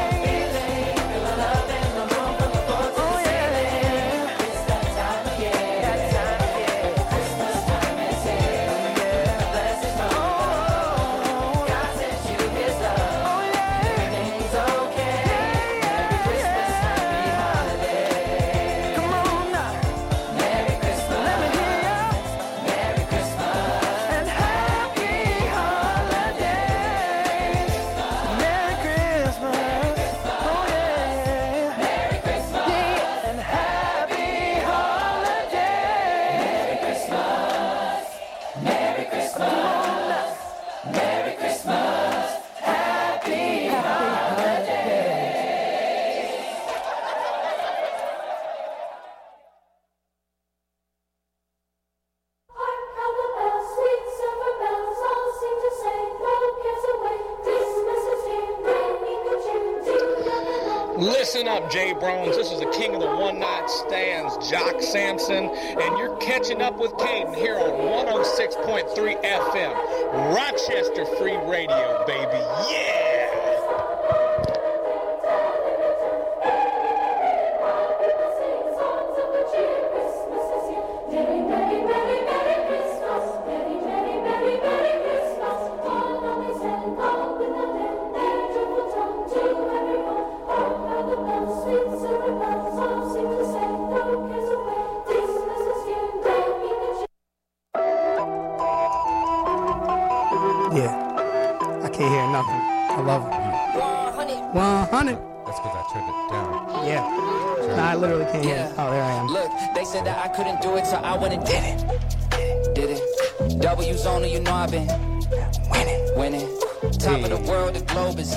[SPEAKER 1] Oh, Oh, Oh,
[SPEAKER 15] Listen up, Jay Browns. This is the king of the one night stands, Jock Sampson, and you're catching up with Caden here on 106.3 FM, Rochester Free Radio, baby. Yeah!
[SPEAKER 4] Yeah. I can't hear nothing. I love it. 100. 100.
[SPEAKER 13] That's because I turned it down.
[SPEAKER 4] Yeah. No, I literally can't hear it. Oh, there I am.
[SPEAKER 5] Look, they said that I couldn't do it, so I went and did it. Did it. W's only, you know I've been winning, winning. Top of the world, the globe is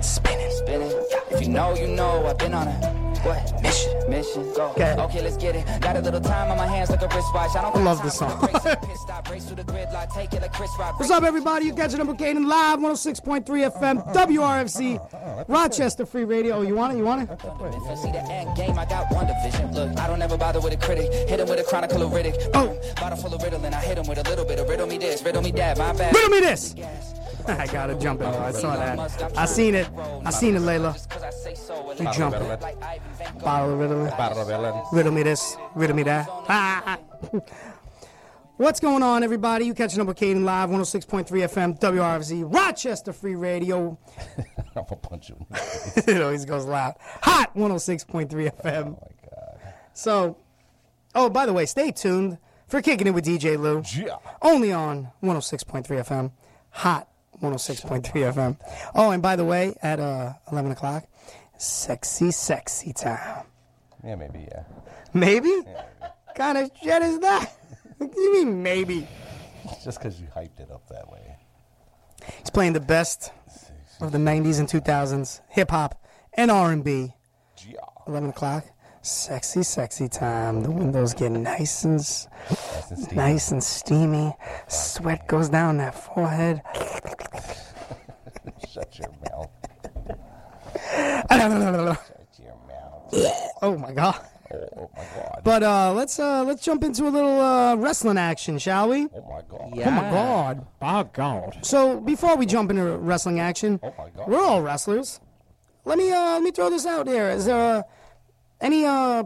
[SPEAKER 5] spinning, spinning. If you know, you know, I've been on a what mission, mission. Go.
[SPEAKER 4] Okay.
[SPEAKER 5] Okay, let's get it. Got a little time on my hands like a wristwatch. I don't
[SPEAKER 4] I love this song. What's up, everybody? You catch it number Caden live 106.3 FM,
[SPEAKER 19] Oh,
[SPEAKER 4] WRFC, Rochester Free Radio. Oh, You want it? You want it?
[SPEAKER 5] If I see the end game, I got one division. Look, I don't ever bother with a critic. Hit him with a chronicle of Riddick. Boom. Bottle full of riddling. I hit him with a little bit of riddle me this, riddle me that. My bad.
[SPEAKER 4] Riddle me this. I gotta jump in. though. I saw that. I seen it. I seen it, Layla. You jumping. Bottle of Ritalin.
[SPEAKER 13] Bottle of Ritalin.
[SPEAKER 4] Riddle me this. Riddle me that. Ah. What's going on, everybody? You catching up with Caden live 106.3 FM, WRFZ, Rochester Free Radio.
[SPEAKER 13] I'm gonna punch you.
[SPEAKER 4] it always goes loud. Hot 106.3 FM. Oh, my God. So, oh, by the way, stay tuned for Kicking It with DJ Lou. Yeah. Only on 106.3 FM. Hot 106.3 FM. Oh, and by the way, at uh, 11 o'clock, sexy, sexy time.
[SPEAKER 13] Yeah, maybe, yeah.
[SPEAKER 4] Maybe? kind of shit is that? you mean maybe?
[SPEAKER 13] Just because you hyped it up that way.
[SPEAKER 4] He's playing the best of the 90s and 2000s, hip hop and R&B. 11 o'clock, sexy, sexy time. The windows get nice and s- nice and steamy. Sweat goes down that forehead.
[SPEAKER 13] Shut your mouth.
[SPEAKER 4] oh my god.
[SPEAKER 13] Oh, oh my god.
[SPEAKER 4] But uh, let's uh, let's jump into a little uh, wrestling action, shall we?
[SPEAKER 13] Oh my god.
[SPEAKER 4] Oh my god.
[SPEAKER 6] My God.
[SPEAKER 4] So before we jump into wrestling action, we're all wrestlers. Let me uh, let me throw this out there. Is there uh, any uh,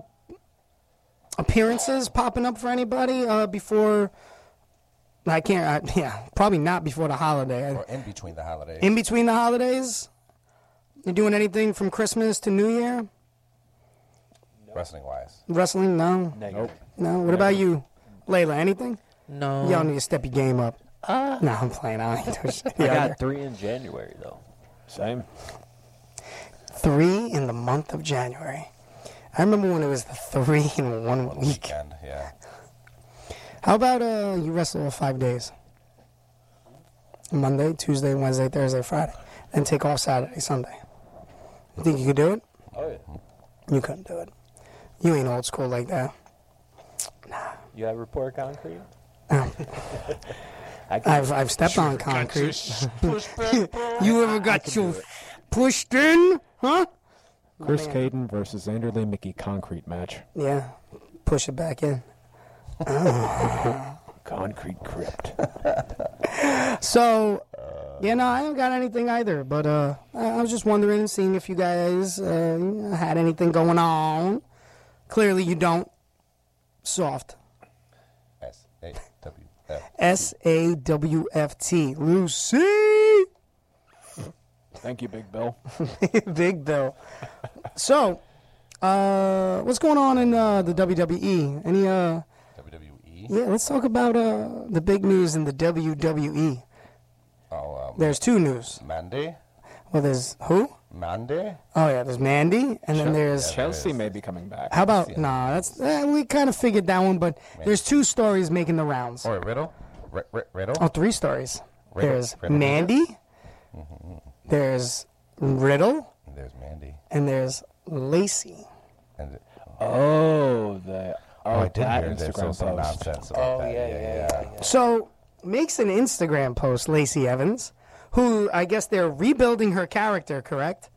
[SPEAKER 4] appearances popping up for anybody uh, before? I can't. I, yeah, probably not before the holiday.
[SPEAKER 13] Or in between the holidays.
[SPEAKER 4] In between the holidays, you doing anything from Christmas to New Year?
[SPEAKER 13] Wrestling wise.
[SPEAKER 4] Wrestling? No.
[SPEAKER 13] Negative.
[SPEAKER 4] No. What about you, Layla? Anything?
[SPEAKER 8] No.
[SPEAKER 4] Y'all need to step your game up.
[SPEAKER 8] Uh,
[SPEAKER 4] no, I'm playing. I ain't doing shit.
[SPEAKER 10] I
[SPEAKER 4] Yeah,
[SPEAKER 10] got three in January though. Same.
[SPEAKER 4] three in the month of January. I remember when it was the three in one week.
[SPEAKER 13] Weekend, yeah.
[SPEAKER 4] How about uh, you wrestle all five days? Monday, Tuesday, Wednesday, Thursday, Friday, then take off Saturday, Sunday. You think you could do it?
[SPEAKER 10] Oh yeah.
[SPEAKER 4] You couldn't do it. You ain't old school like that.
[SPEAKER 10] You have report concrete? I can-
[SPEAKER 4] I've I've stepped on concrete. you ever got you pushed in, huh?
[SPEAKER 6] Chris
[SPEAKER 4] Man.
[SPEAKER 6] Caden versus Anderley Mickey concrete match.
[SPEAKER 4] Yeah, push it back in.
[SPEAKER 6] Concrete crypt.
[SPEAKER 4] So, yeah, no, I don't got anything either. But uh, I, I was just wondering, seeing if you guys uh, had anything going on. Clearly, you don't. Soft.
[SPEAKER 13] S A W F.
[SPEAKER 4] S A W F T. Lucy.
[SPEAKER 6] Thank you, Big Bill.
[SPEAKER 4] Big Bill. So, uh, what's going on in uh, the WWE? Any uh, WWE? Yeah, let's talk about uh, the big news in the WWE.
[SPEAKER 13] Oh, um,
[SPEAKER 4] There's two news.
[SPEAKER 13] Mandy.
[SPEAKER 4] Well, there's who?
[SPEAKER 13] Mandy.
[SPEAKER 4] Oh yeah, there's Mandy, and then there's
[SPEAKER 6] Chelsea may be coming back.
[SPEAKER 4] How about nah? That's eh, we kind of figured that one, but there's two stories making the rounds.
[SPEAKER 13] Or Riddle. R- R- Riddle.
[SPEAKER 4] Oh, three stories.
[SPEAKER 13] Riddle-
[SPEAKER 4] There's
[SPEAKER 13] Riddle. Mm-hmm.
[SPEAKER 4] Mandy. There's Riddle,
[SPEAKER 13] There's Mandy.
[SPEAKER 4] and there's Lacey.
[SPEAKER 13] And
[SPEAKER 10] Oh, the
[SPEAKER 13] oh, I did
[SPEAKER 10] that
[SPEAKER 13] hear there's
[SPEAKER 10] Instagram
[SPEAKER 13] some
[SPEAKER 10] post.
[SPEAKER 13] nonsense about that. Oh, Yeah, yeah, yeah.
[SPEAKER 4] So makes an Instagram post, Lacey Evans, who I guess they're rebuilding her character, correct?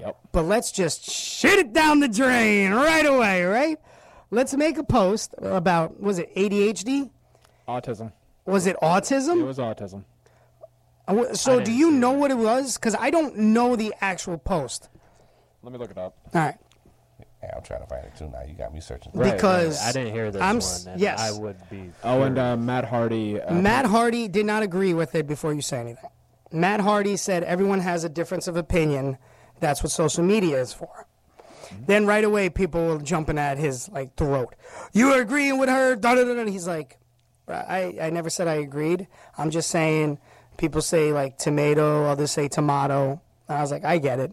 [SPEAKER 4] Yep. But let's just shit it down the drain right away, right? Let's make a post about was it ADHD?
[SPEAKER 9] Autism.
[SPEAKER 4] Was it autism?
[SPEAKER 9] It was autism.
[SPEAKER 4] I wa- So
[SPEAKER 9] I
[SPEAKER 4] do you know what it was? Because I don't know the actual post.
[SPEAKER 13] Let me look it up.
[SPEAKER 4] All right.
[SPEAKER 13] Yeah, I'm trying to find it too now. You got me searching.
[SPEAKER 4] Right, Because right. I didn't hear this I'm s-
[SPEAKER 13] this
[SPEAKER 4] one, and yes. I
[SPEAKER 9] would be. Oh, and uh, Matt Hardy. Uh,
[SPEAKER 4] Matt Hardy did not agree with it before you say anything. Matt Hardy said everyone has a difference of opinion. That's what social media is for. Then right away, people were jumping at his like throat. You are agreeing with her? Da da da. da." And he's like, I I never said I agreed. I'm just saying people say like tomato, others say tomato. And I was like, I get it.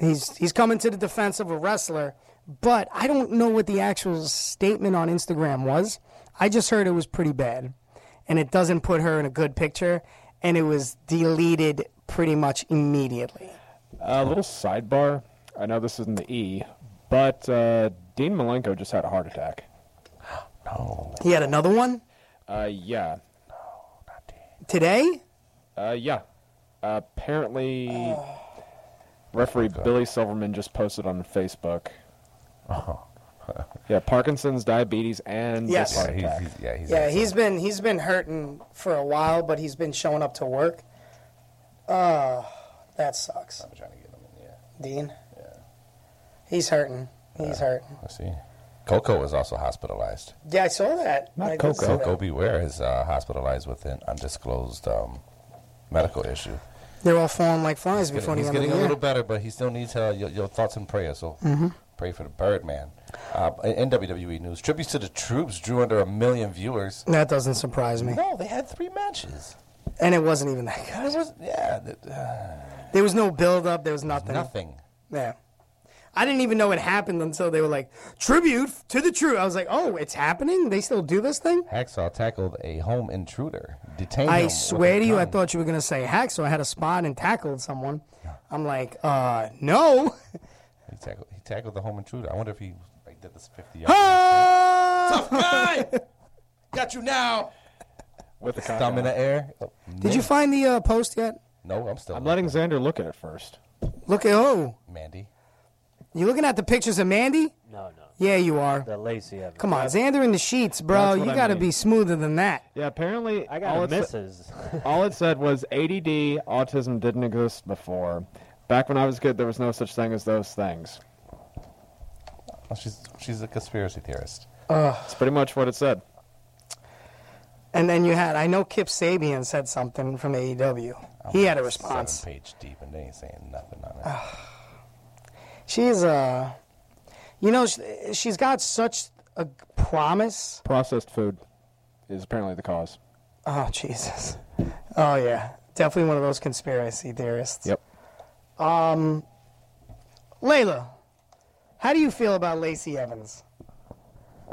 [SPEAKER 4] He's he's coming to the defense of a wrestler, but I don't know what the actual statement on Instagram was. I just heard it was pretty bad, and it doesn't put her in a good picture, and it was deleted pretty much immediately.
[SPEAKER 9] A little sidebar. I know this isn't the E, but uh, Dean Malenko just had a heart attack.
[SPEAKER 4] He had another one
[SPEAKER 9] Uh, yeah.
[SPEAKER 4] today.
[SPEAKER 9] Uh, yeah. apparently,
[SPEAKER 4] Oh.
[SPEAKER 9] referee Billy Silverman just posted on Facebook. Oh. yeah, Parkinson's, diabetes, and this
[SPEAKER 4] Yes.
[SPEAKER 9] heart
[SPEAKER 4] Yeah, he's-
[SPEAKER 9] attack.
[SPEAKER 13] yeah,
[SPEAKER 4] yeah, he's been he's been hurting for a while, but he's been showing up to work. Oh, that sucks. I'm
[SPEAKER 13] trying to get him in
[SPEAKER 4] Dean. Yeah. He's hurting. He's
[SPEAKER 9] uh,
[SPEAKER 4] hurting.
[SPEAKER 13] Let's see. Coco was also hospitalized.
[SPEAKER 4] Yeah, I saw that. I did see that.
[SPEAKER 13] Coco Beware is uh, hospitalized with an undisclosed um, medical issue.
[SPEAKER 4] They're all falling like flies
[SPEAKER 13] He's
[SPEAKER 4] before the
[SPEAKER 13] getting,
[SPEAKER 4] end
[SPEAKER 13] he's
[SPEAKER 4] of the
[SPEAKER 13] getting a
[SPEAKER 4] year.
[SPEAKER 13] little better, but he still needs uh, your, your thoughts and prayers. So
[SPEAKER 4] Mhm.
[SPEAKER 13] pray for the Birdman. Uh, in in WWE news, tributes to the troops drew under a million viewers.
[SPEAKER 4] That doesn't surprise me.
[SPEAKER 13] No, they had three matches.
[SPEAKER 4] And it wasn't even that good.
[SPEAKER 13] It was, yeah, that- uh,
[SPEAKER 4] There was no build up. There was nothing.
[SPEAKER 13] nothing.
[SPEAKER 4] Yeah. I didn't even know it happened until they were like tribute to the true. I was like, oh, it's happening. They still do this thing.
[SPEAKER 13] Hacksaw tackled a home intruder, detained him
[SPEAKER 4] I
[SPEAKER 13] with
[SPEAKER 4] swear
[SPEAKER 13] a
[SPEAKER 4] to you, I
[SPEAKER 13] gun.
[SPEAKER 4] thought you were gonna say hack, so I had a spot and tackled someone. I'm like, uh, no.
[SPEAKER 13] He tackled, he tackled the home intruder. I wonder if he like, did this 50 yards.
[SPEAKER 4] Tough
[SPEAKER 13] guy! Got you now!
[SPEAKER 9] With the
[SPEAKER 13] Thumb in the air. Oh,
[SPEAKER 4] Did you find the uh, post yet?
[SPEAKER 13] No, I'm still.
[SPEAKER 9] I'm letting Xander look at it first.
[SPEAKER 4] Look at oh,
[SPEAKER 13] Mandy.
[SPEAKER 4] you looking at the pictures of Mandy?
[SPEAKER 9] No, no.
[SPEAKER 4] Yeah, you are.
[SPEAKER 9] The lacy of
[SPEAKER 4] Come on, Xander in the sheets, bro.
[SPEAKER 9] That's
[SPEAKER 4] You
[SPEAKER 9] what I
[SPEAKER 4] gotta
[SPEAKER 9] mean.
[SPEAKER 4] be smoother than that.
[SPEAKER 9] Yeah, apparently I
[SPEAKER 4] got
[SPEAKER 9] all
[SPEAKER 4] a
[SPEAKER 9] it sa- all it said was ADD, autism didn't exist before. Back when I was kid, there was no such thing as those things.
[SPEAKER 13] Well, she's she's a conspiracy theorist.
[SPEAKER 9] That's pretty much what it said.
[SPEAKER 4] And then you had, I know Kip Sabian said something from AEW. he had a response.
[SPEAKER 13] Seven page deep, and they ain't saying nothing on it.
[SPEAKER 4] She's, uh, you know, sh- she's got such a promise.
[SPEAKER 9] Processed food is apparently the cause.
[SPEAKER 4] Oh, Jesus. Oh, yeah. Definitely one of those conspiracy theorists.
[SPEAKER 9] Yep.
[SPEAKER 4] Um, Layla, how do you feel about Lacey Evans?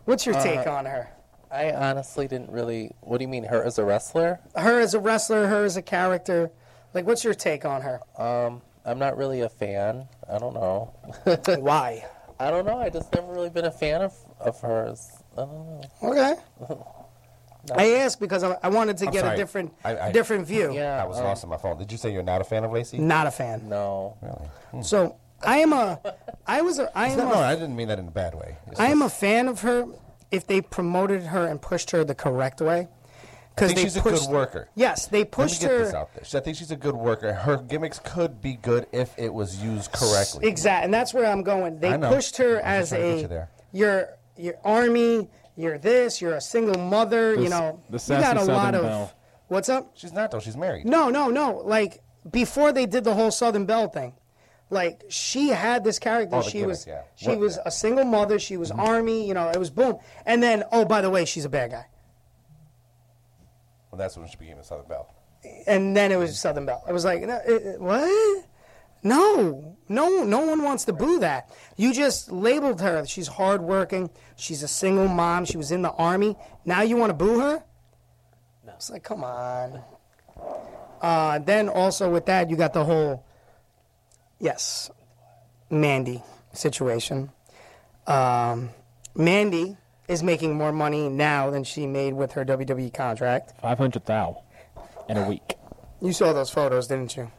[SPEAKER 4] What's your take
[SPEAKER 8] Uh,
[SPEAKER 4] on her?
[SPEAKER 8] I honestly didn't really. What do you mean, her as a wrestler?
[SPEAKER 4] Her as a wrestler, her as a character. Like, what's your take on her?
[SPEAKER 8] Um, I'm not really a fan. I don't know.
[SPEAKER 4] Why?
[SPEAKER 8] I don't know. I just never really been a fan of, of hers. I don't know.
[SPEAKER 4] Okay. I asked because I, I wanted to
[SPEAKER 13] I'm
[SPEAKER 4] get
[SPEAKER 13] sorry.
[SPEAKER 4] a different
[SPEAKER 13] I- I-
[SPEAKER 4] different view.
[SPEAKER 13] I was lost on my phone. Did you say you're not a fan of Lacey?
[SPEAKER 4] Not a fan.
[SPEAKER 8] No.
[SPEAKER 13] Really?
[SPEAKER 4] So I am a, I was a, I
[SPEAKER 13] No,
[SPEAKER 4] am
[SPEAKER 13] no, I
[SPEAKER 4] a,
[SPEAKER 13] didn't mean that in a bad way. It's
[SPEAKER 4] I am a
[SPEAKER 13] just-
[SPEAKER 4] fan of her if they promoted her and pushed her the correct way.
[SPEAKER 13] I think
[SPEAKER 4] they
[SPEAKER 13] she's a
[SPEAKER 4] pushed-
[SPEAKER 13] good worker.
[SPEAKER 4] Yes, they
[SPEAKER 13] Let me
[SPEAKER 4] pushed
[SPEAKER 13] get
[SPEAKER 4] her.
[SPEAKER 13] this out there. I think she's a good worker. Her gimmicks could be good if it was used correctly.
[SPEAKER 4] Exactly, and that's where I'm going. They
[SPEAKER 13] I know.
[SPEAKER 4] pushed her
[SPEAKER 13] I'm just
[SPEAKER 4] as
[SPEAKER 13] trying to get
[SPEAKER 4] a
[SPEAKER 13] you there.
[SPEAKER 4] your your army, you're this, you're a single mother.
[SPEAKER 13] The
[SPEAKER 4] you
[SPEAKER 13] s-
[SPEAKER 4] know,
[SPEAKER 13] the
[SPEAKER 4] you got
[SPEAKER 13] sassy
[SPEAKER 4] a lot
[SPEAKER 13] Southern
[SPEAKER 4] of.
[SPEAKER 13] belle.
[SPEAKER 4] What's up?
[SPEAKER 13] She's not though. She's married.
[SPEAKER 4] No, no, no. Like before they did the whole Southern Belle thing, like she had this character.
[SPEAKER 13] Oh, the
[SPEAKER 4] she
[SPEAKER 13] gimmick,
[SPEAKER 4] was
[SPEAKER 13] yeah. Mm-hmm.
[SPEAKER 4] she
[SPEAKER 13] What-
[SPEAKER 4] was a single mother. She was army. You know, it was boom. And then oh, by the way, she's a bad guy.
[SPEAKER 13] Well, that's when she became a Southern Belle.
[SPEAKER 4] And then it was Southern Belle. It was like no, it- it- what? No, no, no one wants to boo that. You just labeled her. She's hardworking. She's a single mom. She was in the army. Now you want to boo her? No. It's like come on. Uh, then also with that, you got the whole yes, Mandy situation. Um, Mandy is making more money now than she made with her WWE contract.
[SPEAKER 9] Five hundred thou in a week.
[SPEAKER 4] You saw those photos, didn't you?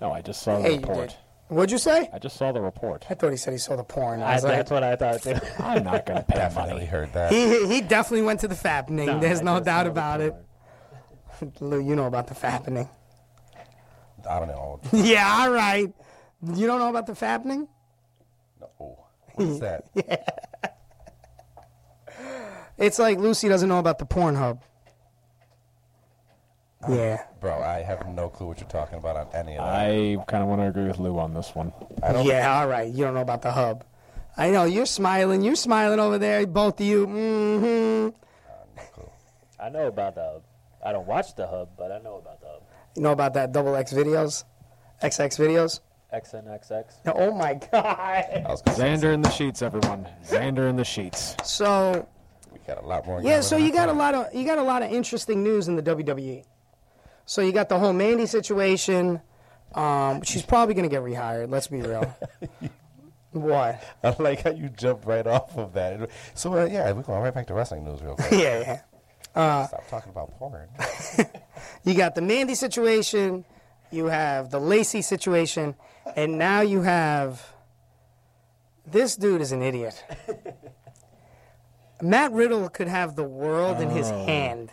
[SPEAKER 9] No, I just saw the
[SPEAKER 4] Hey, you
[SPEAKER 9] report.
[SPEAKER 4] did. What'd you say?
[SPEAKER 10] I just saw the report.
[SPEAKER 4] I thought he said he saw the porn.
[SPEAKER 10] I,
[SPEAKER 4] was like-
[SPEAKER 10] that's what I thought too. I'm not going to pay money.
[SPEAKER 13] heard
[SPEAKER 4] He, he definitely went to the fappening.
[SPEAKER 10] No,
[SPEAKER 4] There's
[SPEAKER 10] I
[SPEAKER 4] no
[SPEAKER 10] just
[SPEAKER 4] doubt
[SPEAKER 10] know the
[SPEAKER 4] about it. Lou, you know about the fappening.
[SPEAKER 13] I don't know.
[SPEAKER 4] yeah, all right. You don't know about the fappening?
[SPEAKER 13] What is that?
[SPEAKER 4] It's like Lucy doesn't know about the Pornhub. Yeah.
[SPEAKER 13] Bro, I have no clue what you're talking about on any of that.
[SPEAKER 9] I kind of want to agree with Lou on this one.
[SPEAKER 4] Yeah, all right. You don't know about the hub. I know you're smiling. You're smiling over there, both of you. Mm-hmm.
[SPEAKER 10] I know about the hub. I don't watch the hub, but I know about the hub.
[SPEAKER 4] You know about that double X videos, XX videos.
[SPEAKER 10] XNXX.
[SPEAKER 4] Oh my God.
[SPEAKER 9] Xander in the sheets, everyone. Xander in the sheets.
[SPEAKER 4] So.
[SPEAKER 13] We got a lot
[SPEAKER 6] Oh,
[SPEAKER 13] more.
[SPEAKER 4] Yeah, so you got a lot of you got a lot of interesting news in the WWE. So you got the whole Mandy situation. Um, she's probably gonna get rehired. Let's be real. what?
[SPEAKER 13] I like how you jump right off of that. So uh, yeah, we're going right back to wrestling news real quick.
[SPEAKER 4] Yeah, yeah. Uh,
[SPEAKER 13] Stop talking about porn.
[SPEAKER 4] You got the Mandy situation, you have the Lacey situation, and now you have this dude is an idiot. Matt Riddle could have the world in his
[SPEAKER 9] Oh.
[SPEAKER 4] hand,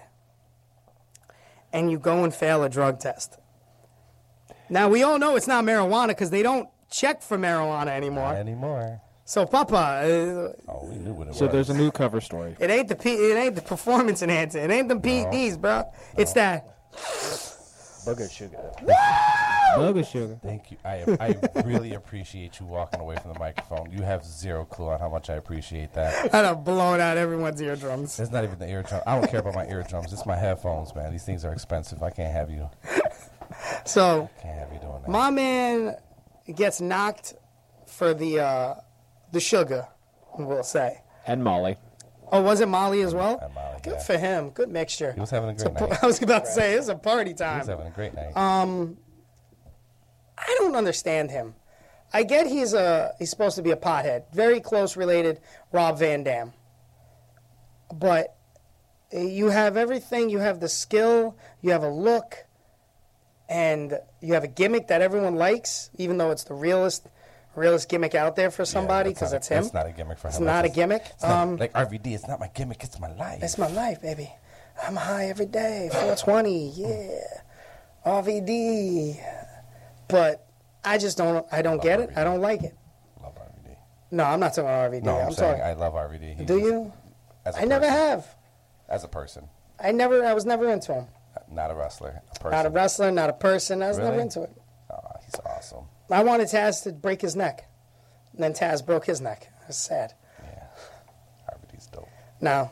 [SPEAKER 4] and you go and fail a drug test. Now we all know it's not marijuana because they don't check for marijuana anymore.
[SPEAKER 13] anymore.
[SPEAKER 4] So Papa, uh,
[SPEAKER 13] Oh, we knew what it
[SPEAKER 9] So
[SPEAKER 13] was.
[SPEAKER 9] there's a new cover story.
[SPEAKER 4] it ain't the P- it ain't the performance enhancer. It ain't the PEDs, bro. It's that.
[SPEAKER 10] Booger sugar.
[SPEAKER 9] Booger sugar.
[SPEAKER 13] Thank you. I I really appreciate you walking away from the microphone. You have zero clue on how much I appreciate that.
[SPEAKER 4] I'd have blown out everyone's eardrums.
[SPEAKER 13] It's not even the eardrum. I don't care about my eardrums. It's my headphones, man. These things are expensive. I can't have you.
[SPEAKER 4] So
[SPEAKER 13] Can't have you doing that.
[SPEAKER 4] my man gets knocked for the uh, the sugar, we'll say.
[SPEAKER 9] And Molly.
[SPEAKER 4] Oh, was it Molly as well? Good for him. Good mixture.
[SPEAKER 13] He was having a
[SPEAKER 4] It's a
[SPEAKER 13] great
[SPEAKER 4] par-
[SPEAKER 13] night.
[SPEAKER 4] I was about to say it's a party
[SPEAKER 13] He
[SPEAKER 4] time.
[SPEAKER 13] was having a great night.
[SPEAKER 4] Um, I don't understand him. I get he's a he's supposed to be a pothead, very close related Rob Van Dam. But you have everything. You have the skill. You have a look, and you have a gimmick that everyone likes, even though it's the realest, realest gimmick out there for somebody because
[SPEAKER 13] That's
[SPEAKER 4] it's him.
[SPEAKER 13] That's not a gimmick for
[SPEAKER 4] It's
[SPEAKER 13] him.
[SPEAKER 4] not a
[SPEAKER 13] That's-
[SPEAKER 4] gimmick.
[SPEAKER 13] it's not-
[SPEAKER 4] Um,
[SPEAKER 13] like RVD, it's not my gimmick. It's my life.
[SPEAKER 4] It's my life, baby. I'm high every day. 420, yeah. RVD. But I just don't. I don't get it. I don't like it. No, I'm not talking about RVD.
[SPEAKER 13] no, I'm,
[SPEAKER 4] I'm,
[SPEAKER 13] saying
[SPEAKER 4] talking.
[SPEAKER 13] I love RVD. He's
[SPEAKER 4] Do you?
[SPEAKER 13] As a
[SPEAKER 4] I never
[SPEAKER 13] person.
[SPEAKER 4] have.
[SPEAKER 13] As a person,
[SPEAKER 4] I never. I was never into him.
[SPEAKER 13] not a wrestler. A person.
[SPEAKER 4] Not a wrestler. Not a person. I was never
[SPEAKER 13] Really?
[SPEAKER 4] into it.
[SPEAKER 13] Aw, he's awesome.
[SPEAKER 4] I wanted Taz to break his neck, and then Taz broke his neck. It's sad. Yeah, RVD's dope. No,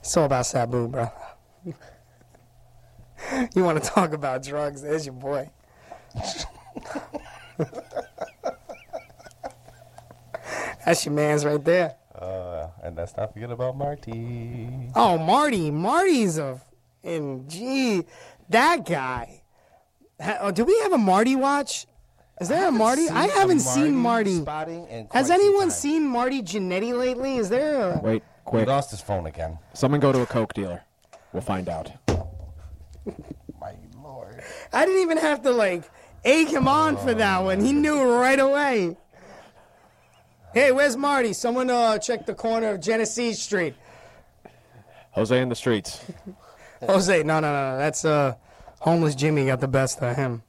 [SPEAKER 4] it's all about Sabu, bro. you want to talk about drugs? There's your boy. That's your man's right there.
[SPEAKER 13] Uh, and let's not forget about Marty.
[SPEAKER 4] Oh, Marty. Marty's a. And gee, that guy. Ha- oh, do we have a Marty watch? Is there a Marty?
[SPEAKER 13] seen
[SPEAKER 4] I
[SPEAKER 13] a
[SPEAKER 4] haven't seen
[SPEAKER 13] Marty
[SPEAKER 4] Marty.
[SPEAKER 13] spotting in quite
[SPEAKER 4] Has
[SPEAKER 13] some
[SPEAKER 4] anyone seen Marty Jannetty lately? Is there a.
[SPEAKER 9] Wait, quick.
[SPEAKER 13] He lost his phone again.
[SPEAKER 9] Someone go to a Coke dealer. We'll find out.
[SPEAKER 4] I didn't even have to, like, egg him on for that one. He knew right away. Hey, where's Marty? Someone uh, check the corner of Genesee Street.
[SPEAKER 9] Jose in the streets.
[SPEAKER 4] Jose, no, no, no, no. That's uh, homeless Jimmy got the best of him.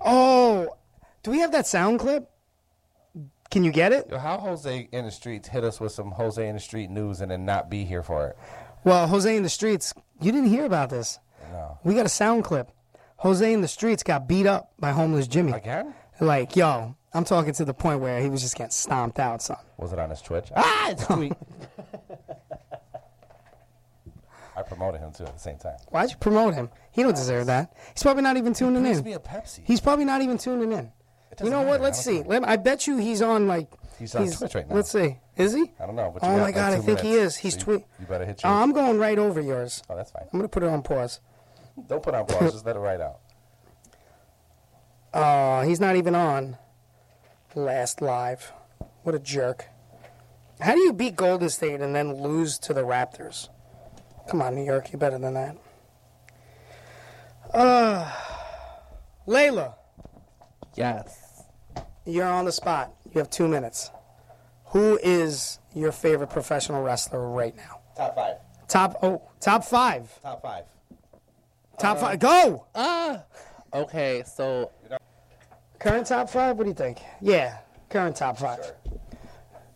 [SPEAKER 4] Oh, do we have that sound clip? Can you get it?
[SPEAKER 13] Yo, How Jose in the streets hit us with some Jose in the street news and then not be here for it?
[SPEAKER 4] Well, Jose in the streets. You didn't hear about this.
[SPEAKER 13] No.
[SPEAKER 4] We got a sound clip. Jose in the streets got beat up by homeless Jimmy.
[SPEAKER 13] Again?
[SPEAKER 4] Like, yo, I'm talking to the point where he was just getting stomped out, son.
[SPEAKER 13] Was it on his Twitch? Ah, it's tweet. I promoted him too at the same time.
[SPEAKER 4] Why'd you promote him? He don't deserve that. He's probably not even tuning
[SPEAKER 13] brings
[SPEAKER 4] in.
[SPEAKER 13] me a Pepsi.
[SPEAKER 4] He's probably not even tuning in. You know what? Let's see. Let, I bet you he's on like.
[SPEAKER 13] He's on Twitch right now.
[SPEAKER 4] Let's see. Is he?
[SPEAKER 13] I don't know. But you
[SPEAKER 4] oh
[SPEAKER 13] got
[SPEAKER 4] my
[SPEAKER 13] like
[SPEAKER 4] god, I
[SPEAKER 13] two
[SPEAKER 4] think he
[SPEAKER 13] minutes,
[SPEAKER 4] is. He's
[SPEAKER 13] so
[SPEAKER 4] tweet.
[SPEAKER 13] You, you better hit
[SPEAKER 4] Uh,
[SPEAKER 13] your.
[SPEAKER 4] I'm going right over yours.
[SPEAKER 13] oh, that's fine.
[SPEAKER 4] I'm gonna put it on pause.
[SPEAKER 13] Don't put on pause. just let it ride out.
[SPEAKER 4] Oh, he's not even on. Last live. What a jerk. How do you beat Golden State and then lose to the Raptors? Come on, New York, you're better than that. Uh, Layla.
[SPEAKER 8] Yes.
[SPEAKER 4] You're on the spot. You have two minutes. Who is your favorite professional wrestler right now?
[SPEAKER 13] Top five.
[SPEAKER 4] Top oh, top five.
[SPEAKER 13] Top five.
[SPEAKER 8] Uh,
[SPEAKER 4] Top five. Go.
[SPEAKER 8] Ah. Okay, so
[SPEAKER 4] Current top five. What do you think? Yeah, current top five.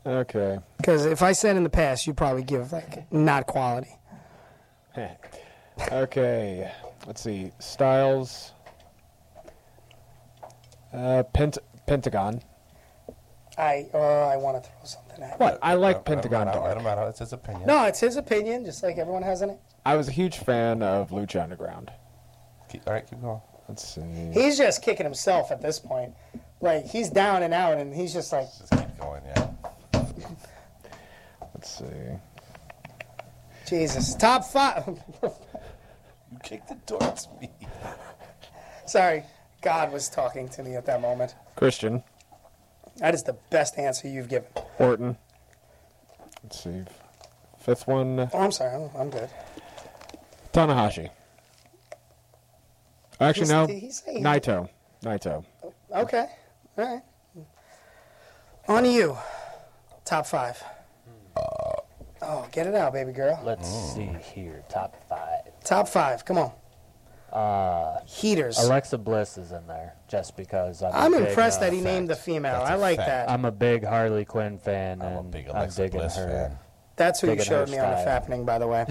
[SPEAKER 9] Okay.
[SPEAKER 4] Because if I said in the past, you probably give like not quality.
[SPEAKER 9] okay. Let's see. Styles. Uh, Pent- Pentagon.
[SPEAKER 4] I oh, I want to throw something at. you.
[SPEAKER 9] What? I like Pentagon
[SPEAKER 13] I
[SPEAKER 9] Dark.
[SPEAKER 13] don't matter. It's his opinion.
[SPEAKER 4] No, it's his opinion, just like everyone has in it.
[SPEAKER 9] I was a huge fan of Lucha Underground.
[SPEAKER 13] all right, keep going.
[SPEAKER 9] Let's see.
[SPEAKER 4] He's just kicking himself at this point. Like he's down and out, and he's just like.
[SPEAKER 9] Let's see.
[SPEAKER 4] Jesus. Top five.
[SPEAKER 13] you kicked the door to me.
[SPEAKER 4] Sorry, God was talking to me at that moment.
[SPEAKER 9] Christian
[SPEAKER 4] That is the best answer you've given.
[SPEAKER 9] Orton. Let's see. Fifth one.
[SPEAKER 4] Oh, I'm sorry. I'm, I'm good.
[SPEAKER 9] Tanahashi. Actually,
[SPEAKER 4] He's-
[SPEAKER 9] no.
[SPEAKER 4] did he say-
[SPEAKER 9] Naito. Naito.
[SPEAKER 4] Okay. All right. On to you. Top five. Oh, get it out, baby girl.
[SPEAKER 10] Let's see here. Top five.
[SPEAKER 4] Top five. Come on.
[SPEAKER 10] Uh,
[SPEAKER 4] Heaters.
[SPEAKER 10] Alexa Bliss is in there just because I'm. a
[SPEAKER 4] I'm
[SPEAKER 10] big,
[SPEAKER 4] impressed
[SPEAKER 10] uh,
[SPEAKER 4] that he named the female. I like that.
[SPEAKER 10] I'm a big Harley Quinn fan, and I'm, a big
[SPEAKER 13] Alexa
[SPEAKER 10] digging
[SPEAKER 13] Bliss
[SPEAKER 10] her.
[SPEAKER 13] fan.
[SPEAKER 4] That's who you
[SPEAKER 10] digging her
[SPEAKER 4] showed me on the
[SPEAKER 10] style.
[SPEAKER 4] fappening, by the way.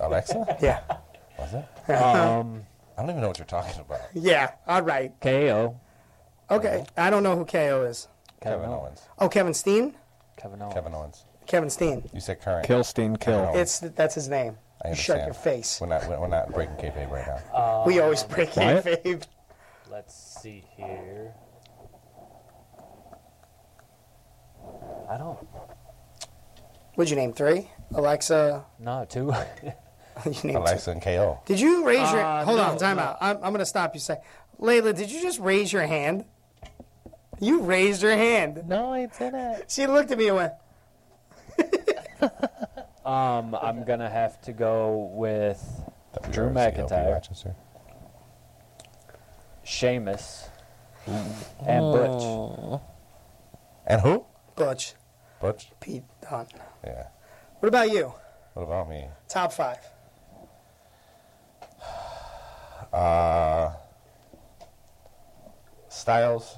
[SPEAKER 13] Alexa?
[SPEAKER 4] Yeah.
[SPEAKER 13] Was it?
[SPEAKER 4] Um,
[SPEAKER 13] I don't even know what you're talking about.
[SPEAKER 4] Yeah. All right.
[SPEAKER 10] KO.
[SPEAKER 4] Okay.
[SPEAKER 10] Uh-huh.
[SPEAKER 4] I don't know who KO is.
[SPEAKER 13] Kevin, Owens.
[SPEAKER 4] Oh, Kevin Steen.
[SPEAKER 10] Kevin Owens.
[SPEAKER 13] Kevin Owens.
[SPEAKER 4] Kevin Steen.
[SPEAKER 13] You said current.
[SPEAKER 9] Killstein Kill.
[SPEAKER 13] Kevin Owens.
[SPEAKER 4] It's that's his name.
[SPEAKER 13] I
[SPEAKER 4] You shut
[SPEAKER 13] understand.
[SPEAKER 4] your face.
[SPEAKER 13] We're not, we're not breaking kayfabe right now.
[SPEAKER 4] we always break
[SPEAKER 13] Wyatt?
[SPEAKER 4] kayfabe.
[SPEAKER 10] Um, Let's see here. I don't.
[SPEAKER 4] What'd you name three? Alexa.
[SPEAKER 10] No, two.
[SPEAKER 4] you named
[SPEAKER 13] Alexa and KO.
[SPEAKER 4] Did you raise your?
[SPEAKER 10] Uh,
[SPEAKER 4] hold on,
[SPEAKER 10] no,
[SPEAKER 4] time
[SPEAKER 10] no.
[SPEAKER 4] out. I'm, I'm gonna stop you. Say, Layla, did you just raise your hand? You raised your hand.
[SPEAKER 10] No, I didn't.
[SPEAKER 4] She looked at me and went,
[SPEAKER 10] Um, I'm gonna have to go with Drew
[SPEAKER 13] WRCLP
[SPEAKER 10] McIntyre,
[SPEAKER 13] Rochester.
[SPEAKER 10] Sheamus, and Butch.
[SPEAKER 13] And who?
[SPEAKER 4] "Butch,
[SPEAKER 13] Butch?
[SPEAKER 4] Pete, Don."
[SPEAKER 13] Yeah.
[SPEAKER 4] What about you?
[SPEAKER 13] What about me?
[SPEAKER 4] Top five.
[SPEAKER 13] Uh, Styles.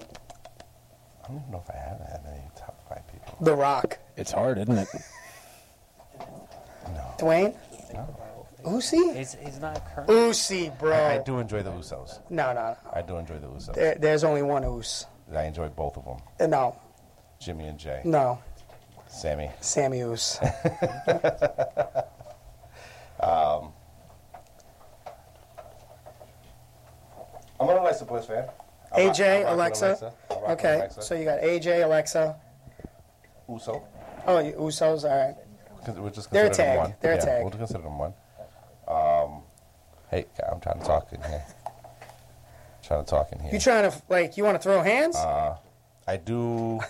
[SPEAKER 13] I don't even know if I have that many top five people.
[SPEAKER 4] The Rock,
[SPEAKER 9] It's hard, isn't it?
[SPEAKER 4] Dwayne. Usi.
[SPEAKER 10] He's, he's not current.
[SPEAKER 4] Usi, bro.
[SPEAKER 13] I, I do enjoy the Usos.
[SPEAKER 4] No, no, no.
[SPEAKER 13] I do enjoy the Usos.
[SPEAKER 4] There, there's only one Us.
[SPEAKER 13] I enjoy both of them,
[SPEAKER 4] Uh, No,
[SPEAKER 13] Jimmy and Jay.
[SPEAKER 4] no.
[SPEAKER 13] Sammy.
[SPEAKER 4] Sammy Us.
[SPEAKER 13] Um, I'm an Alexa Bliss fan. I rock- I
[SPEAKER 4] AJ,
[SPEAKER 13] rock with
[SPEAKER 4] Alexa.
[SPEAKER 13] I rock with
[SPEAKER 4] Okay,
[SPEAKER 13] Alexa.
[SPEAKER 4] so you got AJ, Alexa.
[SPEAKER 13] Uso.
[SPEAKER 4] Oh, you Usos. All right.
[SPEAKER 13] 'Cause we're just
[SPEAKER 4] They're a
[SPEAKER 13] consider them
[SPEAKER 4] tag.
[SPEAKER 13] one.
[SPEAKER 4] They're a
[SPEAKER 13] yeah,
[SPEAKER 4] tag.
[SPEAKER 13] We'll consider them one. Um, hey, I'm trying to talk in here. trying to talk in here.
[SPEAKER 4] You trying to like? You want to throw hands?
[SPEAKER 13] Uh, I do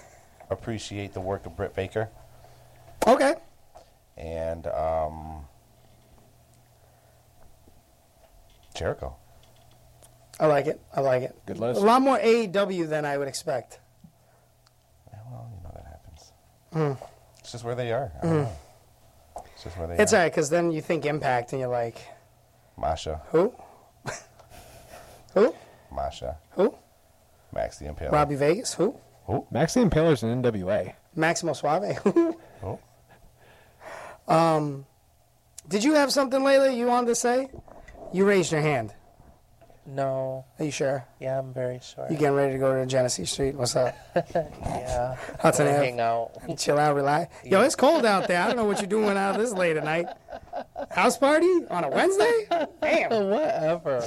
[SPEAKER 13] appreciate the work of Britt Baker,
[SPEAKER 4] okay.
[SPEAKER 13] and um, Jericho.
[SPEAKER 4] I like it. I like it.
[SPEAKER 13] Good
[SPEAKER 4] A
[SPEAKER 13] list.
[SPEAKER 4] lot more AEW than I would expect.
[SPEAKER 13] Well, you know that happens. Hmm.
[SPEAKER 4] Mm.
[SPEAKER 13] It's just where they are. I don't
[SPEAKER 4] Mm.
[SPEAKER 13] know. It's just where they
[SPEAKER 4] It's
[SPEAKER 13] are.
[SPEAKER 4] alright, because then you think Impact and you're like,
[SPEAKER 13] Masha.
[SPEAKER 4] who? who?
[SPEAKER 13] Masha.
[SPEAKER 4] Who?
[SPEAKER 13] Max the Impaler.
[SPEAKER 4] Robbie Vegas? Who?
[SPEAKER 13] Who?
[SPEAKER 9] Max the Impaler's an NWA.
[SPEAKER 4] Maximo Suave? Who?
[SPEAKER 13] Who?
[SPEAKER 4] Um, did you have something, Layla, you wanted to say? You raised your hand.
[SPEAKER 7] No.
[SPEAKER 4] Are you sure?
[SPEAKER 7] Yeah, I'm very sure.
[SPEAKER 4] You getting ready to go to Genesee Street? What's up?
[SPEAKER 7] yeah.
[SPEAKER 4] Hudson
[SPEAKER 7] Wanna
[SPEAKER 4] Ave.
[SPEAKER 7] hang out.
[SPEAKER 4] Chill out, relax. Yo, it's cold out there. I don't know what you're doing out this late at night. House party on a Wednesday? Damn.
[SPEAKER 7] Whatever.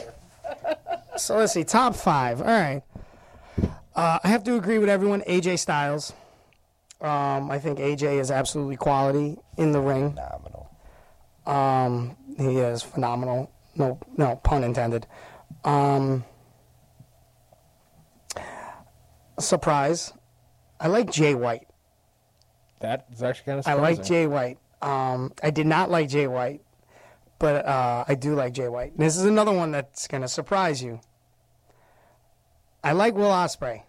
[SPEAKER 4] So let's see, top five. All right. Uh, I have to agree with everyone. AJ Styles. Um, I think AJ is absolutely quality in the ring.
[SPEAKER 13] Phenomenal.
[SPEAKER 4] Um, he is phenomenal. No, no pun intended. Um, surprise. I like Jay White.
[SPEAKER 9] That is actually kind of
[SPEAKER 4] I
[SPEAKER 9] surprising.
[SPEAKER 4] like Jay White. Um, I did not like Jay White, but uh, I do like Jay White. This is another one that's going to surprise you. I like Will Osprey.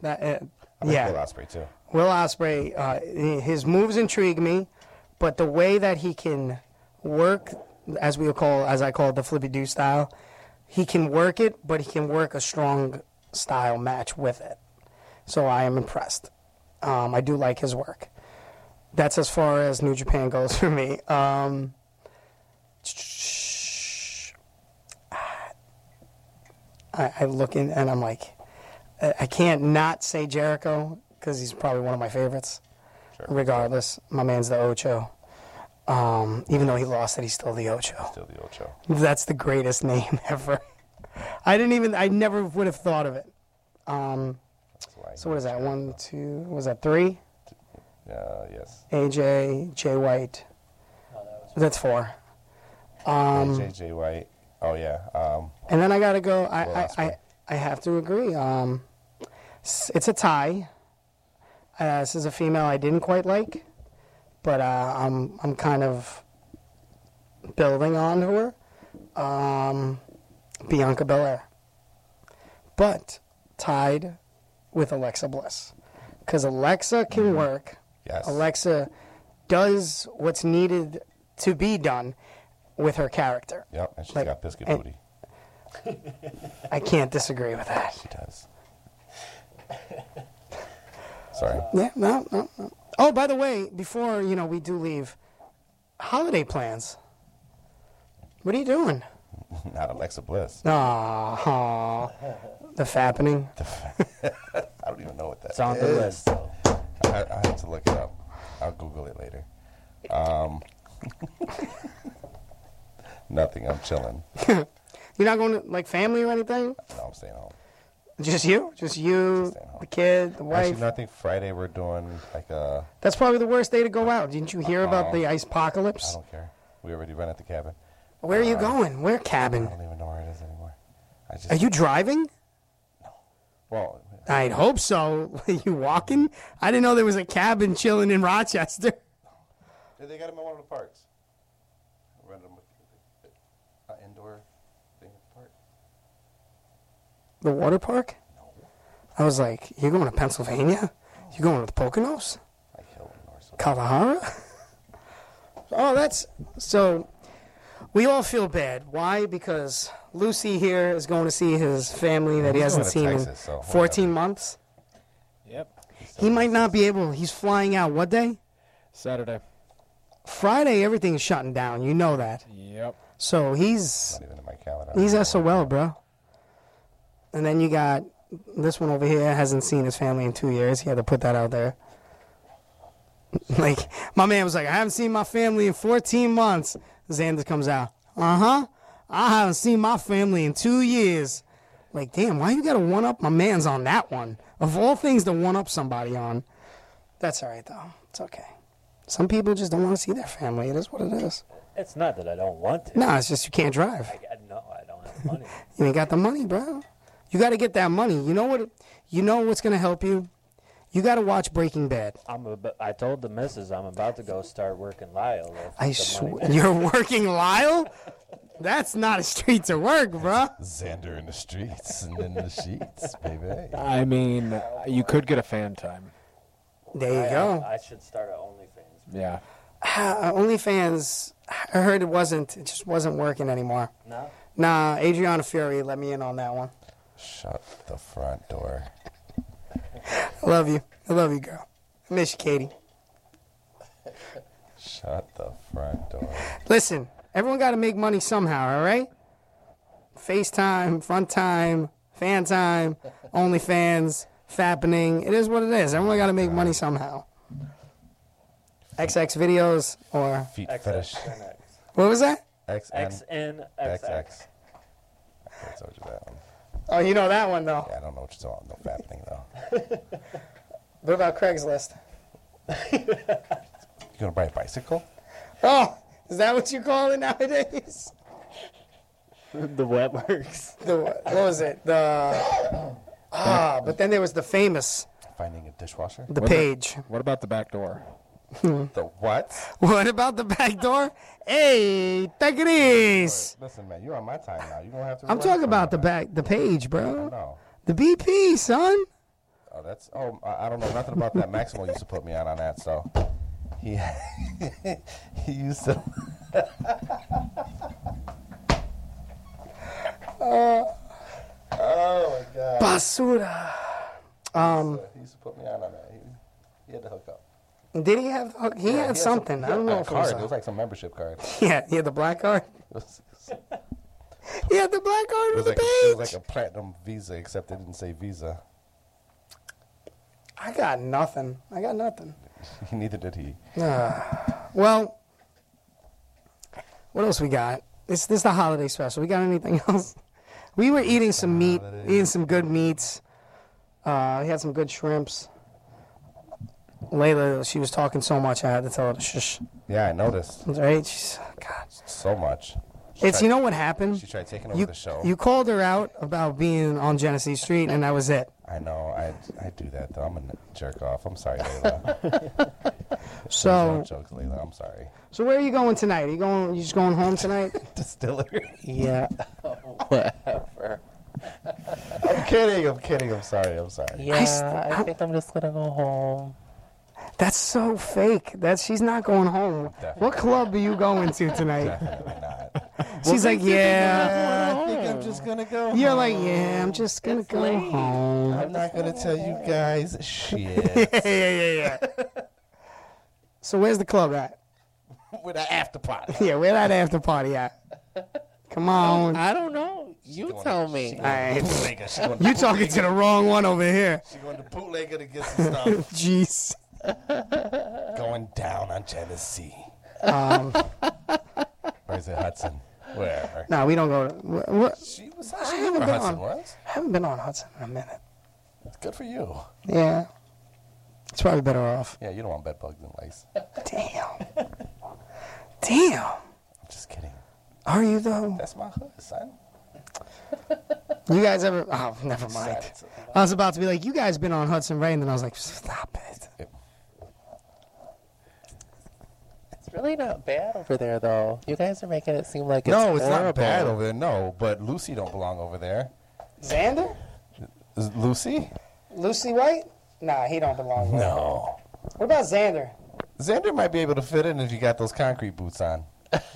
[SPEAKER 4] That, uh,
[SPEAKER 13] I like
[SPEAKER 4] yeah.
[SPEAKER 13] Will Ospreay, too.
[SPEAKER 4] Will Osprey, uh, his moves intrigue me, but the way that he can work, as we would call, as I call it, the Flippy Do style, he can work it, but he can work a strong style match with it. So I am impressed. Um, I do like his work. That's as far as New Japan goes for me. Um, I, I look in and I'm like, I, I can't not say Jericho because he's probably one of my favorites. Regardless, my man's the Ocho. Um, even though he lost it, he's still the Ocho.
[SPEAKER 13] Still the Ocho.
[SPEAKER 4] That's the greatest name ever. I didn't even, I never would have thought of it. Um, so what is that? One, two, was that three?
[SPEAKER 13] Uh, yes.
[SPEAKER 4] AJ, Jay White. That's four. Um,
[SPEAKER 13] AJ Jay White. Oh yeah. Um,
[SPEAKER 4] And then I gotta go. I
[SPEAKER 13] Will
[SPEAKER 4] I, I, I have to agree. Um, s- it's a tie. Uh, this is a female I didn't quite like, but uh, I'm I'm kind of building on her. Um, Bianca Belair, but tied with Alexa Bliss, because Alexa can work.
[SPEAKER 13] Mm-hmm. Yes.
[SPEAKER 4] Alexa does what's needed to be done with her character.
[SPEAKER 13] Yep. And she's
[SPEAKER 4] Like,
[SPEAKER 13] got biscuit
[SPEAKER 4] and-
[SPEAKER 13] booty.
[SPEAKER 4] I can't disagree with that.
[SPEAKER 13] She does. Sorry.
[SPEAKER 4] Yeah, no, no, no. Oh, by the way, before you know we do leave, holiday plans. What are you doing?
[SPEAKER 13] Not Alexa Bliss.
[SPEAKER 4] Aw, the fappening.
[SPEAKER 13] I don't even know what that is.
[SPEAKER 4] It's on the list,
[SPEAKER 13] I, I have to look it up. I'll Google it later. Um, nothing. I'm chilling.
[SPEAKER 4] You're not going to like family or anything?
[SPEAKER 13] No, I'm staying home.
[SPEAKER 4] Just you? Just you? The kid? The wife?
[SPEAKER 13] Actually, no, I think Friday we're doing like uh, a.
[SPEAKER 4] That's probably the worst day to go out. Didn't you hear about
[SPEAKER 13] Uh-uh.
[SPEAKER 4] the ice
[SPEAKER 13] I
[SPEAKER 4] apocalypse?
[SPEAKER 13] don't care. We already ran at the cabin.
[SPEAKER 4] Where are you
[SPEAKER 13] Uh,
[SPEAKER 4] going? Where cabin?
[SPEAKER 13] I don't even know where it is anymore. I just,
[SPEAKER 4] Are you driving?
[SPEAKER 13] Well,
[SPEAKER 4] I'd hope so. Are you walking? I didn't know there was a cabin chilling in Rochester.
[SPEAKER 13] Yeah, they got him at one of the parks. I rented him an indoor thing at the park.
[SPEAKER 4] The water park? I was like, You're going to Pennsylvania? You're going to the Poconos? Kalahara? oh, that's so. We all feel bad. Why? Because Lucy here is going to see his family that he
[SPEAKER 13] He's
[SPEAKER 4] hasn't
[SPEAKER 13] going to
[SPEAKER 4] seen
[SPEAKER 13] Texas, so
[SPEAKER 4] in
[SPEAKER 13] whatever.
[SPEAKER 4] 14 months.
[SPEAKER 13] Yep.
[SPEAKER 4] He might not be able. He's flying out. What day?
[SPEAKER 9] Saturday.
[SPEAKER 4] Friday, everything's shutting down. You know that.
[SPEAKER 9] Yep.
[SPEAKER 4] So he's
[SPEAKER 13] Not even in my calendar.
[SPEAKER 4] he's SOL, bro. And then you got this one over here hasn't seen his family in two years. He had to put that out there. like my man was like, I haven't seen my family in 14 months. Xander comes out. Uh huh. I haven't seen my family in two years. Like, damn, why you gotta one up my man's on that one? Of all things to one up somebody on. That's all right though. Oh, It's okay. Some people just don't want to see their family. It is what it is.
[SPEAKER 10] It's not that I don't want to.
[SPEAKER 4] No, it's just you can't drive.
[SPEAKER 10] I, I- no, I don't have money.
[SPEAKER 4] You ain't got the money, bro. You got to get that money. You know what? You know what's gonna help you. You got to watch Breaking Bad.
[SPEAKER 10] I'm ab- I told the missus I'm about to go start working Lyle. with
[SPEAKER 4] I
[SPEAKER 10] the
[SPEAKER 4] swear,
[SPEAKER 10] money.
[SPEAKER 4] you're working Lyle. That's not a street to work, bro.
[SPEAKER 13] Xander in the streets and in the sheets, baby.
[SPEAKER 9] I mean, you could get a fan time.
[SPEAKER 4] There you
[SPEAKER 10] I-
[SPEAKER 4] go.
[SPEAKER 10] I, I should start an OnlyFans.
[SPEAKER 9] Yeah.
[SPEAKER 4] Ah, OnlyFans. I heard it wasn't. It just wasn't working anymore.
[SPEAKER 10] No?
[SPEAKER 4] Nah, Adriana Fury let me in on that one.
[SPEAKER 13] Shut the front door.
[SPEAKER 4] I love you. I love you, girl. I miss you, Katie.
[SPEAKER 13] Shut the front door.
[SPEAKER 4] Listen, everyone got to make money somehow, all right? FaceTime, front time, fan time, OnlyFans, fappening. It is what it is. Everyone got to make money somehow. XX videos or.
[SPEAKER 13] Feet fetish.
[SPEAKER 4] What was that?
[SPEAKER 13] XN.
[SPEAKER 10] XNXX.
[SPEAKER 13] I told you that one.
[SPEAKER 4] Oh, you know that one, though.
[SPEAKER 13] Yeah, I don't know what you're talking about. No fat thing, though.
[SPEAKER 4] What about Craigslist?
[SPEAKER 13] You gonna buy a bicycle?
[SPEAKER 4] Oh, is that what you call it nowadays?
[SPEAKER 10] the wet works.
[SPEAKER 4] The, what was it? The. Ah, but then there was the famous.
[SPEAKER 13] Finding a dishwasher?
[SPEAKER 4] The page.
[SPEAKER 9] what about the back door?
[SPEAKER 4] hmm,
[SPEAKER 13] the what?
[SPEAKER 4] What about the back door? Hey, take it easy.
[SPEAKER 13] Listen, man, you're on my time now. You don't have to.
[SPEAKER 4] I'm
[SPEAKER 13] run
[SPEAKER 4] talking
[SPEAKER 13] from
[SPEAKER 4] about the back, the page, bro.
[SPEAKER 13] know.
[SPEAKER 4] The BP, son.
[SPEAKER 13] me. Oh, that's. Oh, I I don't know nothing about that. Maximo used to put me out on that, so he he used to.
[SPEAKER 4] Oh,
[SPEAKER 13] Oh my god.
[SPEAKER 4] basura. Um,
[SPEAKER 13] He used to put me out on that. He, he had to hook up.
[SPEAKER 4] did he have? oh, He
[SPEAKER 13] Yeah,
[SPEAKER 4] had
[SPEAKER 13] some-
[SPEAKER 4] something.
[SPEAKER 13] he
[SPEAKER 4] I don't
[SPEAKER 13] had
[SPEAKER 4] know
[SPEAKER 13] a
[SPEAKER 4] if it
[SPEAKER 13] card.
[SPEAKER 4] was.
[SPEAKER 13] It was
[SPEAKER 4] a-
[SPEAKER 13] like some membership card.
[SPEAKER 4] Yeah, he had the black card.
[SPEAKER 13] It was,
[SPEAKER 4] He had the black card
[SPEAKER 13] it
[SPEAKER 4] on
[SPEAKER 13] was
[SPEAKER 4] the
[SPEAKER 13] like, it was
[SPEAKER 4] page.
[SPEAKER 13] like a platinum Visa, except they didn't say Visa.
[SPEAKER 4] I got nothing. I got nothing.
[SPEAKER 13] Neither did he.
[SPEAKER 4] Ah, well, what else we got? This this is the holiday special. We got anything else? We were eating some meat, eating some good meats. Uh, we had some good shrimps. Layla, she was talking so much, I had to tell her to shush.
[SPEAKER 13] Yeah, I noticed.
[SPEAKER 4] Right? She's,
[SPEAKER 13] So much.
[SPEAKER 4] It's you know what happened.
[SPEAKER 13] She tried taking over
[SPEAKER 4] you,
[SPEAKER 13] the show.
[SPEAKER 4] You called her out about being on Genesee Street, and that was it.
[SPEAKER 13] I know. I I do that though. I'm a jerk off. I'm sorry, Layla.
[SPEAKER 4] So,
[SPEAKER 13] no jokes, Layla. I'm sorry.
[SPEAKER 4] so where are you going tonight? Are you going? You just going home tonight?
[SPEAKER 13] Distillery.
[SPEAKER 4] Yeah.
[SPEAKER 13] Whatever. I'm kidding. I'm kidding. I'm sorry. I'm sorry.
[SPEAKER 4] I s- I-
[SPEAKER 10] think I'm just gonna go home.
[SPEAKER 4] That's so fake. That she's not going home. What club are you going to tonight? She's like, yeah.
[SPEAKER 13] I think I'm just gonna go.
[SPEAKER 4] You're like, yeah. I'm just gonna go home.
[SPEAKER 13] I'm not gonna tell you guys shit.
[SPEAKER 4] yeah, yeah, yeah, yeah. so where's the club at?
[SPEAKER 13] With an after party.
[SPEAKER 4] Yeah, where that after party at? Come on.
[SPEAKER 10] I don't know. You tell me.
[SPEAKER 4] All right.
[SPEAKER 13] Bootlegger. She going
[SPEAKER 4] You talking to the wrong one over here.
[SPEAKER 13] She going to bootlegger to get some stuff.
[SPEAKER 4] Jeez.
[SPEAKER 13] going down on Genesee.
[SPEAKER 4] Um,
[SPEAKER 13] Or is it Hudson? Wherever.
[SPEAKER 4] no, we don't go. To, wh- what?
[SPEAKER 13] She was
[SPEAKER 4] I
[SPEAKER 13] she
[SPEAKER 4] haven't
[SPEAKER 13] where
[SPEAKER 4] been
[SPEAKER 13] Hudson
[SPEAKER 4] on.
[SPEAKER 13] was.
[SPEAKER 4] I haven't been on Hudson in a minute.
[SPEAKER 13] Good for you.
[SPEAKER 4] Yeah. It's probably better off.
[SPEAKER 13] Yeah, you don't want bed bugs and lice.
[SPEAKER 4] Damn. I'm
[SPEAKER 13] just kidding.
[SPEAKER 4] Are you though?
[SPEAKER 13] That's my hood, son.
[SPEAKER 4] You guys ever? Oh, never mind. I was about to be like, you guys been on Hudson, right? And then I was like, stop it.
[SPEAKER 10] It's really not bad over there, though. You guys are making it seem like it's
[SPEAKER 13] no, it's
[SPEAKER 10] horrible.
[SPEAKER 13] not bad over there. No, but Lucy don't belong over there.
[SPEAKER 4] Xander?
[SPEAKER 13] Is it Lucy?
[SPEAKER 4] Lucy White? Nah, he don't belong. there.
[SPEAKER 13] No.
[SPEAKER 4] What about Xander?
[SPEAKER 13] Xander might be able to fit in if you got those concrete boots on.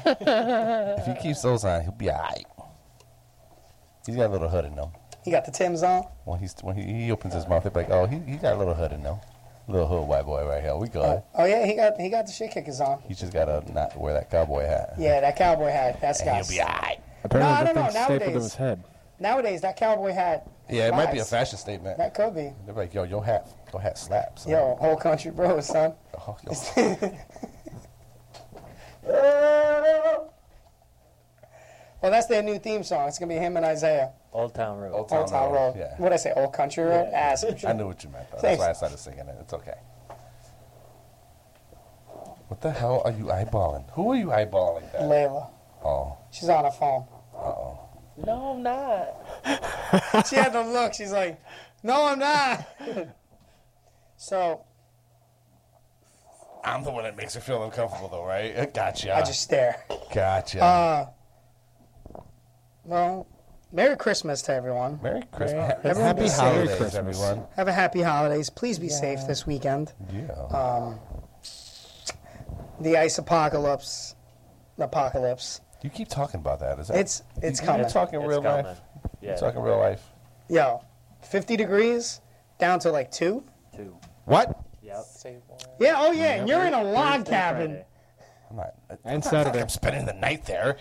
[SPEAKER 13] If he keeps those on, he'll be all right. He's got a little hood in him.
[SPEAKER 4] he got the Tim's on.
[SPEAKER 13] When he's when he, he opens his mouth, they're like, "Oh, he, he got a little hood in him, little hood white boy right here. We good.
[SPEAKER 4] Oh yeah, he got he got the shit kickers on.
[SPEAKER 13] He just gotta not wear that cowboy hat."
[SPEAKER 4] Yeah, that cowboy hat. That's
[SPEAKER 13] And
[SPEAKER 4] got.
[SPEAKER 13] he'll be all right.
[SPEAKER 4] Apparently No, I that don't know, thing's stapled to nowadays- his
[SPEAKER 13] head.
[SPEAKER 4] Nowadays, that cowboy hat.
[SPEAKER 13] Yeah, it might be a
[SPEAKER 4] flies.
[SPEAKER 13] fashion statement.
[SPEAKER 4] That could be.
[SPEAKER 13] They're like, "Yo, your hat, your hat slaps."
[SPEAKER 4] Yo, whole country bro, son.
[SPEAKER 13] Oh, yo.
[SPEAKER 4] well, that's their new theme song. It's gonna be him and Isaiah.
[SPEAKER 10] Old Town Road.
[SPEAKER 13] Old Town
[SPEAKER 4] Old Town
[SPEAKER 13] Road,
[SPEAKER 4] Road.
[SPEAKER 13] yeah.
[SPEAKER 4] What I say? Old Country Road. Ah, some shit.
[SPEAKER 13] I knew what you meant, though. That's
[SPEAKER 4] Thanks.
[SPEAKER 13] why I started singing it. It's okay. What the hell are you eyeballing? Who are you eyeballing? That?
[SPEAKER 4] Layla.
[SPEAKER 13] Oh,
[SPEAKER 4] She's on her phone.
[SPEAKER 13] uh-oh.
[SPEAKER 10] No, I'm not.
[SPEAKER 4] she had the look. She's like, "No, I'm not." so
[SPEAKER 13] I'm the one that makes her feel uncomfortable, though, right? Gotcha.
[SPEAKER 4] I just stare.
[SPEAKER 13] Gotcha.
[SPEAKER 4] Uh, well, Merry Christmas to everyone.
[SPEAKER 13] Merry Christmas. Ha-
[SPEAKER 4] Everyone
[SPEAKER 13] Happy
[SPEAKER 4] be safe.
[SPEAKER 13] holidays, Merry Christmas. everyone.
[SPEAKER 4] Have a happy holidays. Please be safe this weekend.
[SPEAKER 13] Yeah.
[SPEAKER 4] Um, the ice apocalypse. Apocalypse.
[SPEAKER 13] you keep talking about that. Is that
[SPEAKER 4] It's- it's
[SPEAKER 13] you,
[SPEAKER 4] coming.
[SPEAKER 13] You're talking
[SPEAKER 4] It's
[SPEAKER 13] real
[SPEAKER 4] coming.
[SPEAKER 13] life.
[SPEAKER 4] Yeah.
[SPEAKER 13] You're talking real life.
[SPEAKER 4] Yo, 50 degrees down to like two.
[SPEAKER 10] Two.
[SPEAKER 13] What?
[SPEAKER 10] Yep.
[SPEAKER 4] Yeah. Oh yeah. and you're in a
[SPEAKER 10] Thursday,
[SPEAKER 4] log
[SPEAKER 10] Friday.
[SPEAKER 4] cabin.
[SPEAKER 13] I'm not. And
[SPEAKER 4] And Saturday.
[SPEAKER 13] I'm spending the night there.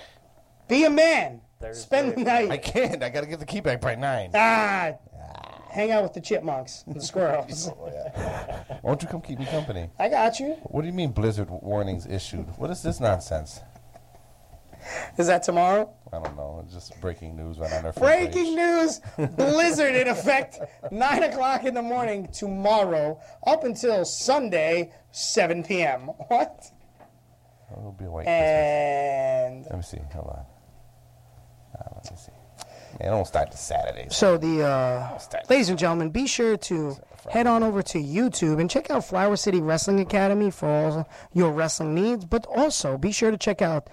[SPEAKER 4] Be a man. Spend the night.
[SPEAKER 13] I can't. I got to get the key back by nine.
[SPEAKER 4] Ah. Hang out with the chipmunks and the squirrels.
[SPEAKER 13] Oh, Won't you come keep me company?
[SPEAKER 4] I got you.
[SPEAKER 13] What do you mean blizzard warnings issued? What is this nonsense?
[SPEAKER 4] Is that tomorrow?
[SPEAKER 13] I don't know. It's just breaking news right on our front page.
[SPEAKER 4] Breaking news: Blizzard in effect, nine o'clock in the morning tomorrow, up until Sunday, seven p.m. What?
[SPEAKER 13] Oh, It'll be a white Christmas.
[SPEAKER 4] And
[SPEAKER 13] Let me see. Hold on. Uh, let me see. It don't start to Saturday.
[SPEAKER 4] So the uh, ladies and gentlemen, be sure to head on over to YouTube and check out Flower City Wrestling Academy for all your wrestling needs. But also be sure to check out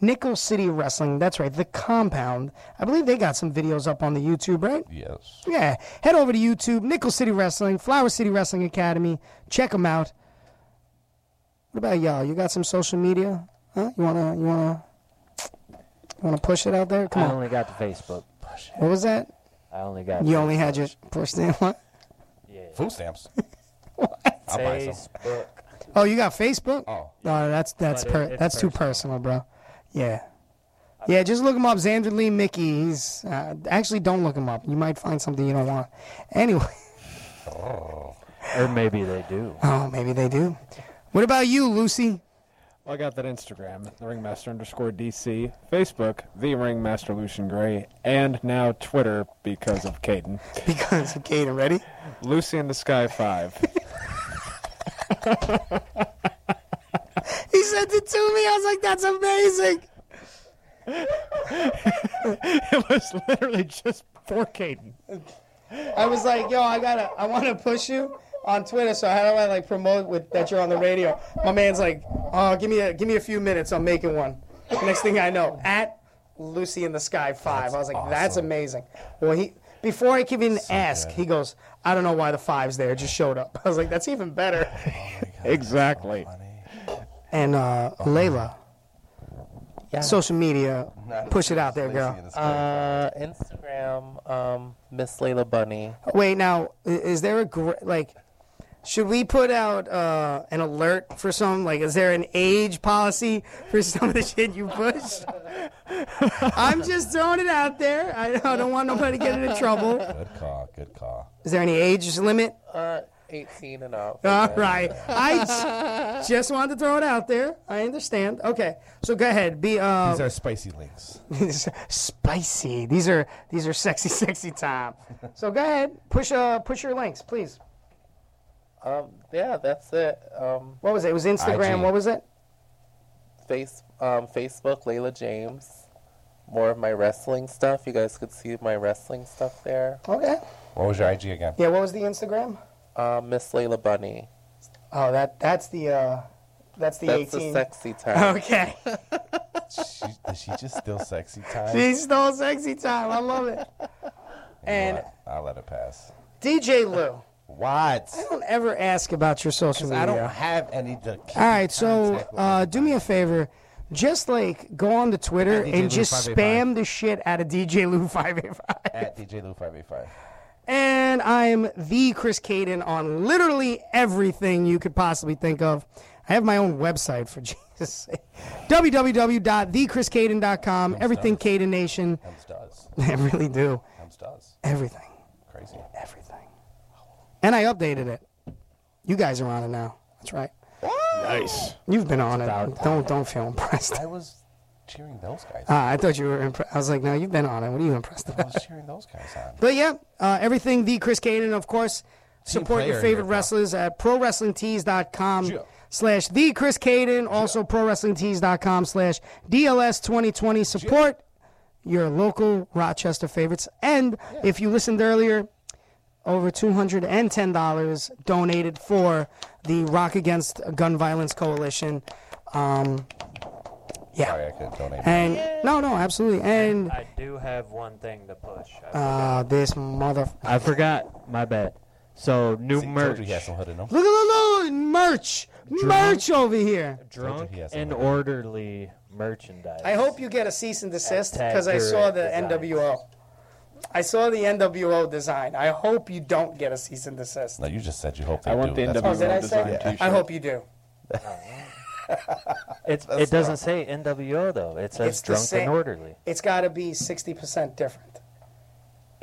[SPEAKER 4] Nickel City Wrestling. That's right, the compound. I believe they got some videos up on the YouTube, right?
[SPEAKER 13] Yes.
[SPEAKER 4] Yeah. Head over to YouTube, Nickel City Wrestling, Flower City Wrestling Academy. Check them out. What about y'all? You got some social media? Huh? You wanna you wanna you wanna push it out there? Come
[SPEAKER 10] I
[SPEAKER 4] on.
[SPEAKER 10] only got the Facebook.
[SPEAKER 4] What was that?
[SPEAKER 10] I only got.
[SPEAKER 4] You only had your push stamp. What?
[SPEAKER 13] Food stamps.
[SPEAKER 4] What?
[SPEAKER 13] I'll buy some.
[SPEAKER 10] Facebook.
[SPEAKER 4] Oh, you got Facebook?
[SPEAKER 13] Oh.
[SPEAKER 4] No, that's that's
[SPEAKER 10] But it-
[SPEAKER 4] per-
[SPEAKER 10] it's
[SPEAKER 4] that's too personal, bro. Yeah. Yeah, just look him up, Xander Lee Mickey. He's uh, actually don't look him up. You might find something you don't want. Anyway,
[SPEAKER 10] Oh. Or maybe they do.
[SPEAKER 4] oh, maybe they do. What about you, Lucy?
[SPEAKER 9] Well, I got that Instagram, the Ringmaster underscore DC, Facebook, the Ringmaster Lucian Gray, and now Twitter because of Caden.
[SPEAKER 4] Because of Caden, ready?
[SPEAKER 9] Lucy in the Sky Five.
[SPEAKER 4] He sent it to me. I was like, that's amazing.
[SPEAKER 9] it was literally just for Caden.
[SPEAKER 4] I was like, yo, I gotta, I want to push you on Twitter. So how do I like promote with that you're on the radio? My man's like, oh, give me a, give me a few minutes. I'm making one. Next thing I know, at Lucy in the Sky Five. I was like, that's amazing. Well, he before I could even ask, he goes, I don't know why the five's there. It just showed up. I was like, that's even better.
[SPEAKER 9] exactly.
[SPEAKER 4] And uh, Layla, social media,
[SPEAKER 7] Not
[SPEAKER 4] push it out there, girl.
[SPEAKER 7] Uh, Instagram, um, Miss Layla Bunny.
[SPEAKER 4] Wait, now i- is there a gr- like? Should we put out uh, an alert for some? Like, is there an age policy for some of the shit you push? I'm just throwing it out there. I don't I don't want nobody to get into trouble.
[SPEAKER 13] Good call. Good call.
[SPEAKER 4] Is there any age limit?
[SPEAKER 7] Uh, 18 and up.
[SPEAKER 4] All right. I j- just wanted to throw it out there. I understand. Okay. So go ahead. Be uh,
[SPEAKER 13] These are spicy links.
[SPEAKER 4] These are spicy. These are these are sexy, sexy time. So go ahead, push uh push your links, please.
[SPEAKER 7] Um, yeah, that's it. Um,
[SPEAKER 4] What was it? It was Instagram.
[SPEAKER 7] IG.
[SPEAKER 4] What was it?
[SPEAKER 7] Face, um, Facebook, Layla James. More of my wrestling stuff. You guys could see my wrestling stuff there.
[SPEAKER 4] Okay.
[SPEAKER 13] What was your IG again?
[SPEAKER 4] Yeah. What was the Instagram?
[SPEAKER 7] Uh, Miss Layla Bunny.
[SPEAKER 4] Oh, that that's the uh, that's the
[SPEAKER 7] That's the
[SPEAKER 4] 18.
[SPEAKER 7] sexy time.
[SPEAKER 4] Okay.
[SPEAKER 13] she, is she just still sexy time?
[SPEAKER 4] She stole sexy time. I love it. And
[SPEAKER 13] I'll let it pass.
[SPEAKER 4] DJ Lou,
[SPEAKER 13] What? I
[SPEAKER 4] don't ever ask about your social media.
[SPEAKER 13] I don't have any. To keep
[SPEAKER 4] All right,
[SPEAKER 13] in
[SPEAKER 4] so
[SPEAKER 13] contact with.
[SPEAKER 4] uh, do me a favor. Just like go on to Twitter
[SPEAKER 13] At DJ
[SPEAKER 4] and just
[SPEAKER 13] Lou585.
[SPEAKER 4] spam the shit out of DJ Lou five eight five.
[SPEAKER 13] at DJ Lou five eight five.
[SPEAKER 4] And I'm the Chris Caden on literally everything you could possibly think of. I have my own website for Jesus' sake. www.thechriscaden.com. Everything Caden Nation.
[SPEAKER 13] Stars.
[SPEAKER 4] I really do.
[SPEAKER 13] Ham stars.
[SPEAKER 4] Everything.
[SPEAKER 13] Crazy.
[SPEAKER 4] Everything. And I updated it. You guys are on it now. That's right.
[SPEAKER 13] Nice.
[SPEAKER 4] You've been on it. Don't don't feel impressed.
[SPEAKER 13] I was cheering those guys.
[SPEAKER 4] Ah, I thought you were impressed. I was like, no, you've been on it. What are you impressed
[SPEAKER 13] I
[SPEAKER 4] about?
[SPEAKER 13] was cheering those guys on.
[SPEAKER 4] But yeah, uh, everything the Chris Caden, of course. Support your
[SPEAKER 13] player
[SPEAKER 4] favorite
[SPEAKER 13] here, pal.
[SPEAKER 4] wrestlers at prowrestlingtees.com slash the Chris Caden. Also prowrestlingtees.com slash DLS 2020. Support your local Rochester favorites. And if you listened earlier, over $210 donated for the Rock Against Gun Violence Coalition. Um, yeah.
[SPEAKER 13] Sorry, I couldn't donate.
[SPEAKER 4] and no, no, absolutely. And
[SPEAKER 10] I do have one thing to push.
[SPEAKER 4] uh, this mother.
[SPEAKER 10] I forgot. My bad. So new
[SPEAKER 13] See,
[SPEAKER 10] merch.
[SPEAKER 13] Told you he had some hood in him.
[SPEAKER 4] Look at look, look, merch, merch over here.
[SPEAKER 10] Drunk
[SPEAKER 13] he has some
[SPEAKER 10] and orderly merchandise.
[SPEAKER 4] I hope you get a cease and desist
[SPEAKER 10] Tag
[SPEAKER 4] because I
[SPEAKER 10] Direct
[SPEAKER 4] saw the
[SPEAKER 10] Designs.
[SPEAKER 4] NWO. I saw the NWO design. I hope you don't get a cease and desist.
[SPEAKER 13] No, you just said you hope they
[SPEAKER 9] I want
[SPEAKER 13] do.
[SPEAKER 9] the
[SPEAKER 13] That's
[SPEAKER 4] Oh,
[SPEAKER 13] what
[SPEAKER 4] did I
[SPEAKER 13] I'm
[SPEAKER 4] say?
[SPEAKER 13] saying.
[SPEAKER 4] I hope you do.
[SPEAKER 10] It's,
[SPEAKER 4] That's
[SPEAKER 10] it doesn't
[SPEAKER 4] not-
[SPEAKER 10] say NWO though. It says
[SPEAKER 4] It's the
[SPEAKER 10] drunk
[SPEAKER 4] same-
[SPEAKER 10] and orderly.
[SPEAKER 4] It's got to be sixty percent different.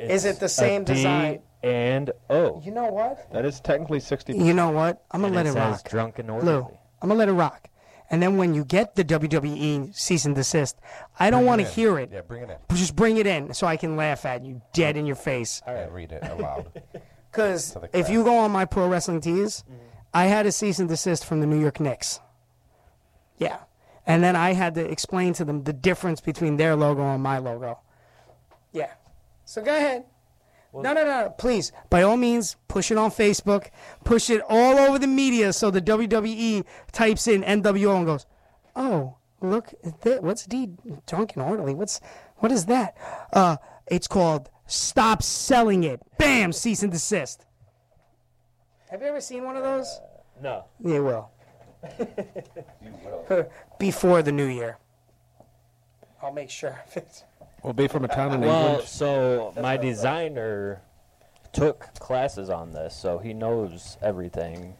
[SPEAKER 4] Is
[SPEAKER 10] It's
[SPEAKER 4] it the
[SPEAKER 10] a
[SPEAKER 4] same
[SPEAKER 10] D
[SPEAKER 4] design?
[SPEAKER 10] And O.
[SPEAKER 4] You know what?
[SPEAKER 9] That is technically sixty.
[SPEAKER 4] You know what? I'm gonna
[SPEAKER 10] And
[SPEAKER 4] let
[SPEAKER 10] it
[SPEAKER 4] it,
[SPEAKER 10] says
[SPEAKER 4] rock.
[SPEAKER 10] drunk and orderly.
[SPEAKER 4] Lou, I'm gonna let it rock. And then when you get the WWE cease and desist, I don't
[SPEAKER 13] Bring
[SPEAKER 4] want to
[SPEAKER 13] in.
[SPEAKER 4] hear it.
[SPEAKER 13] Yeah, bring it in.
[SPEAKER 4] Just bring it in so I can laugh at you dead in your face.
[SPEAKER 13] All right, read it aloud.
[SPEAKER 4] Because
[SPEAKER 13] To the
[SPEAKER 4] if
[SPEAKER 13] crowd.
[SPEAKER 4] you go on my pro wrestling tees, I had a cease and desist from the New York Knicks. Yeah. And then I had to explain to them the difference between their logo and my logo. Yeah. So go ahead. No, no, no, no, please. By all means, push it on Facebook. Push it all over the media so the WWE types in NWO and goes, oh, look at that. What's D Drunken Orderly? What's what is that? Uh, it's called Stop Selling It. Bam, cease and desist. Have you ever seen one of those?
[SPEAKER 10] No.
[SPEAKER 4] They will. Before the new year. I'll make sure.
[SPEAKER 9] Will be from a town in
[SPEAKER 10] Well,
[SPEAKER 9] England.
[SPEAKER 10] so my designer took classes on this, so he knows everything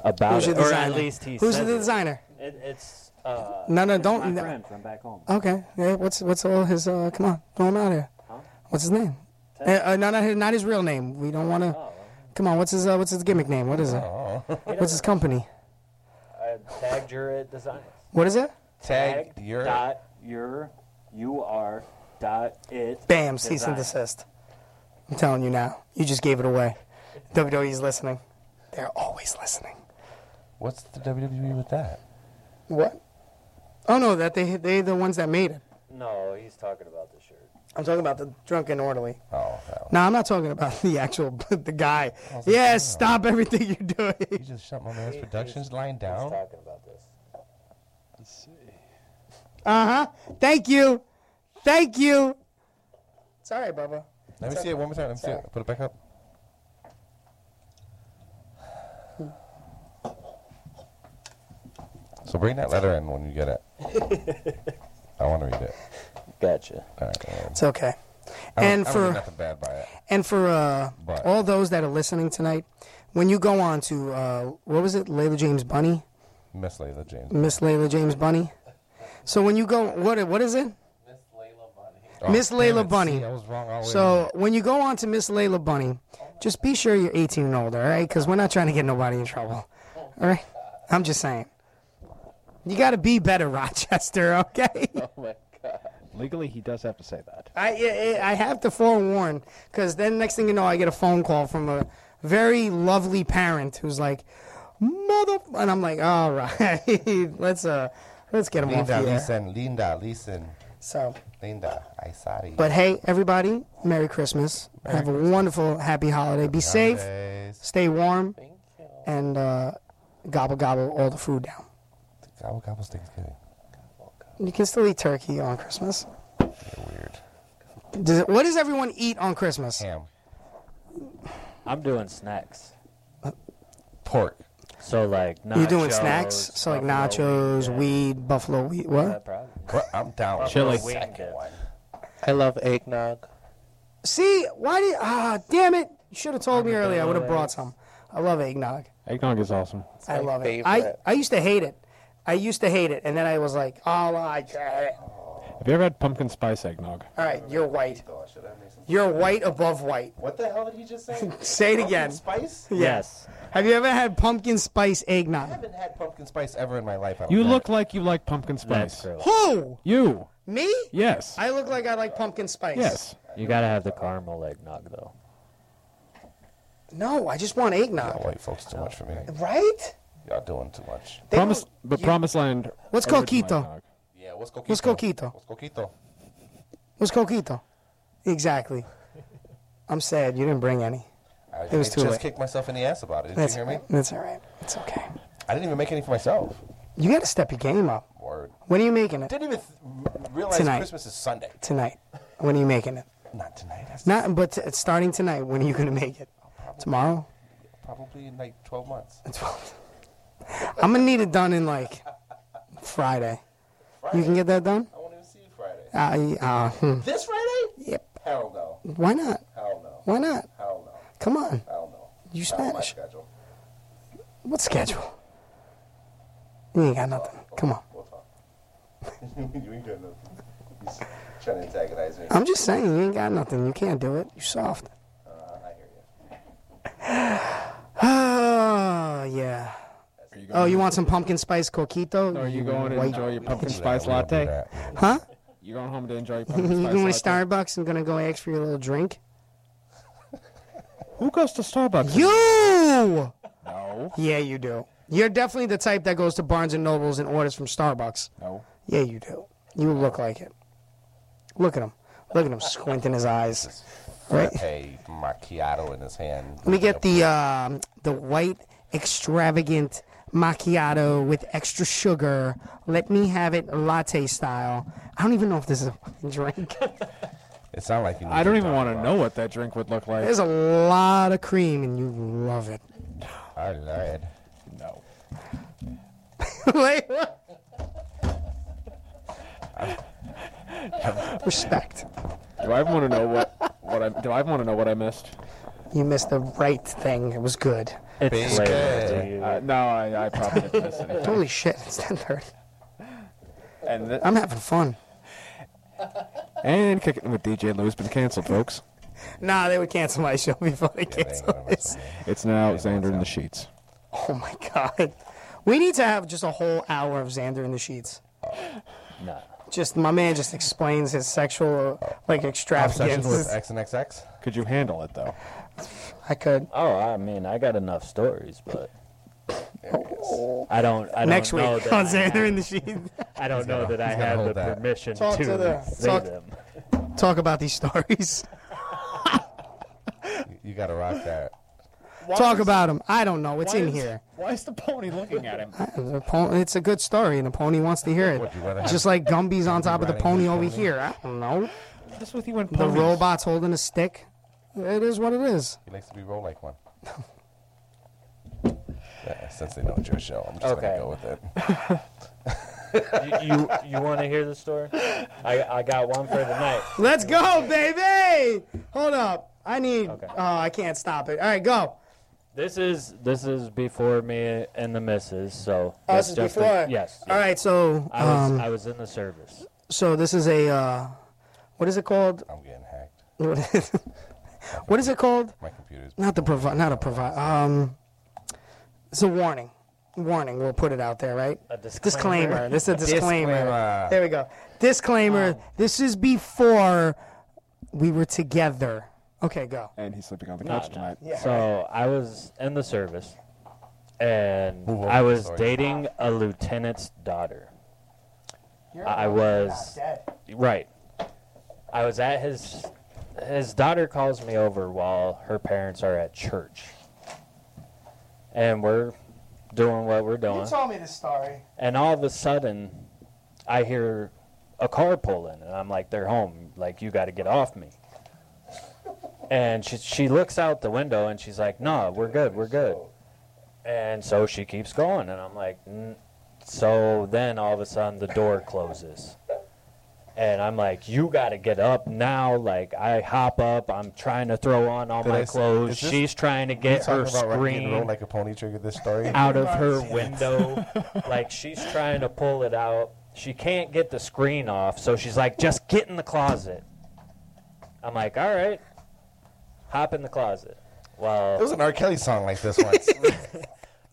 [SPEAKER 10] about
[SPEAKER 4] Who's
[SPEAKER 10] it,
[SPEAKER 4] your
[SPEAKER 10] or
[SPEAKER 4] designer?
[SPEAKER 10] at least he.
[SPEAKER 4] Who's
[SPEAKER 10] says
[SPEAKER 4] the
[SPEAKER 10] it.
[SPEAKER 4] designer?
[SPEAKER 10] It, it's. Uh,
[SPEAKER 4] No, no,
[SPEAKER 10] it's
[SPEAKER 4] don't-
[SPEAKER 10] My
[SPEAKER 4] no.
[SPEAKER 10] friend from back home.
[SPEAKER 4] Okay. Yeah, what's what's all his? Uh, come on, throw him out here. What's his name? Uh, uh, no, not his, not his real name. We don't
[SPEAKER 10] Oh,
[SPEAKER 4] want to. Come on, what's his uh, what's his gimmick name? What is it? What's his company?
[SPEAKER 10] I tagged your at design.
[SPEAKER 4] What is it?
[SPEAKER 10] Tag, your dot your you are dot it.
[SPEAKER 4] Bam, cease and
[SPEAKER 10] design.
[SPEAKER 4] desist. I'm telling you now. You just gave it away. WWE's listening. They're always listening.
[SPEAKER 13] What's the WWE with that?
[SPEAKER 4] What? Oh no, that they they the ones that made it.
[SPEAKER 10] No, he's talking about the shirt.
[SPEAKER 4] I'm talking about the drunken orderly.
[SPEAKER 13] Oh.
[SPEAKER 4] No, I'm not talking about the actual the guy. Yes, stop everything you're doing. You
[SPEAKER 13] just shut my man's productions line down. talking about this.
[SPEAKER 10] Let's see.
[SPEAKER 4] Uh huh. Thank you. Thank you. Sorry, Bubba.
[SPEAKER 13] Let me
[SPEAKER 4] It's
[SPEAKER 13] see it one more time. Let me see
[SPEAKER 4] Sorry.
[SPEAKER 13] it. Put it back up. So bring that letter in when you get it. I want to read it.
[SPEAKER 10] Gotcha.
[SPEAKER 13] All right. all right.
[SPEAKER 4] It's okay.
[SPEAKER 13] I don't-
[SPEAKER 4] And
[SPEAKER 13] I don't
[SPEAKER 4] for
[SPEAKER 13] mean nothing bad by it.
[SPEAKER 4] and for uh,
[SPEAKER 13] But-
[SPEAKER 4] all those that are listening tonight, when you go on to uh, what was it, Layla James Bunny,
[SPEAKER 13] Miss Layla James.
[SPEAKER 4] Miss Layla James Bunny. So when you go, what what is it?
[SPEAKER 13] Oh,
[SPEAKER 4] Miss
[SPEAKER 13] damn
[SPEAKER 4] Layla
[SPEAKER 13] it.
[SPEAKER 4] Bunny.
[SPEAKER 13] See, I was wrong all the way
[SPEAKER 4] so when you go on to Miss Layla Bunny, just be sure you're 18 and older, all right? Because we're not trying to get nobody in trouble, all right? I'm just saying. You got to be better, Rochester, okay?
[SPEAKER 9] Oh my god. Legally, he does have to say that.
[SPEAKER 4] I, I I have to forewarn because then next thing you know, I get a phone call from a very lovely parent who's like, "Mother," and I'm like, "All right, let's uh, let's get him off the
[SPEAKER 13] Linda,
[SPEAKER 4] air."
[SPEAKER 13] listen. Linda, listen.
[SPEAKER 4] So.
[SPEAKER 13] Linda, I sorry.
[SPEAKER 4] But hey, everybody, Merry Christmas. Have a wonderful, happy holiday. Be safe,
[SPEAKER 13] holidays.
[SPEAKER 4] stay warm, and uh, gobble gobble all the food down.
[SPEAKER 13] Gobble gobble's Thanksgiving.
[SPEAKER 4] You can still eat turkey on Christmas. Weird. Does it, what does everyone eat on Christmas?
[SPEAKER 13] Ham.
[SPEAKER 10] I'm doing snacks.
[SPEAKER 13] Pork.
[SPEAKER 10] So like nachos.
[SPEAKER 4] You're doing snacks, so like nachos, weed, buffalo weed. What?
[SPEAKER 13] What? I'm down.
[SPEAKER 4] Chili.
[SPEAKER 7] I love eggnog.
[SPEAKER 4] See, why did ah damn it? You should have told me earlier. I would have brought some. I love eggnog.
[SPEAKER 9] Eggnog is awesome.
[SPEAKER 4] I love
[SPEAKER 9] favorite.
[SPEAKER 4] it. I I used to hate it. I used to hate it, and then I was like, oh, I get it.
[SPEAKER 9] Have you ever had pumpkin spice eggnog?
[SPEAKER 4] All right, you're white. You're white above white.
[SPEAKER 13] What the hell did you just say?
[SPEAKER 4] Say it
[SPEAKER 13] Pumpkin
[SPEAKER 4] again.
[SPEAKER 13] Spice?
[SPEAKER 4] Yes. Have you ever had pumpkin spice
[SPEAKER 13] I
[SPEAKER 4] eggnog?
[SPEAKER 13] haven't had pumpkin spice ever in my life. I don't
[SPEAKER 9] You
[SPEAKER 13] know.
[SPEAKER 9] look like you like pumpkin spice.
[SPEAKER 4] Who?
[SPEAKER 9] You.
[SPEAKER 4] Me?
[SPEAKER 9] Yes.
[SPEAKER 4] I look like I like pumpkin spice.
[SPEAKER 9] Yes.
[SPEAKER 10] You gotta have the caramel eggnog though.
[SPEAKER 4] No, I just want eggnog.
[SPEAKER 13] White folks too much for me.
[SPEAKER 4] Right?
[SPEAKER 13] Y'all doing too much.
[SPEAKER 4] They
[SPEAKER 9] Promise, but promised land.
[SPEAKER 4] What's
[SPEAKER 9] original
[SPEAKER 4] coquito?
[SPEAKER 9] eggnog.
[SPEAKER 13] Yeah, what's coquito?
[SPEAKER 4] What's coquito?
[SPEAKER 13] What's coquito?
[SPEAKER 4] What's coquito? Exactly. I'm sad you didn't bring any.
[SPEAKER 13] I,
[SPEAKER 4] It was
[SPEAKER 13] I
[SPEAKER 4] too
[SPEAKER 13] just
[SPEAKER 4] late.
[SPEAKER 13] kicked myself in the ass about it. Did
[SPEAKER 4] That's-
[SPEAKER 13] you hear me?
[SPEAKER 4] That's all right. It's okay.
[SPEAKER 13] I didn't even make any for myself.
[SPEAKER 4] You got to step your game up.
[SPEAKER 13] Word.
[SPEAKER 4] When are you making it?
[SPEAKER 13] Didn't even th- realize
[SPEAKER 4] Tonight.
[SPEAKER 13] Christmas is Sunday.
[SPEAKER 4] Tonight. When are you making it?
[SPEAKER 13] Not tonight. That's Oh,
[SPEAKER 4] Not, but t- starting tonight. When are you gonna make it? Tomorrow.
[SPEAKER 13] probably in like 12 months.
[SPEAKER 4] I'm gonna need it done in like Friday. You can get that done. I
[SPEAKER 13] won't even see you Friday.
[SPEAKER 4] I, uh, hmm.
[SPEAKER 13] This Friday?
[SPEAKER 4] Yep.
[SPEAKER 13] Hell no.
[SPEAKER 4] Why not?
[SPEAKER 13] Hell no.
[SPEAKER 4] Why not?
[SPEAKER 13] Hell no.
[SPEAKER 4] Come on.
[SPEAKER 13] Hell no.
[SPEAKER 4] You
[SPEAKER 13] Not on my
[SPEAKER 4] Spanish.
[SPEAKER 13] schedule.
[SPEAKER 4] What schedule? You ain't got nothing. Come on.
[SPEAKER 13] you ain't got nothing. He's trying to antagonize me.
[SPEAKER 4] I'm just saying, you ain't got nothing. You can't do it. You soft.
[SPEAKER 13] Uh, I hear you.
[SPEAKER 4] Oh yeah. Oh, you want some pumpkin spice coquito?
[SPEAKER 9] Are you going to
[SPEAKER 4] white-
[SPEAKER 9] enjoy your pumpkin spice latte?
[SPEAKER 4] Huh?
[SPEAKER 9] You going home to enjoy your
[SPEAKER 4] you
[SPEAKER 9] pumpkin spice
[SPEAKER 4] going to
[SPEAKER 9] latte?
[SPEAKER 4] Starbucks and gonna go ask for your little drink?
[SPEAKER 9] Who goes to Starbucks?
[SPEAKER 4] You.
[SPEAKER 9] No.
[SPEAKER 4] Yeah, you do. You're definitely the type that goes to Barnes and Nobles and orders from Starbucks.
[SPEAKER 9] No.
[SPEAKER 4] Yeah, you do. You look like it. Look at him. Look at him squinting his eyes. Right?
[SPEAKER 13] A macchiato in his hand.
[SPEAKER 4] Let me get the um the white extravagant macchiato with extra sugar. Let me have it latte style. I don't even know if this is a fucking drink.
[SPEAKER 13] It sounded like you.
[SPEAKER 9] I don't even want to know what that drink would look like.
[SPEAKER 4] There's a lot of cream, and you love it.
[SPEAKER 13] I lied. No.
[SPEAKER 4] Wait, what? Respect.
[SPEAKER 9] Do I want to know what what I do? I want to know what I missed.
[SPEAKER 4] You missed the right thing. It was good.
[SPEAKER 9] It's good. Uh, no, I, I probably didn't miss anything.
[SPEAKER 4] Holy shit! It's ten thirty.
[SPEAKER 9] And thi-
[SPEAKER 4] I'm having fun.
[SPEAKER 9] And kicking with DJ Lou's been canceled, folks.
[SPEAKER 4] Nah, they would cancel my show before they cancel this.
[SPEAKER 9] It's now Xander in the sheets.
[SPEAKER 4] Oh my god. We need to have just a whole hour of Xander in the sheets.
[SPEAKER 13] No.
[SPEAKER 4] Just my man just explains his sexual
[SPEAKER 10] Oh,
[SPEAKER 4] like
[SPEAKER 13] Obsession with
[SPEAKER 4] extravagance.
[SPEAKER 13] X and XX.
[SPEAKER 9] Could you handle it though?
[SPEAKER 4] I could.
[SPEAKER 10] Oh, I mean, I got enough stories, but I don't. I don't
[SPEAKER 4] Next
[SPEAKER 10] know
[SPEAKER 4] week
[SPEAKER 10] that
[SPEAKER 4] on
[SPEAKER 10] I
[SPEAKER 4] Xander
[SPEAKER 10] have-
[SPEAKER 4] in the sheets.
[SPEAKER 10] I don't
[SPEAKER 4] He's
[SPEAKER 10] know
[SPEAKER 4] gonna-
[SPEAKER 10] that I
[SPEAKER 4] he's gonna
[SPEAKER 10] have the
[SPEAKER 4] hold that.
[SPEAKER 10] permission
[SPEAKER 4] Talk
[SPEAKER 10] to,
[SPEAKER 4] to the-
[SPEAKER 10] say
[SPEAKER 4] talk-
[SPEAKER 10] them.
[SPEAKER 4] Talk about these stories.
[SPEAKER 13] You gotta rock that.
[SPEAKER 4] Talk about them. I don't know. It's
[SPEAKER 9] Why
[SPEAKER 4] in
[SPEAKER 9] is-
[SPEAKER 4] here.
[SPEAKER 9] Why is the pony looking at him?
[SPEAKER 4] The po- It's a good story, and the pony wants to hear it.
[SPEAKER 9] What, you wanna have-
[SPEAKER 4] Just like Gumby's on top of the
[SPEAKER 9] riding
[SPEAKER 4] pony
[SPEAKER 9] the
[SPEAKER 4] over
[SPEAKER 9] pony?
[SPEAKER 4] here. I don't know.
[SPEAKER 9] That's with you and
[SPEAKER 4] The robot's holding a stick. It is what it is.
[SPEAKER 13] He likes to be rolled like one. Yeah, since they know it's your show, I'm just
[SPEAKER 10] Okay.
[SPEAKER 13] gonna go with it.
[SPEAKER 10] you you, you want to hear the story? I I got one for tonight.
[SPEAKER 4] Let's go, baby! Hold up. I need. Oh, I can't stop it. All right, go.
[SPEAKER 10] This is this is before me and the missus, so
[SPEAKER 4] Oh,
[SPEAKER 10] that's
[SPEAKER 4] this is
[SPEAKER 10] just a-
[SPEAKER 4] before.
[SPEAKER 10] yes.
[SPEAKER 13] Um,
[SPEAKER 4] All right, so
[SPEAKER 10] I was
[SPEAKER 4] um,
[SPEAKER 10] I was in the service.
[SPEAKER 4] so this is a uh, what is it called?
[SPEAKER 13] I'm getting hacked.
[SPEAKER 4] what is it called?
[SPEAKER 13] My computer's
[SPEAKER 4] not the provi- not a provide. Um, it's a warning. Warning. We'll put it out there, right?
[SPEAKER 10] A disclaimer. Oh.
[SPEAKER 4] This is a disclaimer.
[SPEAKER 10] Disclaimer.
[SPEAKER 4] There we go. Disclaimer. this is before we were together. Okay, go.
[SPEAKER 9] And he's sleeping on the
[SPEAKER 10] No,
[SPEAKER 9] couch
[SPEAKER 10] no.
[SPEAKER 9] tonight.
[SPEAKER 10] So I was in the service, and
[SPEAKER 9] Move over,
[SPEAKER 10] I was
[SPEAKER 9] sorry.
[SPEAKER 10] dating a lieutenant's daughter. I was right. I was at his. His daughter calls me over while her parents are at church, and we're doing what we're doing.
[SPEAKER 4] me this story.
[SPEAKER 10] And all of a sudden, I hear a car pull in, and I'm like, "They're home! Like you got to get off me." And she she looks out the window and she's like, "No, we're good, we're good." And so she keeps going, and I'm like, N-. "So then all of a sudden the door closes." And I'm like, you gotta get up now. Like, I hop up. I'm trying to throw on all
[SPEAKER 13] Did I
[SPEAKER 10] my
[SPEAKER 13] s-
[SPEAKER 10] clothes.
[SPEAKER 13] is this-
[SPEAKER 10] She's trying to
[SPEAKER 13] you
[SPEAKER 10] get
[SPEAKER 13] talking
[SPEAKER 10] her
[SPEAKER 13] about Rocky and
[SPEAKER 10] screen
[SPEAKER 13] Roll like a pony trigger. This story
[SPEAKER 10] out of her window. like she's trying to pull it out. She can't get the screen off, so she's like, just get in the closet. I'm like, all right. Hop in the closet. Well,
[SPEAKER 13] There was an R. Kelly song like this once.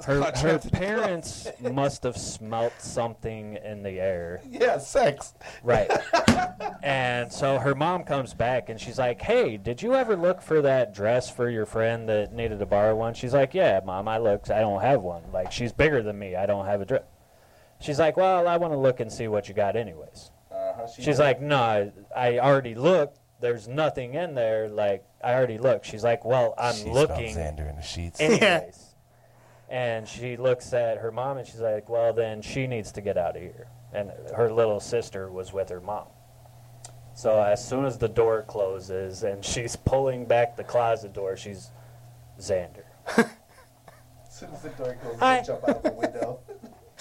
[SPEAKER 10] her, her
[SPEAKER 13] Contrast.
[SPEAKER 10] parents must have smelt something in the air.
[SPEAKER 13] yeah, sex.
[SPEAKER 10] Right. and so her mom comes back and she's like, Hey, did you ever look for that dress for your friend that needed to borrow one? She's like, Yeah, mom, I looked. I don't have one. Like, she's bigger than me. I don't have a dress. She's like, Well, I want to look and see what you got, anyways.
[SPEAKER 13] Uh,
[SPEAKER 10] she's like, No, I already looked. There's nothing in there. Like, I already looked. She's like, Well, I'm
[SPEAKER 13] She's
[SPEAKER 10] looking.
[SPEAKER 13] Xander in the sheets.
[SPEAKER 10] Anyways. And she looks at her mom and she's like, well, then she needs to get out of here. And her little sister was with her mom. So as soon as the door closes and she's pulling back the closet door, she's Xander.
[SPEAKER 13] As soon as the door goes,
[SPEAKER 10] Hi.
[SPEAKER 13] they jump out of the window.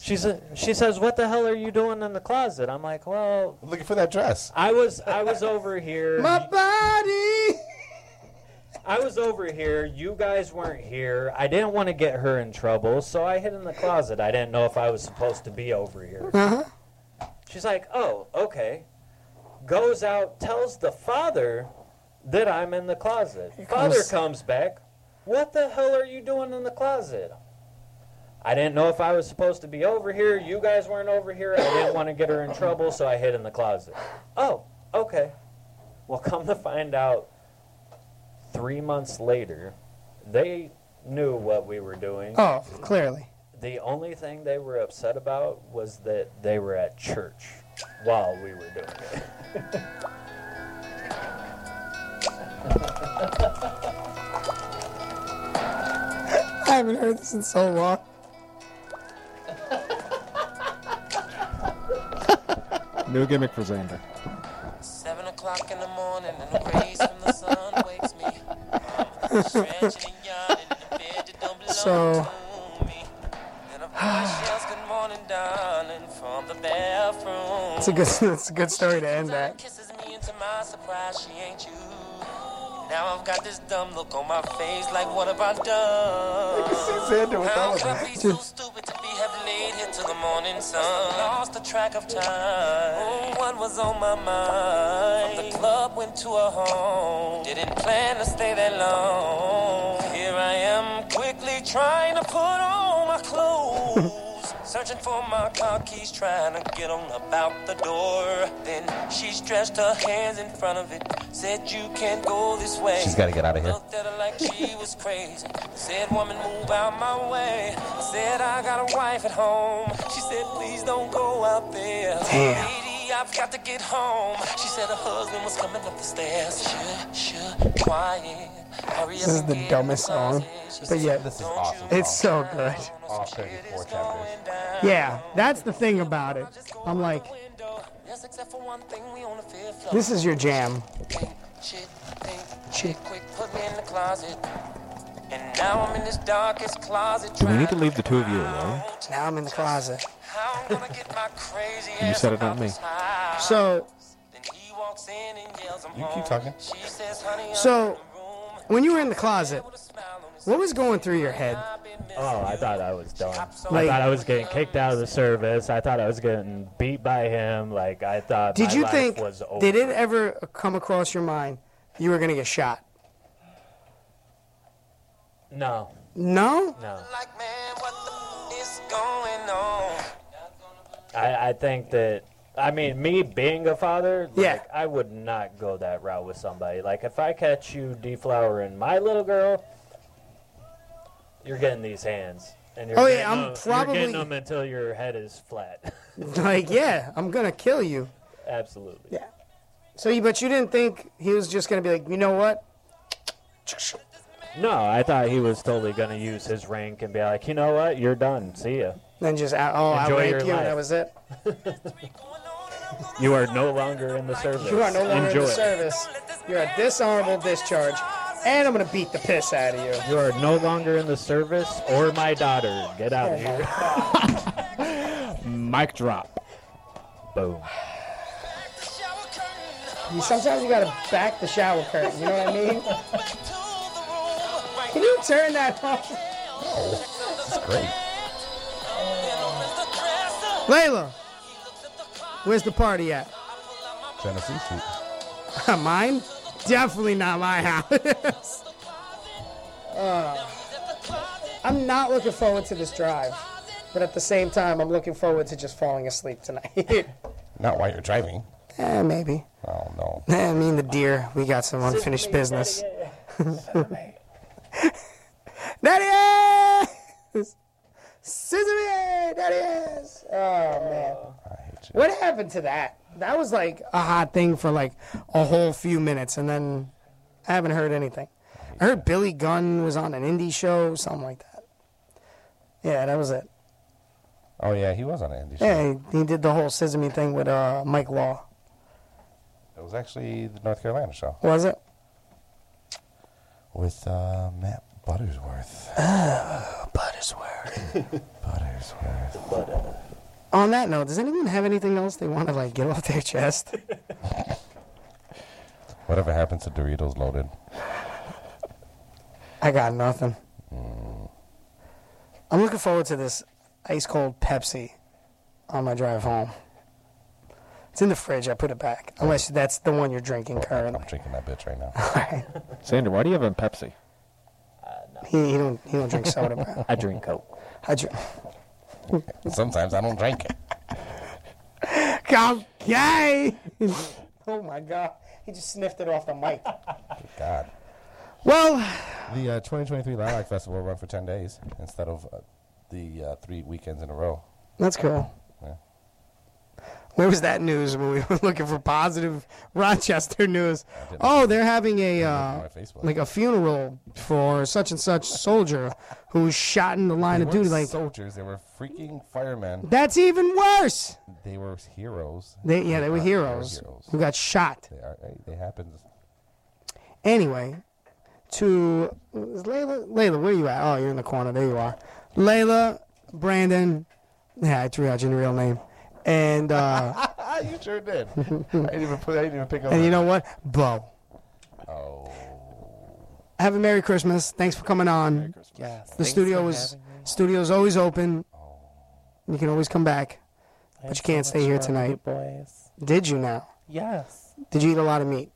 [SPEAKER 10] She's a, she says, "What the hell are you doing in the closet?" I'm like, "Well,
[SPEAKER 13] looking for that dress."
[SPEAKER 10] I was I was over here.
[SPEAKER 4] My body.
[SPEAKER 10] I was over here. You guys weren't here. I didn't want to get her in trouble, so I hid in the closet. I didn't know if I was supposed to be over here.
[SPEAKER 4] Uh-huh.
[SPEAKER 10] She's like, oh, okay. Goes out, tells the father that I'm in the closet. Father
[SPEAKER 19] comes-
[SPEAKER 10] comes back. What the hell are you doing in the closet? I didn't know if I was supposed to be over here. You guys weren't over here. I didn't want to get her in trouble, so I hid in the closet. Oh, okay. Well, come to find out, three months later, they knew what we were doing.
[SPEAKER 4] Oh, clearly.
[SPEAKER 10] The only thing they were upset about was that they were at church while we were doing it.
[SPEAKER 4] I haven't heard this in so long.
[SPEAKER 6] New gimmick for Xander.
[SPEAKER 20] Seven o'clock in the morning and the rays from the sun wakes me. I'm stretching and yawning in the bed that don't belong
[SPEAKER 4] So-
[SPEAKER 20] to me. Then a voice yells, "Good morning, darling," from the bathroom.
[SPEAKER 4] It's a good, it's a good story to end at.
[SPEAKER 20] Kisses me and to my surprise, she ain't you. Now I've got this dumb look on my face, like what have I done?
[SPEAKER 13] Xander with
[SPEAKER 20] How
[SPEAKER 13] that
[SPEAKER 20] could I
[SPEAKER 13] one.
[SPEAKER 20] be so stupid to be have laid here till the morning sun? Lost the track of time. Mm, What was on my mind? From the club went to a home. Didn't plan to stay that long. Here I am, quickly trying to put on my clothes. Searching for my car keys, trying to get on about the door. Then she stretched her hands in front of it, said, You can't go this way.
[SPEAKER 13] She's got to get out of here.
[SPEAKER 20] Looked at her like she was crazy. Said, woman, move out my way. I said, I got a wife at home. She said, please don't go out there.
[SPEAKER 13] Damn.
[SPEAKER 20] Lady, I've got to get home. She said her husband was coming up the stairs. Shh, shh, quiet. Hurry
[SPEAKER 4] This is
[SPEAKER 20] up and
[SPEAKER 4] the dumbest song, but yet
[SPEAKER 13] this is awesome.
[SPEAKER 4] It's so good.
[SPEAKER 13] All 34 chapters.
[SPEAKER 4] Yeah, that's the thing about it. I'm like, this is your jam. Chick.
[SPEAKER 20] put me in the closet. And now I'm in this darkest closet.
[SPEAKER 6] Do we need to leave the two of you alone?
[SPEAKER 4] Now I'm in the closet.
[SPEAKER 6] And you said it not me.
[SPEAKER 4] So,
[SPEAKER 13] You keep talking.
[SPEAKER 4] so when you were in the closet, what was going through your head?
[SPEAKER 10] Oh, I thought I was done. I
[SPEAKER 4] Like-
[SPEAKER 10] thought I was getting kicked out of the service. I thought I was getting beat by him. Like I thought.
[SPEAKER 4] Did
[SPEAKER 10] my
[SPEAKER 4] you
[SPEAKER 10] life
[SPEAKER 4] think?
[SPEAKER 10] Was over.
[SPEAKER 4] Did it ever come across your mind you were gonna get shot?
[SPEAKER 10] No.
[SPEAKER 4] No.
[SPEAKER 10] No.
[SPEAKER 20] It's going on.
[SPEAKER 10] I, I think that I mean me being a father, like,
[SPEAKER 4] Yeah.
[SPEAKER 10] I would not go that route with somebody. Like if I catch you deflowering my little girl, you're getting these hands. And you're
[SPEAKER 4] Oh, yeah,
[SPEAKER 10] getting
[SPEAKER 4] I'm
[SPEAKER 10] them,
[SPEAKER 4] probably-
[SPEAKER 10] you're getting them until your head is flat.
[SPEAKER 4] Like, yeah, I'm gonna kill you.
[SPEAKER 10] Absolutely.
[SPEAKER 4] Yeah. So, you, but you didn't think he was just gonna be like, you know what?
[SPEAKER 10] No, I thought he was totally gonna use his rank and be like, you know what, you're done. See ya.
[SPEAKER 4] Then just out, oh,
[SPEAKER 10] Enjoy
[SPEAKER 4] I
[SPEAKER 10] your
[SPEAKER 4] raped you, and
[SPEAKER 10] life.
[SPEAKER 4] that was it.
[SPEAKER 10] You are no longer in the service.
[SPEAKER 4] You are no longer
[SPEAKER 10] Enjoy
[SPEAKER 4] in the
[SPEAKER 10] it.
[SPEAKER 4] service. You're a dishonorable discharge, and I'm gonna beat the piss out of you.
[SPEAKER 10] You are no longer in the service or my daughter. Get out of here.
[SPEAKER 4] Oh
[SPEAKER 6] Mic drop.
[SPEAKER 10] Boom.
[SPEAKER 4] You, sometimes you gotta back the shower curtain. You know what I mean? Can you turn that off?
[SPEAKER 13] It's great.
[SPEAKER 4] Layla, where's the party at?
[SPEAKER 13] Tennessee Street.
[SPEAKER 4] Mine? Definitely not my house. Uh, I'm not looking forward to this drive, but at the same time, I'm looking forward to just falling asleep tonight.
[SPEAKER 13] Not while you're driving.
[SPEAKER 4] eh, maybe.
[SPEAKER 13] Oh, no.
[SPEAKER 4] Eh, me and the deer, we got some unfinished business. Daddy is! Scissor me! Daddy is! Oh, man. What happened to that? That was like a hot thing for like a whole few minutes, and then I haven't heard anything. I heard Billy Gunn was on an indie show, something like that. Yeah, that was it.
[SPEAKER 13] Oh, yeah, he was on an indie show.
[SPEAKER 4] Yeah, he, he did the whole scissor me thing with uh, Mike Law.
[SPEAKER 13] It was actually the North Carolina show
[SPEAKER 4] Was it?
[SPEAKER 13] with uh, Matt Buttersworth. Buttersworth. Buttersworth.
[SPEAKER 4] On that note, does anyone have anything else they want to like get off their chest?
[SPEAKER 13] Whatever happens to Doritos Loaded?
[SPEAKER 4] I got nothing.
[SPEAKER 13] Mm.
[SPEAKER 4] I'm looking forward to this ice cold Pepsi on my drive home. It's in the fridge. I put it back. Unless that's the one you're drinking currently.
[SPEAKER 13] I'm drinking that bitch right now.
[SPEAKER 6] Xander, why do you have a Pepsi?
[SPEAKER 4] He, he don't he don't drink soda, bro.
[SPEAKER 10] I drink Coke.
[SPEAKER 4] I drink.
[SPEAKER 13] Sometimes I don't drink it.
[SPEAKER 4] Come gay. oh my god, he just sniffed it off the mic.
[SPEAKER 13] God.
[SPEAKER 4] Well,
[SPEAKER 13] the uh, 2023 Lilac Festival will run for 10 days instead of uh, the uh, three weekends in a row.
[SPEAKER 4] That's cool.
[SPEAKER 13] Yeah.
[SPEAKER 4] Where was that news when we were looking for positive Rochester news? Oh, they're having a uh, like a funeral for such and such soldier who was shot in the line
[SPEAKER 13] They
[SPEAKER 4] of duty.
[SPEAKER 13] weren't
[SPEAKER 4] Like
[SPEAKER 13] soldiers, they were freaking firemen.
[SPEAKER 4] that's even worse.
[SPEAKER 13] They were heroes.
[SPEAKER 4] They yeah, they were
[SPEAKER 13] are
[SPEAKER 4] heroes who got shot.
[SPEAKER 13] They are. They happened.
[SPEAKER 4] Anyway, to is Layla, Layla, where you at? Oh, you're in the corner. There you are. Layla, Brandon. Yeah, I threw out your real name. And uh,
[SPEAKER 13] Ah, you sure did. I didn't even put. I didn't even pick up.
[SPEAKER 4] and you
[SPEAKER 13] on
[SPEAKER 4] know what, Bo.
[SPEAKER 13] Oh.
[SPEAKER 4] Have a merry Christmas. Thanks for coming on.
[SPEAKER 13] Yes,
[SPEAKER 4] the
[SPEAKER 13] thanks
[SPEAKER 4] studio
[SPEAKER 13] for
[SPEAKER 4] is
[SPEAKER 13] having
[SPEAKER 4] studio is always open.
[SPEAKER 13] Oh.
[SPEAKER 4] You can always come back, but you can't stay here
[SPEAKER 7] fun with you
[SPEAKER 4] tonight. Did you now?
[SPEAKER 7] Yes.
[SPEAKER 4] Did you eat a lot of meat?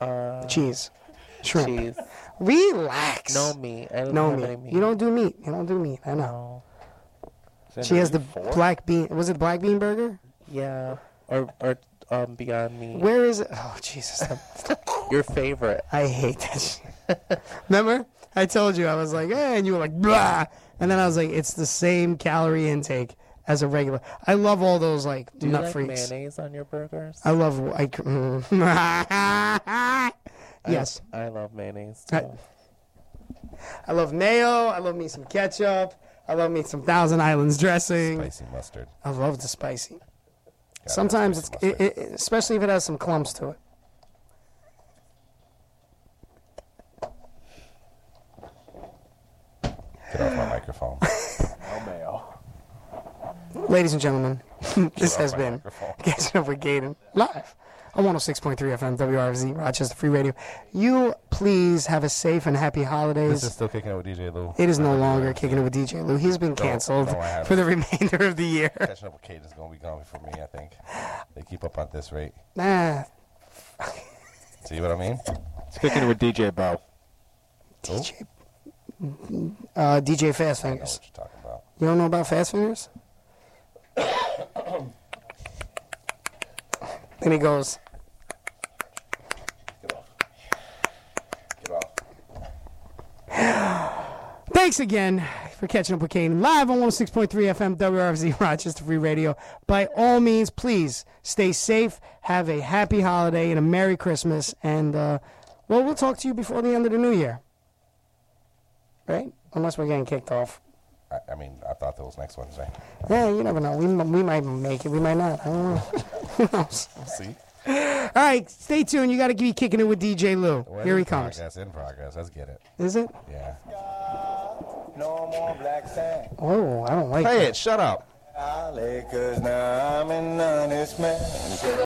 [SPEAKER 7] Uh,
[SPEAKER 4] Cheese, shrimp.
[SPEAKER 7] cheese.
[SPEAKER 4] Relax.
[SPEAKER 7] No meat. I don't
[SPEAKER 4] no
[SPEAKER 7] have
[SPEAKER 4] meat.
[SPEAKER 7] any meat.
[SPEAKER 4] You don't do meat. You don't do meat. I know.
[SPEAKER 7] Is
[SPEAKER 4] She has the
[SPEAKER 7] that four?
[SPEAKER 4] black bean. Was it black bean burger?
[SPEAKER 7] Yeah. Or or um beyond meat.
[SPEAKER 4] Where is it? Oh Jesus!
[SPEAKER 7] Your favorite.
[SPEAKER 4] I hate this. Remember, I told you I was like, eh, and you were like, blah, and then I was like, it's the same calorie intake as a regular. I love all those like
[SPEAKER 7] Do you
[SPEAKER 4] nut
[SPEAKER 7] like
[SPEAKER 4] freaks.
[SPEAKER 7] mayonnaise on your burgers?
[SPEAKER 4] I love. I, mm.
[SPEAKER 7] I-
[SPEAKER 4] yes, Uh,
[SPEAKER 7] I, love mayonnaise.
[SPEAKER 4] I, I love mayo. I love me some ketchup. I love me some Thousand Islands dressing.
[SPEAKER 13] Spicy mustard.
[SPEAKER 4] I love the spicy. Sometimes it's, it, it, especially if it has some clumps to it.
[SPEAKER 13] Get off my microphone. no mail.
[SPEAKER 4] Ladies and gentlemen, this
[SPEAKER 13] off
[SPEAKER 4] has
[SPEAKER 13] my
[SPEAKER 4] been
[SPEAKER 13] microphone.
[SPEAKER 4] Catching Up with Gaten live on 106.3 FM WRFZ Rochester Free Radio. You please have a safe and happy holidays.
[SPEAKER 13] This is still kicking out with DJ Lou.
[SPEAKER 4] it is no longer kicking it with DJ Lou. He's been
[SPEAKER 13] No,
[SPEAKER 4] canceled
[SPEAKER 13] no, I haven't.
[SPEAKER 4] for the remainder of the year.
[SPEAKER 13] Catching up with Kate is going to be gone for me, I think. They keep up at this rate.
[SPEAKER 4] Nah,
[SPEAKER 13] See what I mean? It's kicking it with DJ Bo. DJ.
[SPEAKER 4] uh, DJ Fast Fingers. You don't know about Fast Fingers? then he goes. Thanks again for catching up with Kane live on 106.3 FM WRFZ Rochester Free Radio. By all means, please stay safe, have a happy holiday, and a Merry Christmas. And, uh, well, we'll talk to you before the end of the new year. Right? Unless we're getting kicked off.
[SPEAKER 13] I, I mean, I thought that was next Wednesday.
[SPEAKER 4] Yeah, you never know. We, m- we might make it. We might not. I don't know. Who knows?
[SPEAKER 13] See?
[SPEAKER 4] All right, stay tuned. You got to be kicking it with DJ Lou.
[SPEAKER 13] Well,
[SPEAKER 4] Oh, Here
[SPEAKER 13] in
[SPEAKER 4] he comes.
[SPEAKER 13] Progress, in progress. Let's get it.
[SPEAKER 4] Is it?
[SPEAKER 13] Yeah.
[SPEAKER 4] Oh, I don't like
[SPEAKER 13] Play
[SPEAKER 4] that.
[SPEAKER 13] it. Shut up.
[SPEAKER 19] Cause now I'm an honest man.